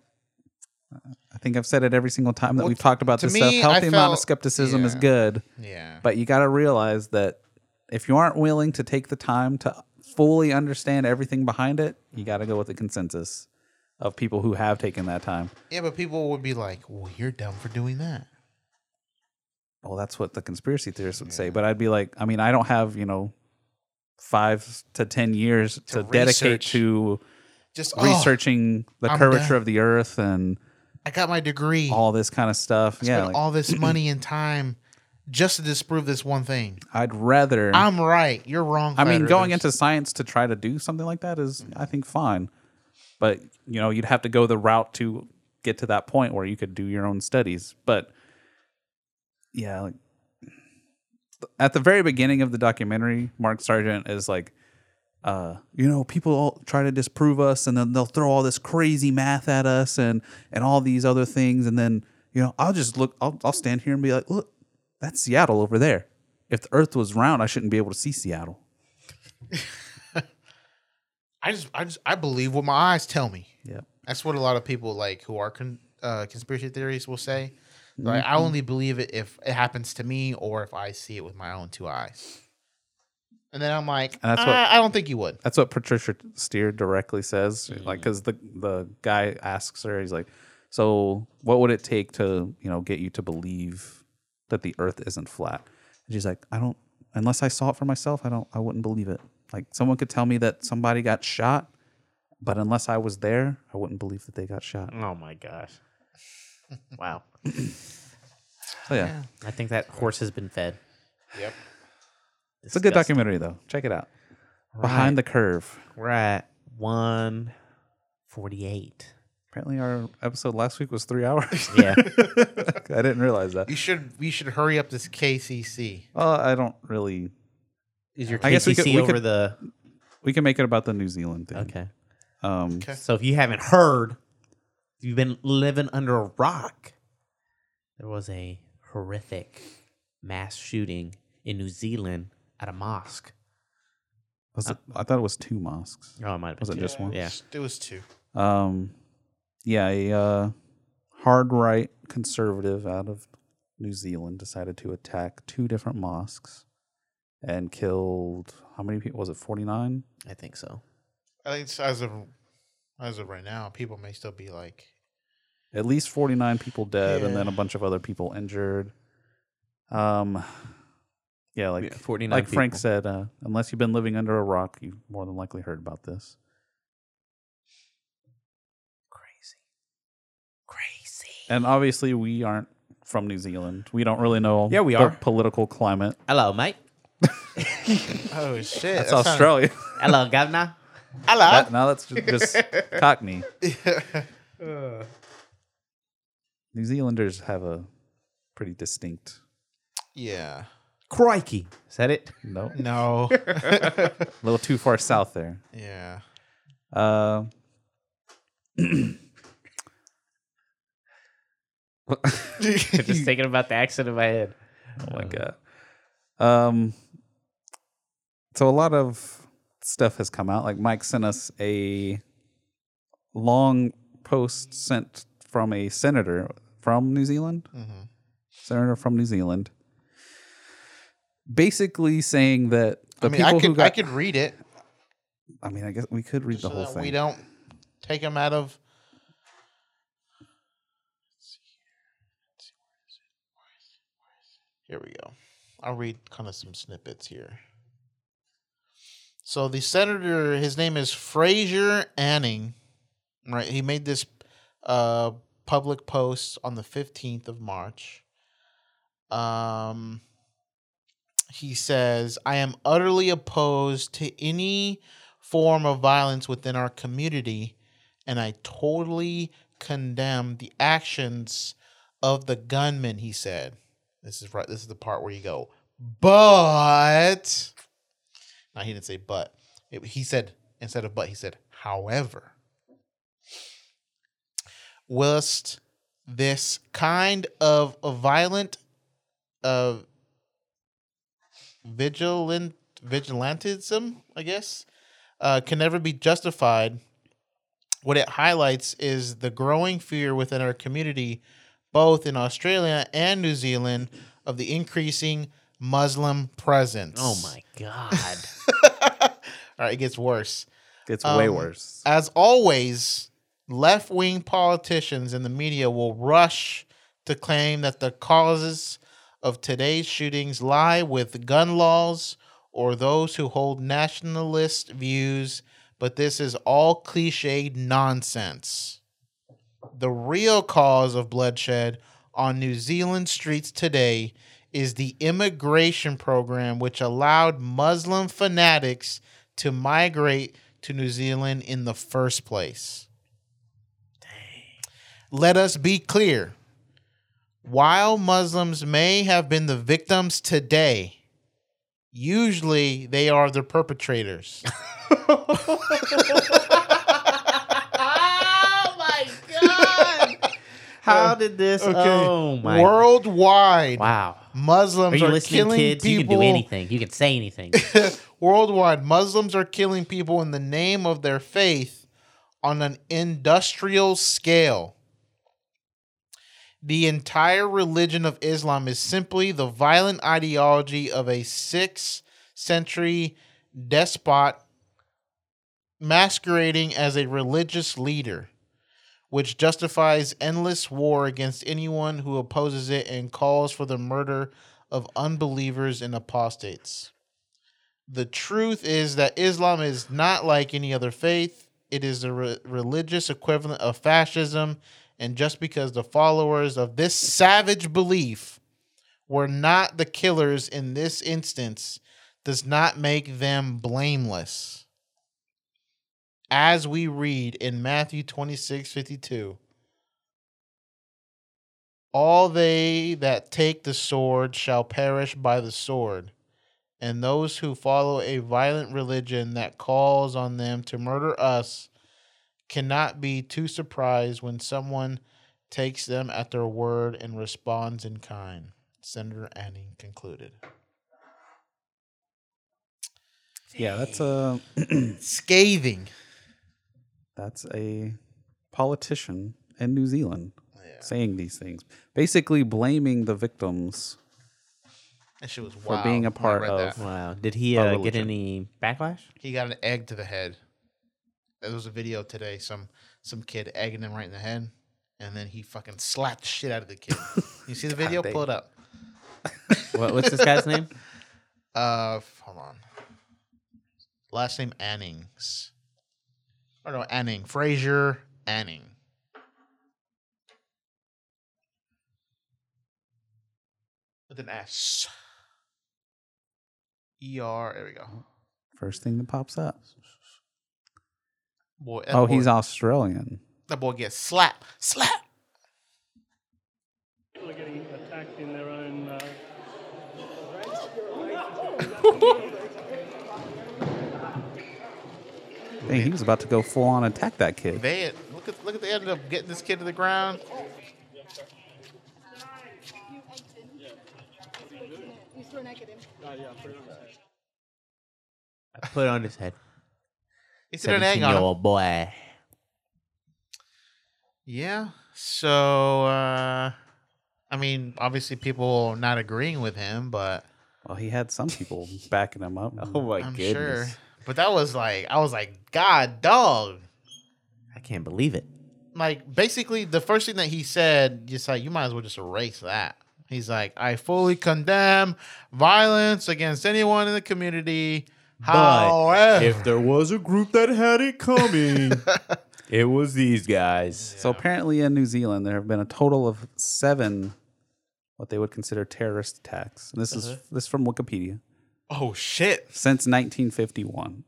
uh, I think I've said it every single time that
Well,
we've talked about
to
this
me,
stuff.
I
Healthy amount
felt-
of skepticism is
yeah.
good.
Yeah.
But you got to realize that if you aren't willing to take the time to fully understand everything behind it, you got to go with the consensus of people who have taken that time.
Yeah, but people would be like, "Well, you're dumb for doing that."
well, that's what the conspiracy theorists would say. But I'd be like, I mean, I don't have, you know, five to 10 years to, dedicate
research.
to
Just, oh,
researching the
I'm
curvature
done.
of the earth and
I got my degree.
all this kind of stuff.
I
yeah.
spent
like,
all this money and time just to disprove this one thing.
I'd rather.
I'm right. You're wrong.
I mean,
flat
going
earthers.
into science to try to do something like that is, I think, fine. But, you know, you'd have to go the route to get to that point where you could do your own studies. But, yeah, like, at the very beginning of the documentary, Mark Sargent is like, uh, you know, people all try to disprove us, and then they'll throw all this crazy math at us, and and all these other things, and then you know, I'll just look, I'll I'll stand here and be like, look, that's Seattle over there. If the Earth was round, I shouldn't be able to see Seattle.
I just, I just, I believe what my eyes tell me.
Yeah.
That's what a lot of people like who are con- uh, conspiracy theories will say. Like, I
Mhm.
only believe it if it happens to me or if I see it with my own two eyes. And then I'm like,
And that's
"Uh,
what-
I don't think you would.
That's what Patricia Steer directly says. Like, because the the guy asks her, he's like, "So, what would it take to you know get you to believe that the Earth isn't flat?" And she's like, "I don't. Unless I saw it for myself, I don't. I wouldn't believe it. Like, someone could tell me that somebody got shot, but unless I was there, I wouldn't believe that they got shot."
Oh my gosh. Wow.
So yeah,
I think that horse has been fed.
Yep.
it's a good
Disgusting.
documentary though. Check it out. Behind the curve.
We're at one forty-eight.
Apparently, our episode last week was three hours.
Yeah.
I didn't realize that.
You should, you should hurry up this KCC.
Well, I don't really.
Is your
I guess we could,
KCC
we
over
could-
the?
We can make it about the New Zealand thing.
Okay.
Um,
So if you haven't heard, you've been living under a rock. There was a horrific mass shooting in New Zealand at a mosque.
was
Uh,
it- I thought it was two mosques.
Oh, it might have
Was
been
it
two.
just one?
Yeah.
It was two.
Um, yeah, a uh, hard right conservative out of New Zealand decided to attack two different mosques and killed how many people? Was it forty nine?
I think so.
I think it's as of, as of right now, people may still be like,
At least forty nine people dead, and
Yeah.
then a bunch of other people injured. Um, yeah, like
Yeah, 49
Like Frank
people.
said, uh, unless you've been living under a rock, you've more than likely heard about this. And obviously, we aren't from New Zealand. We don't really know.
Yeah, we
the
are.
political climate.
Hello, mate.
oh shit.
That's,
that sounded-
Australia.
Hello, governor.
Hello.
That- now that's ju- just, Cockney. New Zealanders have a pretty distinct.
yeah.
Crikey. Is that it?
No,
No.
a little too far south there.
yeah.
Uh,
just thinking about the accident in my head.
Oh my god. Um. So a lot of stuff has come out. Like Mike sent us a long post sent from a senator from New Zealand,
Mhm.
senator from New Zealand, basically saying that the
I mean,
people
I
who
could
got,
I could read it.
I mean, I guess we could read the
so
whole
that
thing.
We don't take them out of. Here we go. I'll read kind of some snippets here. So the senator, his name is Fraser Anning, right? He made this uh, public post on the fifteenth of March. Um, he says, I am utterly opposed to any form of violence within our community, and I totally condemn the actions of the gunman, he said. This is right this is the part where you go, but now he didn't say but. It- he said instead of but, he said, however. Whilst this kind of violent uh, vigilant vigilantism, I guess, uh, can never be justified. What it highlights is the growing fear within our community, both in Australia and New Zealand, of the increasing Muslim presence.
Oh my god.
All right, it gets worse.
Gets
um,
way worse.
As always, left wing politicians and the media will rush to claim that the causes of today's shootings lie with gun laws or those who hold nationalist views, but this is all cliched nonsense. The real cause of bloodshed on New Zealand streets today is the immigration program, which allowed Muslim fanatics to migrate to New Zealand in the first place. Let us be clear. While Muslims may have been the victims today, usually they are the perpetrators.
oh my god. How did this? Oh my.
Worldwide.
Wow.
Muslims
Are you
are
listening,
killing
kids? You
people.
can do anything. You can say anything.
Worldwide, Muslims are killing people in the name of their faith on an industrial scale. The entire religion of Islam is simply the violent ideology of a sixth century despot masquerading as a religious leader, which justifies endless war against anyone who opposes it and calls for the murder of unbelievers and apostates. The truth is that Islam is not like any other faith. It is the re- religious equivalent of fascism, and just because the followers of this savage belief were not the killers in this instance does not make them blameless as we read in Matthew 26 52. All they that take the sword shall perish by the sword, and those who follow a violent religion that calls on them to murder us cannot be too surprised when someone takes them at their word and responds in kind. Senator Anning concluded.
Yeah, that's a
scathing.
That's a politician in New Zealand saying these things, basically blaming the victims
That shit was
for
wild.
being a
when I
part
read
of.
that.
Oh, Wow. Did he
a
uh, get
religion.
any backlash?
He got an egg to the head. There was a video today. Some some kid egging him right in the head, and then he fucking slapped the shit out of the kid. You see the video?
damn.
Pull it up.
What- what's this guy's name?
Uh, f- hold on. Last name Annings. Or no, Anning. Fraser Anning. With an S. E R. There we go.
First thing that pops up.
Boy. that
Oh,
boy-
he's Australian.
That boy gets slapped. Slap.
People are getting attacked in their own. Uh...
Dang, he was about to go full on attack that kid.
They look at look at they ended up getting this kid to the ground.
I put it on his head.
He said an egg on him.
17-year-old boy.
Yeah. So, uh, I mean, obviously, people not agreeing with him, but
Well, he had some people backing him up. Oh my
I'm
goodness!
sure. But that was like, I was like, God, dog.
I can't believe it.
Like, basically, the first thing that he said, just like, you might as well just erase that. He's like, I fully condemn violence against anyone in the community. Oh,
But
However,
if there was a group that had it coming, it was these guys.
So apparently, in New Zealand, there have been a total of seven what they would consider terrorist attacks. And this
Uh-huh.
is this is from Wikipedia
oh shit,
since 1951.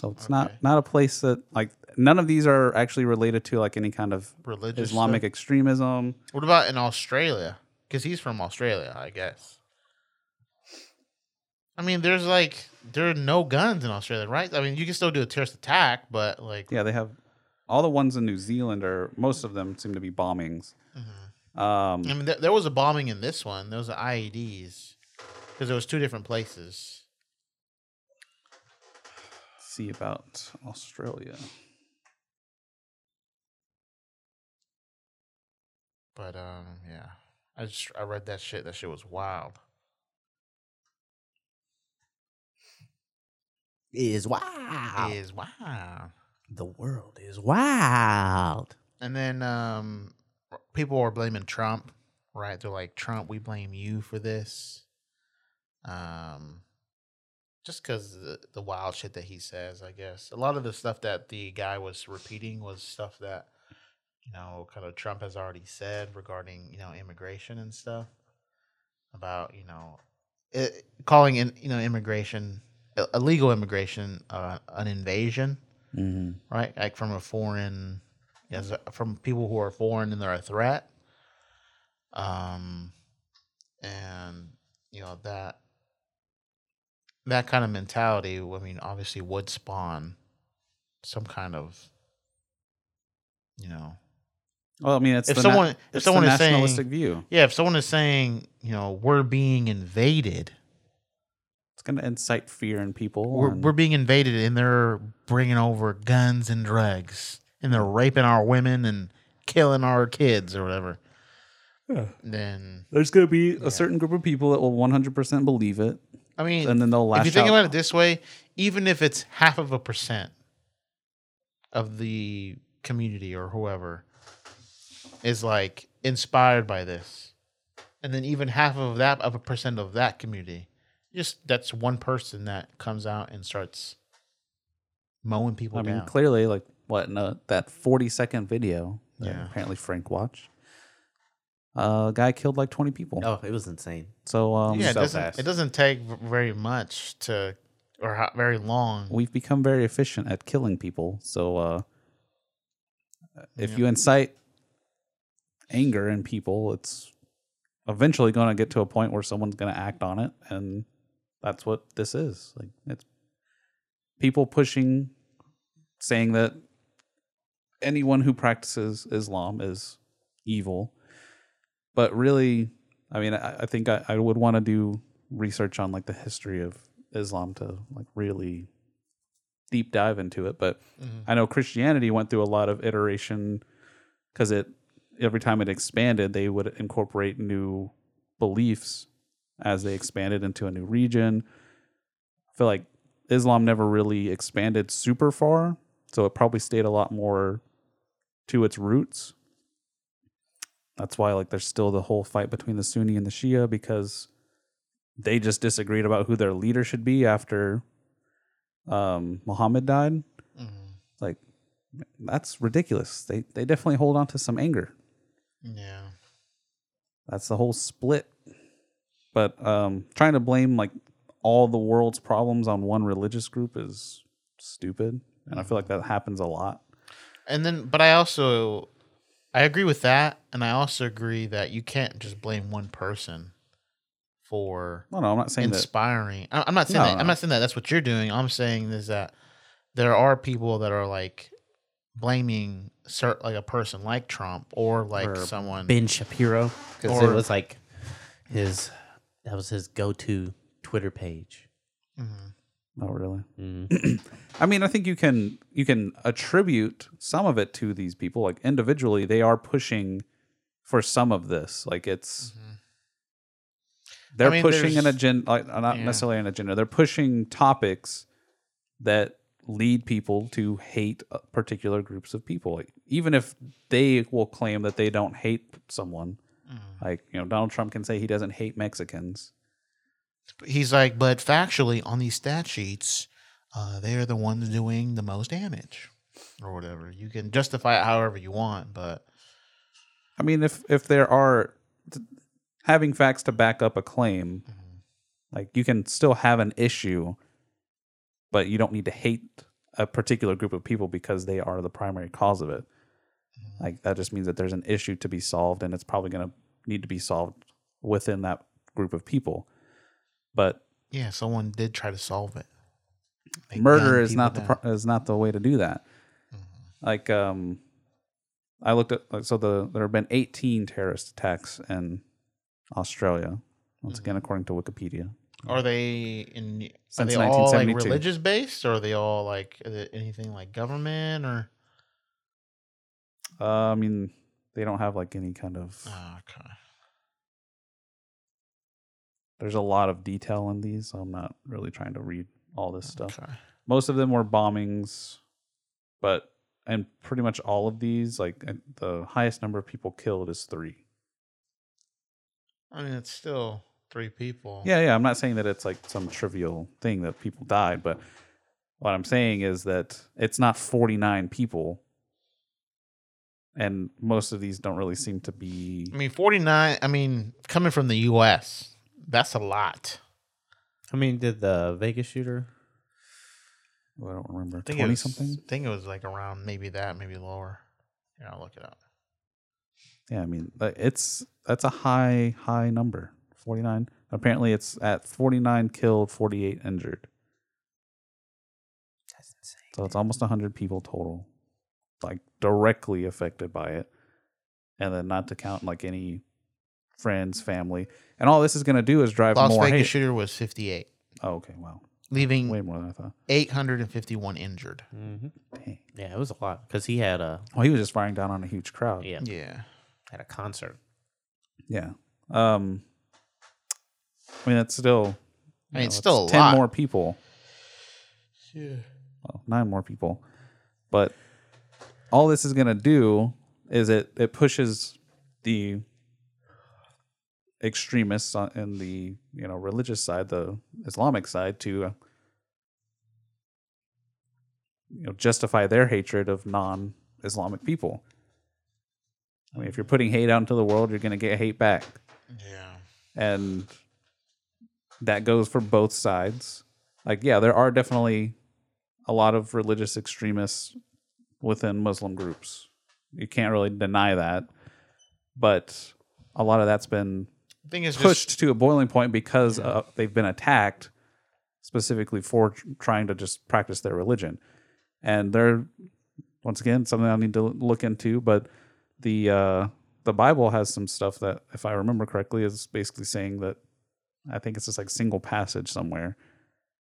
So it's not not a place that like none of these are actually related to like any kind of
Religious
Islamic
stuff?
extremism.
What about in Australia? Because he's from Australia, I guess. I mean, there's like there are no guns in Australia, right? I mean, you can still do a terrorist attack, but like,
Yeah, they have all the ones in New Zealand are most of them seem to be bombings.
Mm-hmm.
Um,
I mean, there, there was a bombing in this one. There was the IEDs because it was two different places.
see about Australia.
But um, yeah, I just I read that shit. That shit was wild.
Is wow.
It is wild.
The world is wild.
And then um, people are blaming Trump, right? They're like, Trump, we blame you for this. Um, just because the, the wild shit that he says, I guess. A lot of the stuff that the guy was repeating was stuff that, you know, kind of Trump has already said regarding, you know, immigration and stuff. About, you know, it, calling in, you know, immigration, i- illegal immigration, uh, an invasion
Mhm.
right? Like from a foreign, as a- from people who are foreign and they're a threat. Um, and you know that that kind of mentality. I mean, obviously, would spawn some kind of, you know,
Well, I mean, it's
if
the na-
someone
it's the
if someone is
nationalistic
saying
view.
yeah, if someone is saying you know we're being invaded,
It's going to incite fear in people.
we're,
and-
we're being invaded and they're bringing over guns and drugs and they're raping our women and killing our kids or whatever
Yeah.
then
There's going to be a certain group of people that will 100% believe it.
i mean
and then they'll lash
if you think
out.
about it this way even if it's half of a percent of the community or whoever is like inspired by this and then even half of that of a percent of that community just that's one person that comes out and starts mowing people
I mean,
down
clearly, like what in a, that 40 second video that
Yeah.
apparently Frank watched, uh, a guy killed like 20 people.
Oh, it was insane.
So um,
yeah, it
so
doesn't,
fast.
it doesn't take v- very much to, or ho- very long.
we've become very efficient at killing people. So uh, if
Yeah.
you incite anger in people, it's eventually going to get to a point where someone's going to act on it, and that's what this is. Like it's people pushing, saying that anyone who practices Islam is evil, but really, I mean, I, I think I, I would want to do research on like the history of Islam to like really deep dive into it, but
Mhm.
I know Christianity went through a lot of iteration because it every time it expanded, they would incorporate new beliefs as they expanded into a new region. I feel like Islam never really expanded super far, so it probably stayed a lot more to its roots. That's why like there's still the whole fight between the Sunni and the Shia because they just disagreed about who their leader should be after um, Muhammad died. Like that's ridiculous. They they definitely hold on to some anger.
Yeah.
That's the whole split. But um, trying to blame like all the world's problems on one religious group is stupid, and I feel like that happens a lot.
And then, but I also, I agree with that, and I also agree that you can't just blame one person for.
No, no, I'm not saying that-
inspiring. I- I'm not saying
No,
that.
no.
I'm not saying that. That's what you're doing. I'm saying is that there are people that are like blaming cert like a person like Trump or like
Or
someone
Ben Shapiro because
Or-
it was like his That was his go-to Twitter page.
Oh, really?
Mm-hmm.
I mean, I think you can you can attribute some of it to these people. Like individually, they are pushing for some of this. Like it's they're
Mm-hmm. I mean,
pushing an
there's-
agenda, like, uh, not
yeah.
necessarily an agenda. They're pushing topics that lead people to hate uh, particular groups of people, Like, even if they will claim that they don't hate someone.
Mm.
Like you know, Donald Trump can say he doesn't hate Mexicans.
He's like, but factually, on these stat sheets, uh, they're the ones doing the most damage, or whatever. You can justify it however you want, but
I mean, if if there are th- having facts to back up a claim, like you can still have an issue, but you don't need to hate a particular group of people because they are the primary cause of it. Like that just means that there's an issue to be solved, and it's probably going to need to be solved within that group of people. But
yeah, someone did try to solve it. They
murder
gunned
is
people
not the
down.
pro- is not the way to do that. Like um, I looked at like so the there have been 18 terrorist attacks in Australia. Once again, according to Wikipedia,
Are they in? Are
Since
they all like
1972.
religious based, or are they all like is it anything like government or?
uh, I mean they don't have like any kind of.
Ah, okay.
There's a lot of detail in these, so I'm not really trying to read all this
Mm,
stuff. Most of them were bombings, but and pretty much all of these, like uh, the highest number of people killed is three.
I mean, it's still three people.
Yeah, yeah. I'm not saying that it's like some trivial thing that people died, but what I'm saying is that it's not 49 people. And most of these don't really seem to be.
I mean, forty nine. I mean, coming from the U.S., that's a lot.
I mean, did the Vegas shooter?
I don't remember.
Mm. I think it
20
was,
something?
I think it was like around maybe that, maybe lower. Yeah, I'll look it up.
Yeah, I mean, like, it's that's a high, high number 49. Apparently, it's at 49 killed, 48 injured. So it's almost 100 people total, like directly affected by it. And then not to count like any friends, family. And all this is going to do is drive
Las
more
Vegas
hate.
shooter was fifty eight,
oh, okay. Wow.
leaving
Way more than I thought.
eight hundred and fifty one injured.
Mm-hmm.
Dang.
Yeah, it was a lot because he had a
Well, he was just firing down on a huge crowd.
yeah
Yeah,
had a concert.
Yeah. Um, I mean, that's still.
I mean,
it's
it's still a
10
lot.
more people.
Yeah.
well, nine more people. But all this is going to do is it it pushes the extremists on, in the you know religious side, the Islamic side, to uh, you know justify their hatred of non-Islamic people. I mean, if you're putting hate out into the world, you're going to get hate back.
Yeah.
And that goes for both sides. Like, yeah, there are definitely a lot of religious extremists within Muslim groups. You can't really deny that. But a lot of that's been
I think it's
pushed to a boiling point because uh, they've been attacked specifically for tr- trying to just practice their religion. And they're once again something I need to look into, but the uh, the Bible has some stuff that, if I remember correctly, is basically saying that I think it's just like single passage somewhere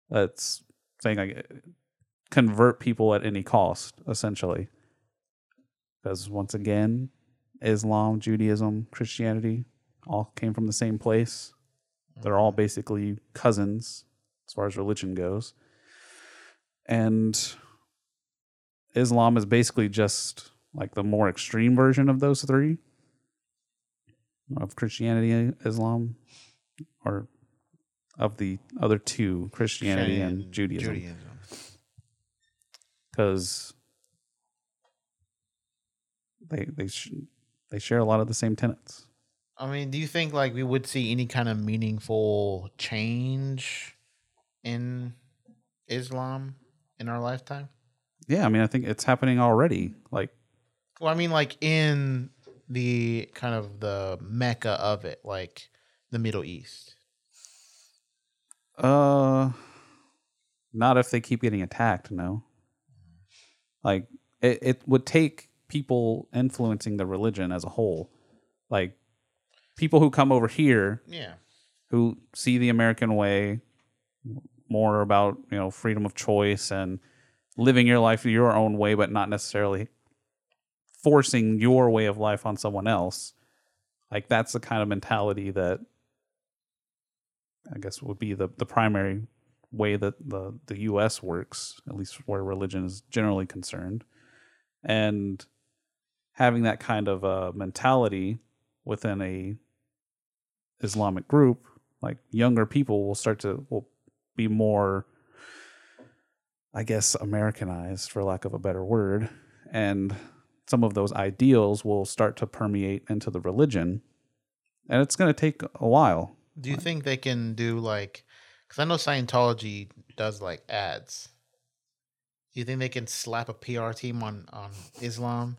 that's saying like convert people at any cost, essentially. Because once again, Islam, Judaism, Christianity all came from the same place. They're all basically cousins as far as religion goes. And Islam is basically just like the more extreme version of those three of Christianity, Islam, or of the other two, Christianity and Judaism
Judaism.
because they they sh- they share a lot of the same tenets.
I mean, do you think like we would see any kind of meaningful change in Islam in our lifetime?
Yeah, I mean, I think it's happening already. Like,
Well, I mean, like in the kind of the mecca of it, like the Middle East.
uh, not if they keep getting attacked. No, like it it would take people influencing the religion as a whole, like people who come over here
Yeah.
who see the American way more about you know freedom of choice and living your life your own way, but not necessarily forcing your way of life on someone else. Like that's the kind of mentality that I guess would be the, the primary way that the, the US works, at least where religion is generally concerned. And having that kind of uh, mentality within a Islamic group, like younger people will start to will be more I guess Americanized for lack of a better word. And some of those ideals will start to permeate into the religion. And it's gonna take a while.
Do you think they can do like? Because I know Scientology does like ads. Do you think they can slap a PR team on on Islam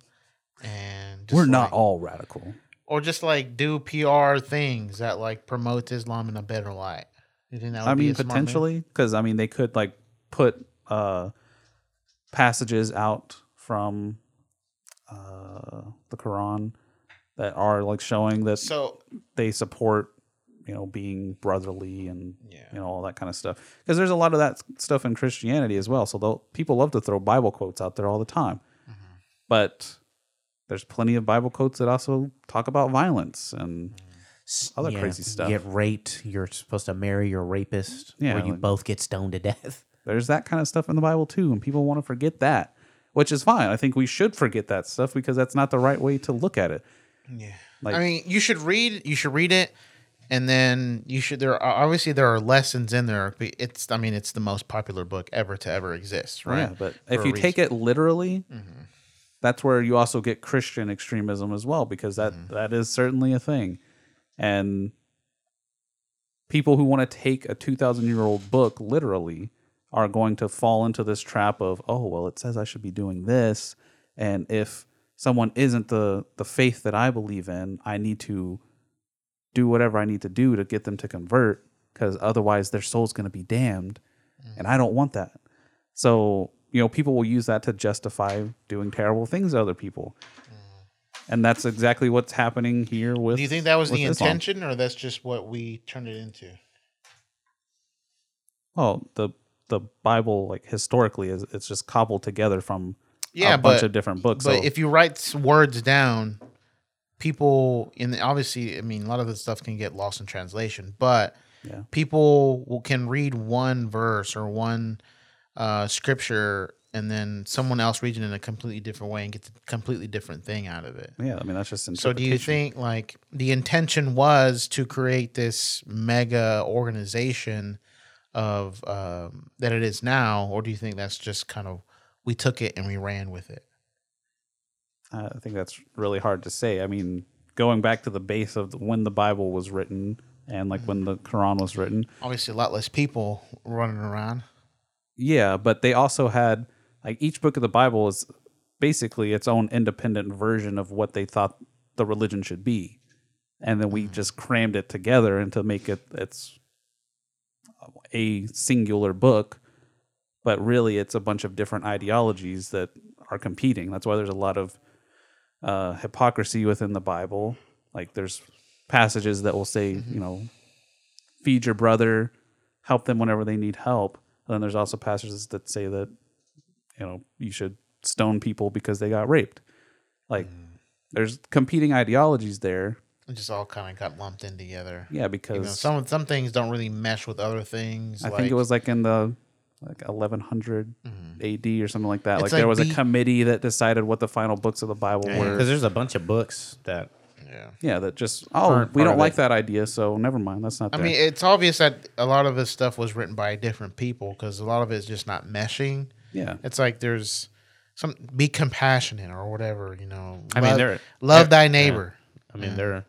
and just
We're not
like-
all radical.
or just like do PR things that like promotes Islam in a better light? You think that would
I
be
mean,
a smart move?
potentially, because I mean, they could like put uh, passages out from uh, the Quran that are like showing that
So-
they support, you know, being brotherly and you know all that kind of stuff. Because there's a lot of that s- stuff in Christianity as well. So they'll- people love to throw Bible quotes out there all the time, but there's plenty of Bible quotes that also talk about violence and other
Yeah,
crazy
you
stuff.
Get raped. You're supposed to marry your rapist.
Yeah,
Yeah, or you
like-
both get stoned to death.
There's that kind of stuff in the Bible too, and people want to forget that, which is fine. I think we should forget that stuff because that's not the right way to look at it.
Yeah.
Like,
I mean, you should read. You should read it, and then you should. There are obviously there are lessons in there. but It's. I mean, it's the most popular book ever to ever exist, right?
yeah, but
For
if
a
you
reason. Mm-hmm.
take it literally, that's where you also get Christian extremism as well, because that,
Mm-hmm.
that is certainly a thing. And people who want to take a 2,000 year old book literally are going to fall into this trap of, oh, well, it says I should be doing this. And if someone isn't the, the faith that I believe in, I need to do whatever I need to do to get them to convert because otherwise their soul's going to be damned. And I don't want that. So, you know, people will use that to justify doing terrible things to other people. And that's exactly what's happening here with.
Do you think that was
with
the
Islam.
intention, or that's just what we turned it into?
Well, Oh, the the Bible, like historically, is it's just cobbled together from
Yeah,
a bunch
but-
of different books.
But
so
if you write s- words down, people in obviously, I mean, a lot of the stuff can get lost in translation, but
Yeah.
people will, can read one verse or one uh, scripture, and then someone else reads it in a completely different way and gets a completely different thing out of it.
yeah, I mean that's just
So, do you
interpretation.
think like the intention was to create this mega organization of um, that it is now, or do you think that's just kind of we took it and we ran with it?
Uh, I think that's really hard to say. I mean, going back to the base of the, when the Bible was written and like
Mm.
when the Quran was written,
Obviously, a lot less people running around.
Yeah, but they also had like each book of the Bible is basically its own independent version of what they thought the religion should be. And then we just crammed it together and to make it it's a singular book, but really it's a bunch of different ideologies that are competing. That's why there's a lot of uh, hypocrisy within the Bible. Like there's passages that will say, you know, feed your brother, help them whenever they need help. And then there's also passages that say that, you know, you should stone people because they got raped. Like
Mm.
there's competing ideologies there.
It just all kind of got lumped in together.
Yeah,
You know,
because
some some things don't really mesh with other things.
I think it was like in the like 1100 AD or something like that.
Mm. It's
Like, there
like
was
the-
a committee that decided what the final books of the Bible were.
Because there's a bunch of books that.
Yeah.
yeah, that just oh
Aren't
we
part
don't
of
like
it.
that idea, so never mind. That's not.
I
there.
mean, it's obvious that a lot of this stuff was written by different people because a lot of it's just not meshing.
Yeah.
it's like there's some be compassionate or whatever you know.
I mean,
Love-
they're
love
they're-
thy
yeah.
neighbor.
I mean,
Yeah.
they're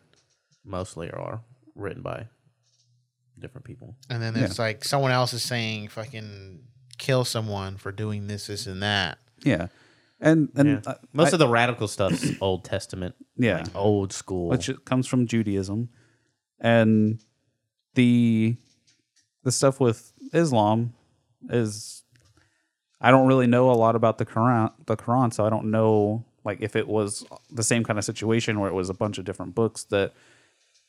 mostly are written by different people.
And then
Yeah.
it's like someone else is saying fucking kill someone for doing this, this, and that.
yeah, and and
Yeah.
uh, I-
most of the radical stuff's Old Testament.
Yeah.
like old school.
which it comes from Judaism, and the the stuff with Islam is I don't really know a lot about the Quran, the Quran, so I don't know like if it was the same kind of situation where it was a bunch of different books that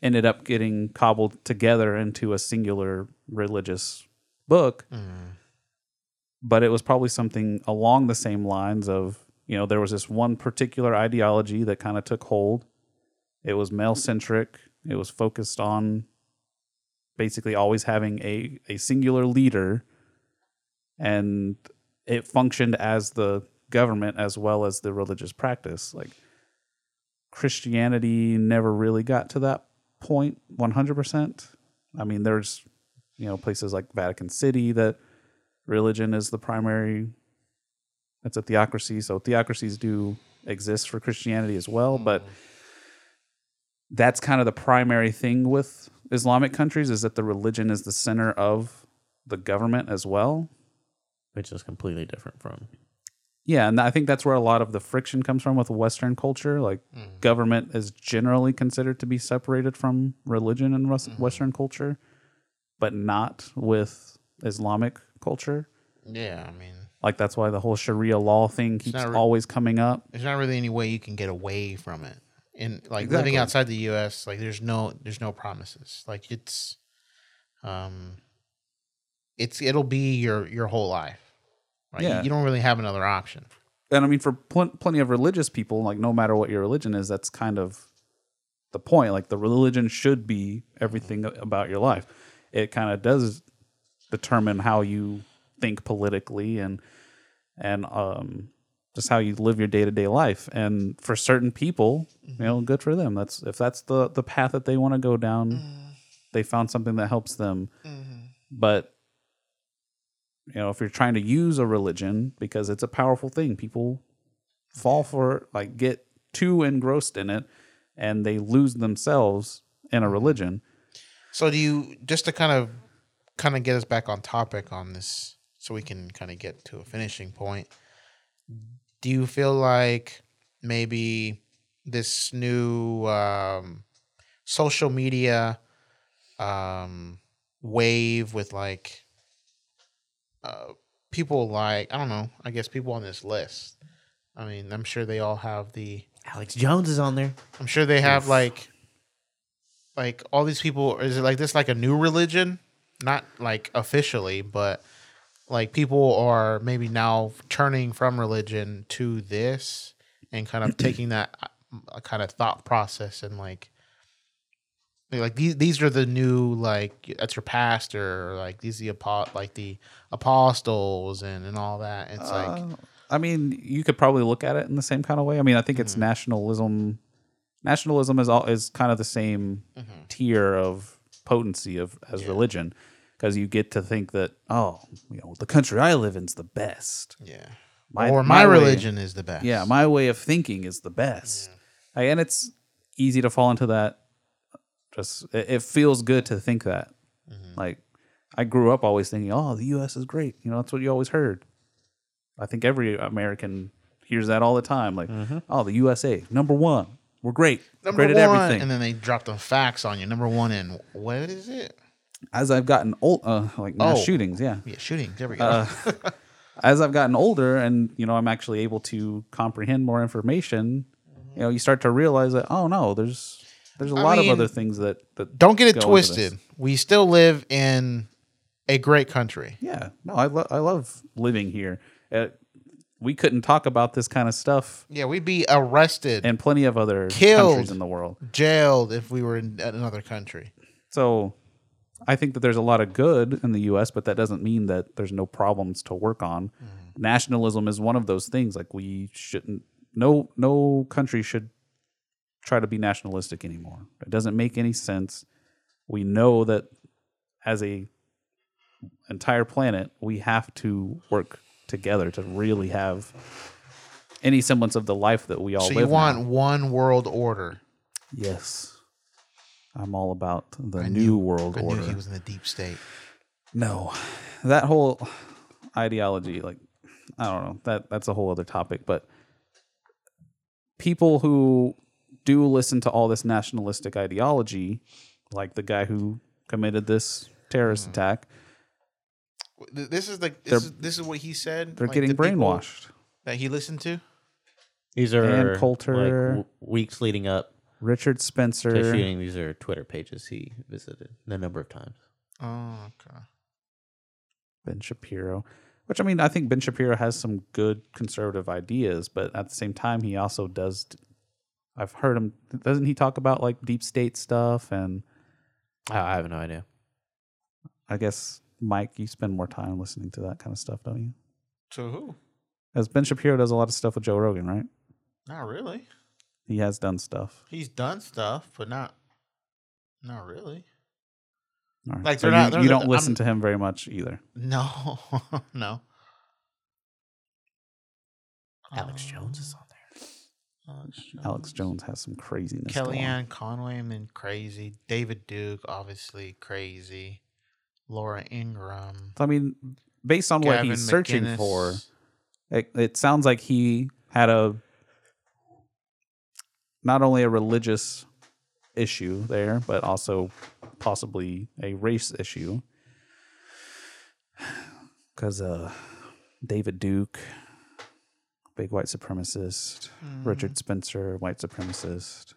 ended up getting cobbled together into a singular religious book. But it was probably something along the same lines of, you know, there was this one particular ideology that kind of took hold. It was male centric, it was focused on basically always having a, a singular leader and it functioned as the government as well as the religious practice like christianity never really got to that point 100% i mean there's you know places like vatican city that religion is the primary it's a theocracy so theocracies do exist for christianity as well but that's kind of the primary thing with Islamic countries is that the religion is the center of the government as well.
Which is completely different from.
Yeah, and I think that's where a lot of the friction comes from with Western culture. Like,
Mm-hmm.
government is generally considered to be separated from religion in Rus-
Mm-hmm.
Western culture, but not with Islamic culture.
Yeah, I mean,
Like, that's why the whole Sharia law thing keeps
not re-
always coming up.
there's not really any way you can get away from it. And like
Exactly.
living outside the U.S., like there's no there's no promises. Like it's, um, it's it'll be your your whole life. Right? You-
Yeah.
You don't really have another option.
and I mean, for pl- plenty of religious people, like no matter what your religion is, that's kind of the point. Like the religion should be everything about your life. It kind of does determine how you think politically and and um, just how you live your day to day life. And for certain people, you know, good for them. That's if that's the the path that they want to go down. They found something that helps them, but you know if you're trying to use a religion because it's a powerful thing people fall for it like get too engrossed in it and they lose themselves in a religion
So do you just to kind of kind of get us back on topic on this so we can kind of get to a finishing point. Do you feel like maybe this new um, social media um, wave with like uh, people like I don't know, I guess people on this list. I mean, I'm sure they all have the
Alex Jones is on there.
I'm sure they have
Oof.
like like all these people is it like this like a new religion? Not like officially, but like people are maybe now turning from religion to this and kind of taking that uh, kind of thought process and like like these these are the new like that's your pastor or like these the apo- like the apostles and and all that. It's like
Uh, i mean you could probably look at it in the same kind of way i mean i think it's nationalism nationalism is all is kind of the same tier of potency of as religion because you get to think that oh you know the country i live in's the best
yeah Or my
way-
religion is the best.
yeah my way of thinking is the best I- and it's easy to fall into that just it, it feels good to think that
Mm-hmm.
like i grew up always thinking oh the us is great you know that's what you always heard i think every american hears that all the time like oh the usa number one we're great
Mm-hmm. number
great
one,
at everything
and then they drop the facts on you. Number one in what is it?
as I've gotten old, uh, like mass
Oh.
shootings, yeah,
Yeah, shootings, there we go.
Uh, as I've gotten older, and you know, I'm actually able to comprehend more information. You know, you start to realize that oh no, there's there's a
Mm-hmm. I
lot
mean,
of other things that that
Don't get it
go into this.
twisted. We still live in a great country.
Yeah, no, I lo- I love living here. Uh, we couldn't talk about this kind of stuff
Yeah, we'd be arrested,
and plenty of other
Killed.
countries in the world.
jailed if we were in another country.
So I think that there's a lot of good in the US, but that doesn't mean that there's no problems to work on.
Mm-hmm.
Nationalism is one of those things like we shouldn't no no country should try to be nationalistic anymore. It doesn't make any sense. We know that as a entire planet, we have to work together to really have any semblance of the life that we all
so
live
you want
now.
one world order.
Yes. I'm all about the
I
new
knew-
world
I
order.
knew he was in the deep state.
No, that whole ideology, like I don't know, that that's a whole other topic. But people who do listen to all this nationalistic ideology, like the guy who committed this
Mm.
terrorist attack,
Th- This is the
They're-
this, is, this is what he said.
they're
like,
getting
the people
brainwashed.
that he listened to.
These
Dan
are
Coulter.
like, w- weeks leading up.
Richard Spencer.
So shooting, these are Twitter pages he visited the number of times.
Oh, okay.
Ben Shapiro. Which I mean, I think Ben Shapiro has some good conservative ideas, but at the same time, he also does. I've heard him. Doesn't he talk about like deep state stuff? And
I I have no idea.
I guess Mike, you spend more time listening to that kind of stuff, don't you?
To who?
As Ben Shapiro does a lot of stuff with Joe Rogan, right?
Not really.
He has done stuff.
He's done stuff, but not, not really.
All right.
Like,
so
they're not-
you,
they're-
you don't
I'm-
listen to him very much either.
No, no.
Alex Jones is on
there. Um, Alex Jones.
Alex Jones has some craziness. going on.
Mm. Kellyanne Conway, and then crazy. David Duke, obviously crazy. Laura Ingram.
I mean, based on what
Gavin
he's searching
McInnes.
for, it, it sounds like he had a not only a religious issue there, but also possibly a race issue. Because uh, David Duke, big white supremacist,
Hmm.
Richard Spencer, white supremacist.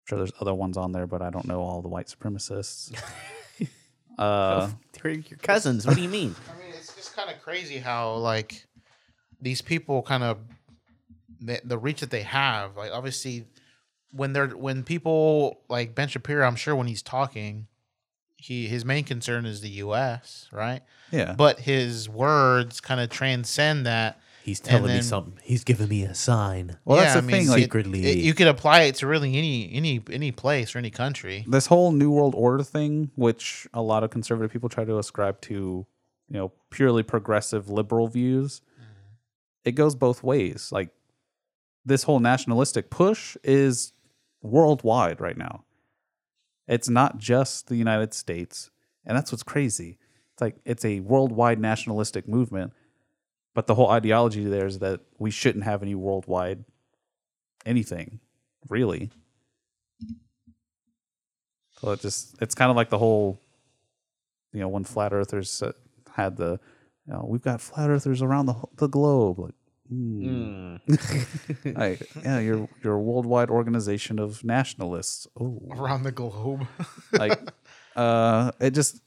I'm sure there's other ones on there, but I don't know all the white supremacists. uh,
They're your cousins. What do you mean?
I mean, it's just kind of crazy how like these people kind of the, the reach that they have. Like obviously, when they're when people like Ben Shapiro, I'm sure when he's talking, he his main concern is the U.S. Right?
Yeah.
But his words kind of transcend that.
He's
and
telling me
then-
something. He's giving me a sign.
Well, that's
Yeah,
the
I mean,
thing, like-
it-
Secretly.
it- you could apply it to really any any any place or any country.
this whole new world order thing which a lot of conservative people try to ascribe to you know purely progressive liberal views it goes both ways like this whole nationalistic push is worldwide right now it's not just the united states and that's what's crazy it's like it's a worldwide nationalistic movement but the whole ideology there is that we shouldn't have any worldwide anything really so it just it's kind of like the whole, you know, when flat earthers uh, had the, you know, we've got flat earthers around the the globe. Like, mm. Like, yeah, you're you're a worldwide organization of nationalists. Oh,
Around the globe.
like, uh, it just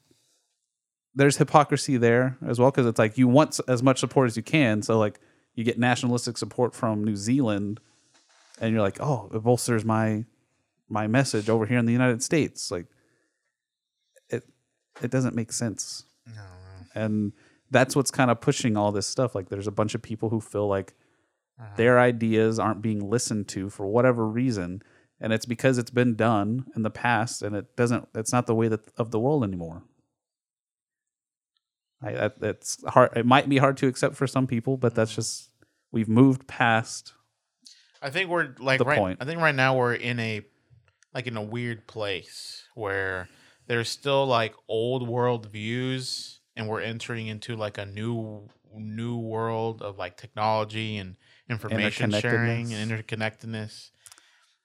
there's hypocrisy there as well because it's like you want s- as much support as you can. So like you get nationalistic support from New Zealand, and you're like, oh, it bolsters my my message over here in the United States. Like it it doesn't make sense. And that's what's kind of pushing all this stuff. Like there's a bunch of people who feel like their ideas aren't being listened to for whatever reason. And it's because it's been done in the past and it doesn't it's not the way that of the world anymore. I, that, that's hard. It might be hard to accept for some people, but that's just we've moved past.
I think we're like
the
right.
point.
I think right now we're in a like in a weird place where there's still like old world views, and we're entering into like a new new world of like technology and information sharing and interconnectedness.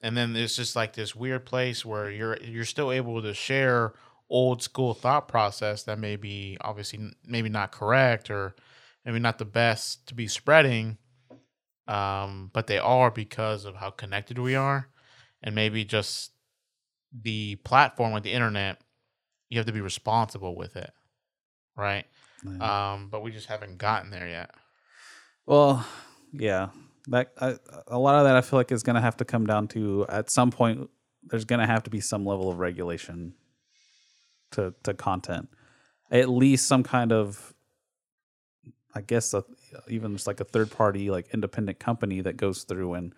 And then there's just like this weird place where you're you're still able to share old school thought process that may be obviously n- maybe not correct or maybe not the best to be spreading um, but they are because of how connected we are, and maybe just the platform with the internet. You have to be responsible with it, right? Um, but we just haven't gotten there yet.
Well, yeah, that I, a lot of that I feel like is going to have to come down to at some point. There's going to have to be some level of regulation to to content, at least some kind of, I guess, a, even just like a third party, like independent company that goes through and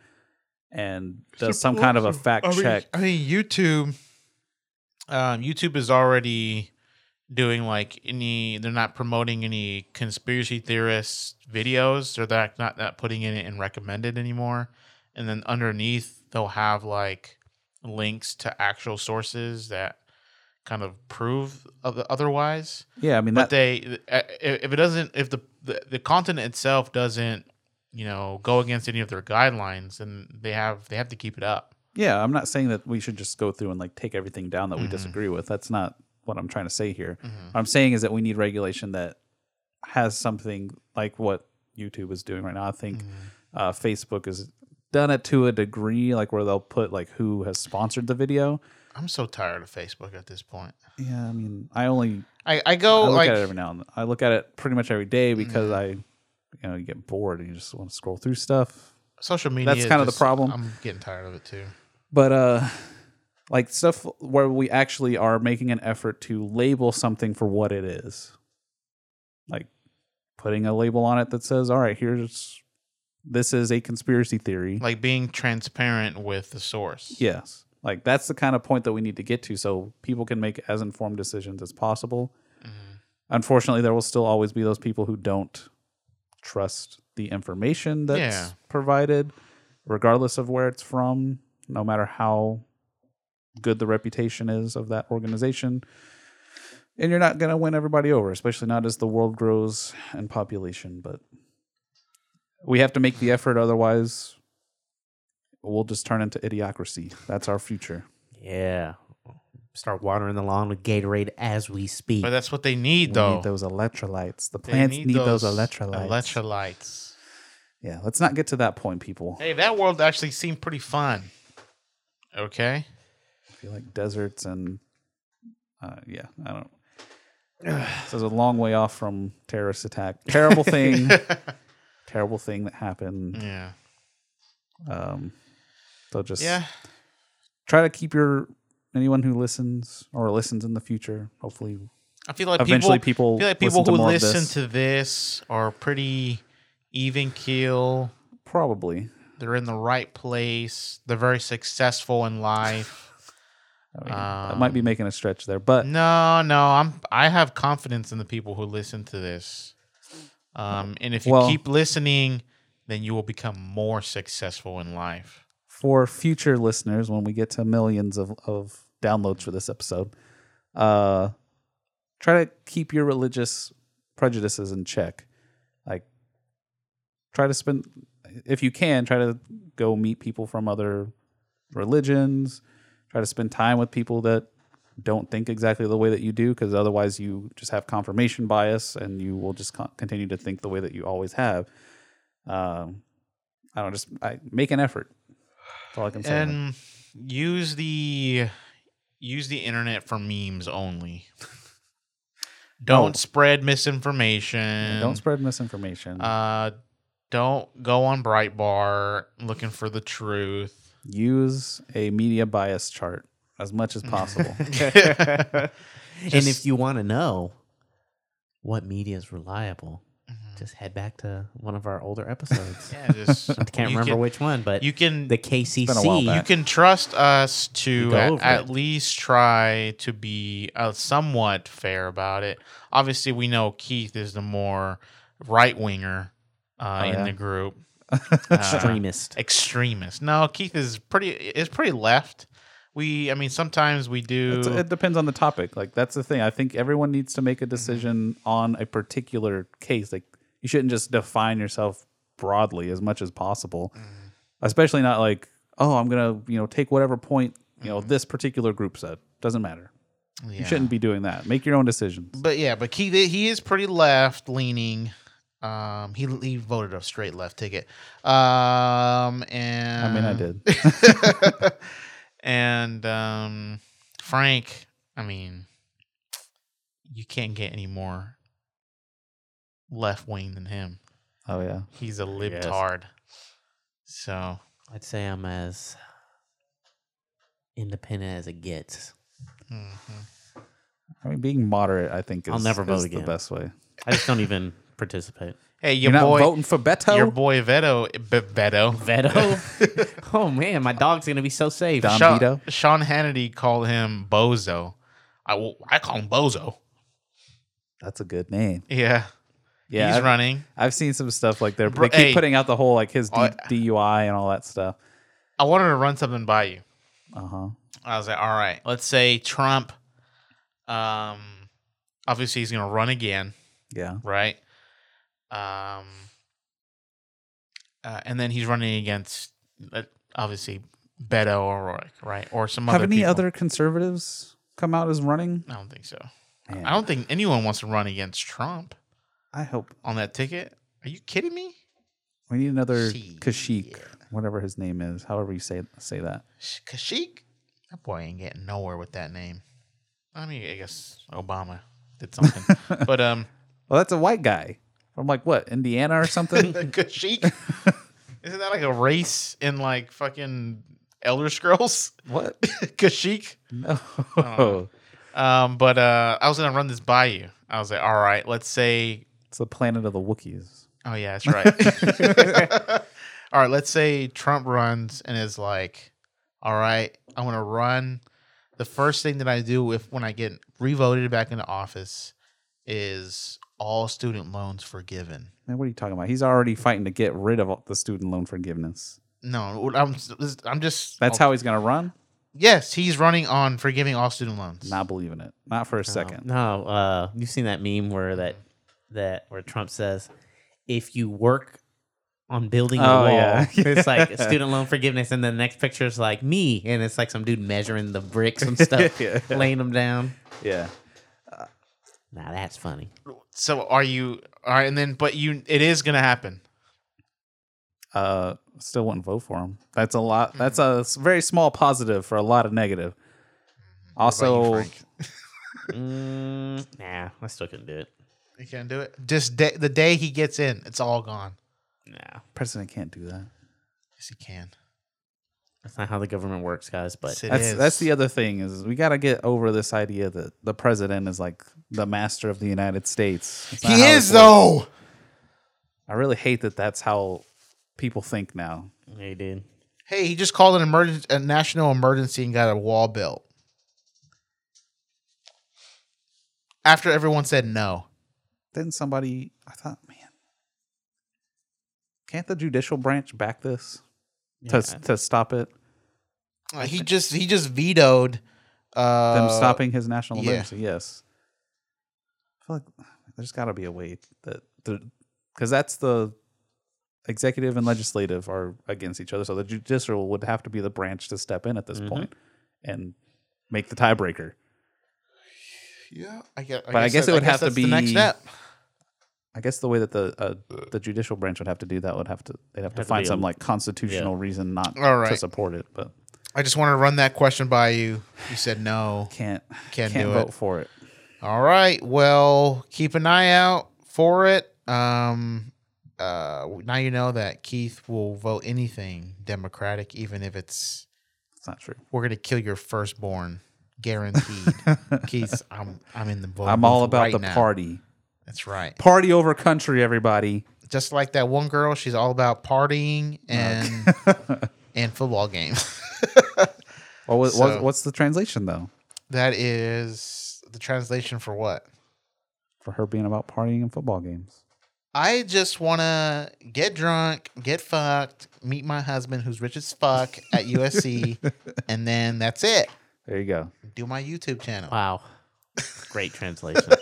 and does some kind of a fact
I mean-
check.
I mean, YouTube, um, YouTube is already doing like any. They're not promoting any conspiracy theorists videos. They're not not, not putting in it in recommended anymore. And then underneath, they'll have like links to actual sources that kind of prove oth- otherwise.
Yeah, I mean, that-
but they i- if it doesn't if the, the the content itself doesn't you know go against any of their guidelines, then they have they have to keep it up.
Yeah, I'm not saying that we should just go through and like take everything down that we
Mhm.
disagree with. That's not what I'm trying to say here. What I'm saying is that we need regulation that has something like what YouTube is doing right now. I think uh, Facebook is done it to a degree, like where they'll put like who has sponsored the video.
I'm so tired of Facebook at this point.
Yeah, I mean, I only
I, Oh, I go
I look
like
at it every now and then. I look at it pretty much every day because I, you know, you get bored and you just want to scroll through stuff.
social media.
That's kind of the
just-
problem.
I'm getting tired of it too.
but uh like stuff where we actually are making an effort to label something for what it is like putting a label on it that says all right here's this is a conspiracy theory
Like being transparent with the source.
yes like that's the kind of point that we need to get to so people can make as informed decisions as possible unfortunately there will still always be those people who don't trust the information that's
Yeah.
provided regardless of where it's from no matter how good the reputation is of that organization and you're not going to win everybody over especially not as the world grows in population but we have to make the effort otherwise we'll just turn into idiocracy that's our future
yeah Start watering the lawn with Gatorade as we speak.
But that's what they need,
We
though.
need those electrolytes the
They
plants need, those, electrolytes
Electrolytes.
yeah let's not get to that point people
Hey, that world actually seemed pretty fun. Okay.
I feel like deserts and uh, yeah, I don't. This is a long way off from terrorist attack. Terrible thing. terrible thing that happened.
Yeah.
Um. So just
Yeah.
Try to keep your anyone who listens or listens in the future. Hopefully,
I feel like
eventually
people,
people,
I feel
listen
like people
to
who
more of
listen
this.
to this are pretty even keel.
Probably.
They're in the right place. They're very successful in life. Um,
I might be making a stretch there, but
No, no, I'm I have confidence in the people who listen to this. Um, and if you
Well-
keep listening, then you will become more successful in life.
for future listeners when we get to millions of, of downloads for this episode uh try to keep your religious prejudices in check like try to spend if you can try to go meet people from other religions try to spend time with people that don't think exactly the way that you do because otherwise you just have confirmation bias and you will just con- continue to think the way that you always have um i don't just I, make an effort that's all i can say man.
And use the use the internet for memes only. don't
Oh.
spread misinformation.
don't spread misinformation
Uh, don't go on Breitbart looking for the truth.
use a media bias chart as much as possible
and if you want to know what media is reliable, just head back to one of our older episodes.
Mm-hmm. Yeah, just
I can't
you
remember
can-
which one, but
you can
the KCC.
You can trust us to
go
at,
over
at
it.
least try to be uh, somewhat fair about it. Obviously, we know Keith is the more right winger uh,
Oh,
in
yeah.
the group,
Extremist.
Uh, extremist. No, Keith is pretty is pretty left. We, I mean, sometimes we do.
It's- it depends on the topic. Like that's the thing. I think everyone needs to make
Mm-hmm.
a decision on a particular case. Like you shouldn't just define yourself broadly as much as possible,
Mm-hmm.
especially not like oh I'm gonna you know take whatever point you know this particular group said. Doesn't matter.
Mm-hmm. Yeah.
You shouldn't be doing that. Make your own decisions.
But yeah, but Keith he is pretty left leaning. Um, he he voted a straight left ticket. Um, and
mean, I did.
and um, Frank, I mean, you can't get any more left wing than him.
Oh yeah.
He's a libtard. So
I'd say I'm as independent as it gets.
I mean, being moderate, I think is,
I'll never vote
is
again.
the best way.
I just don't even participate.
Hey,
You're
your
not
boy
voting for Beto?
Your boy Veto, Be- Beto,
Beto. oh man, my dog's gonna be so safe.
Don
Sean,
Vito?
Sean Hannity called him Bozo. I will- I call him Bozo.
That's a good name.
Yeah.
Yeah,
He's
I've-
running.
I've seen some stuff like they're
Bro-
they keep
hey.
putting out the whole like his D-
I-
DUI and all that stuff.
I wanted to run something by you.
Uh huh.
I was like, all right, let's say Trump. Um, obviously he's gonna run again,
Yeah.
right? Um, uh, and then he's running against uh, obviously Beto O'Rourke, right, or some
Have
other.
any
people.
other conservatives come out as running?
I don't think so.
Man.
I don't think anyone wants to run against Trump
I hope
on that ticket. Are you kidding me?
we need another
She-
Kashik whatever his name is, however you say say that.
Kashik? That boy ain't getting nowhere with that name. I mean, I guess Obama did something. but um
Well, that's a white guy from like what Indiana or something.
Kashik? Isn't that like a race in like fucking Elder Scrolls?
What?
Kashik?
No.
Oh. Um, but uh I was gonna run this by you. I was like, all right, let's say
It's the planet of the Wookiees.
Oh yeah, that's right. all right, let's say Trump runs and is like, "All right, I want to run." The first thing that I do if when I get revoted back into office is all student loans forgiven.
Man, what are you talking about? He's already fighting to get rid of all the student loan forgiveness.
No, what I'm this- I'm just oh,
That's how he's gonna run.
Yes, he's running on forgiving all student loans.
Not believing it. Not
Oh.
for a second.
No, uh, you've seen that meme where that that where Trump says, "If you work on building a
Oh,
wall,
yeah.
it's like student loan forgiveness," and the next picture is like me, and it's like some dude measuring the bricks and stuff,
Yeah.
laying them down.
Yeah.
Now that's funny.
So are you all right? And then, but you, it is gonna happen.
Uh, still wouldn't vote for him. That's a lot. That's a s- very small positive for a lot of negative. Also,
mm, nah, I still couldn't do it.
You can't do it. Just day, the day he gets in, it's all gone.
Nah,
president can't do that.
Yes, he can.
that's not how the government works, guys. But
Yes, it
that's
is.
that's the other thing is we got to get over this idea that the president is like the master of the United States. That's not
He
how it
is,
works.
though!
I really hate that. That's how people think now.
hey, dude,
Hey, he just called an emergency, a national emergency, and got a wall built. After everyone said no,
Then somebody, I thought, man, can't the judicial branch back this to
Yeah.
to stop it?
Uh, he just he just vetoed uh,
Them stopping his national
yeah.
emergency. Yes, I feel like there's got to be a way that the because that's the executive and legislative are against each other. So the judicial would have to be the branch to step in at this
Mhm.
point and make the tiebreaker.
Yeah, I guess.
but I guess it would have to
that's
be
the next step.
I guess the way that the uh, the judicial branch would have to do that would have to they'd have to
Have to
find
be a-
some like constitutional reason not
All
to
right.
support it, but
I just want to run that question by you. You said no.
can't
Can't,
can't
do
vote
it.
for it.
All right. Well, keep an eye out for it. Um, uh, now you know that Keith will vote anything Democratic, even if it's
It's not true.
we're gonna kill your firstborn, guaranteed. Keith, I'm I'm in the vote.
I'm all
booth
about
right
the
now.
party.
That's right.
Party over country, everybody.
Just like that one girl, she's all about partying and and football games.
What was,
So-
what, what's the translation though
that is the translation for what?
for her being about partying and football games?
I just want to get drunk, get fucked, meet my husband who's rich as fuck at USC, and then that's it.
There you go.
Do my YouTube channel.
wow, great translation.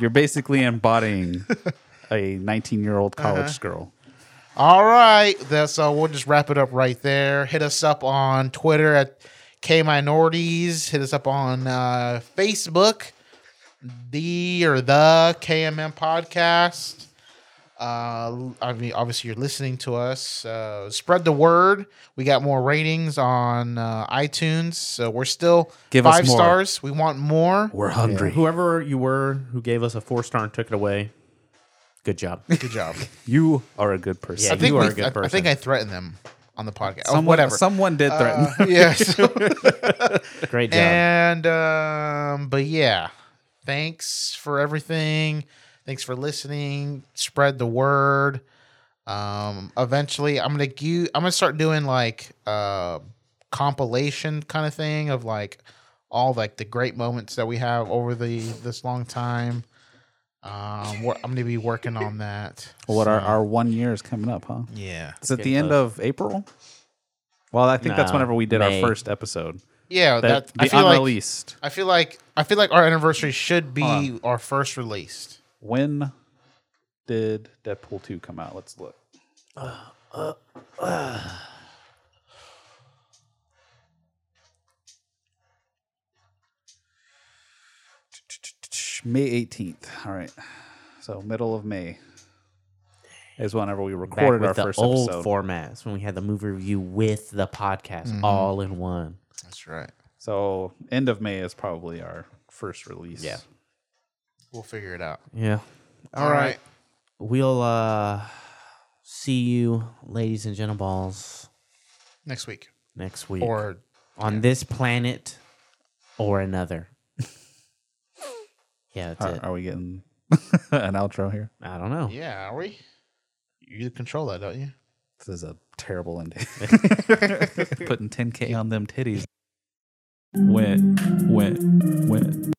You're basically embodying a 19 year old
Uh-huh.
college girl.
All right, that's uh, we'll just wrap it up right there. Hit us up on Twitter at K Minorities. Hit us up on uh, Facebook, the or the KMM podcast. Uh, I mean, obviously you're listening to us. Uh, spread the word. We got more ratings on uh, iTunes, so we're still
Give us
five
more.
stars. We want more.
We're hungry.
Whoever you were who gave us a four star and took it away, good job.
Good job.
You are a good person.
Yeah,
I think
you are
we-
a good
I- I,
person.
think I threatened them on the podcast. Oh,
Someone,
whatever.
Someone did threaten.
Uh, yeah. so-
Great job.
And um, but yeah, thanks for everything. Thanks for listening. Spread the word. Um, eventually, I'm gonna give, I'm gonna start doing like uh compilation kind of thing of like all like the great moments that we have over the this long time. Um, we're, I'm gonna be working on that.
what our,
So,
our one year is coming up, huh?
yeah
It's at
Get
the end
close.
of April. Well, I think that's
No,
whenever we did
May.
our first episode.
yeah
That,
that, I
the
feel like-
unreleased.
I feel like I feel like our anniversary should be
Hold
our first released.
when did Deadpool two come out? Let's look. May eighteenth. All right, so middle of May. is whenever we
Back
recorded
with
our
the
first
old
episode.
formats when we had the movie review with the podcast
Mhm.
all in one.
That's right.
So end of May is probably our first release.
Yeah.
We'll figure it out.
Yeah.
All right.
We'll uh see you, ladies and gentleballs,
Next week.
next week.
Or-
on this planet or another. yeah, that's
Are,
it.
are we getting an outro here?
I don't know.
Yeah, are we? You control that, don't you?
This is a terrible ending. Putting 10K on them titties.
Wet, wet, wet.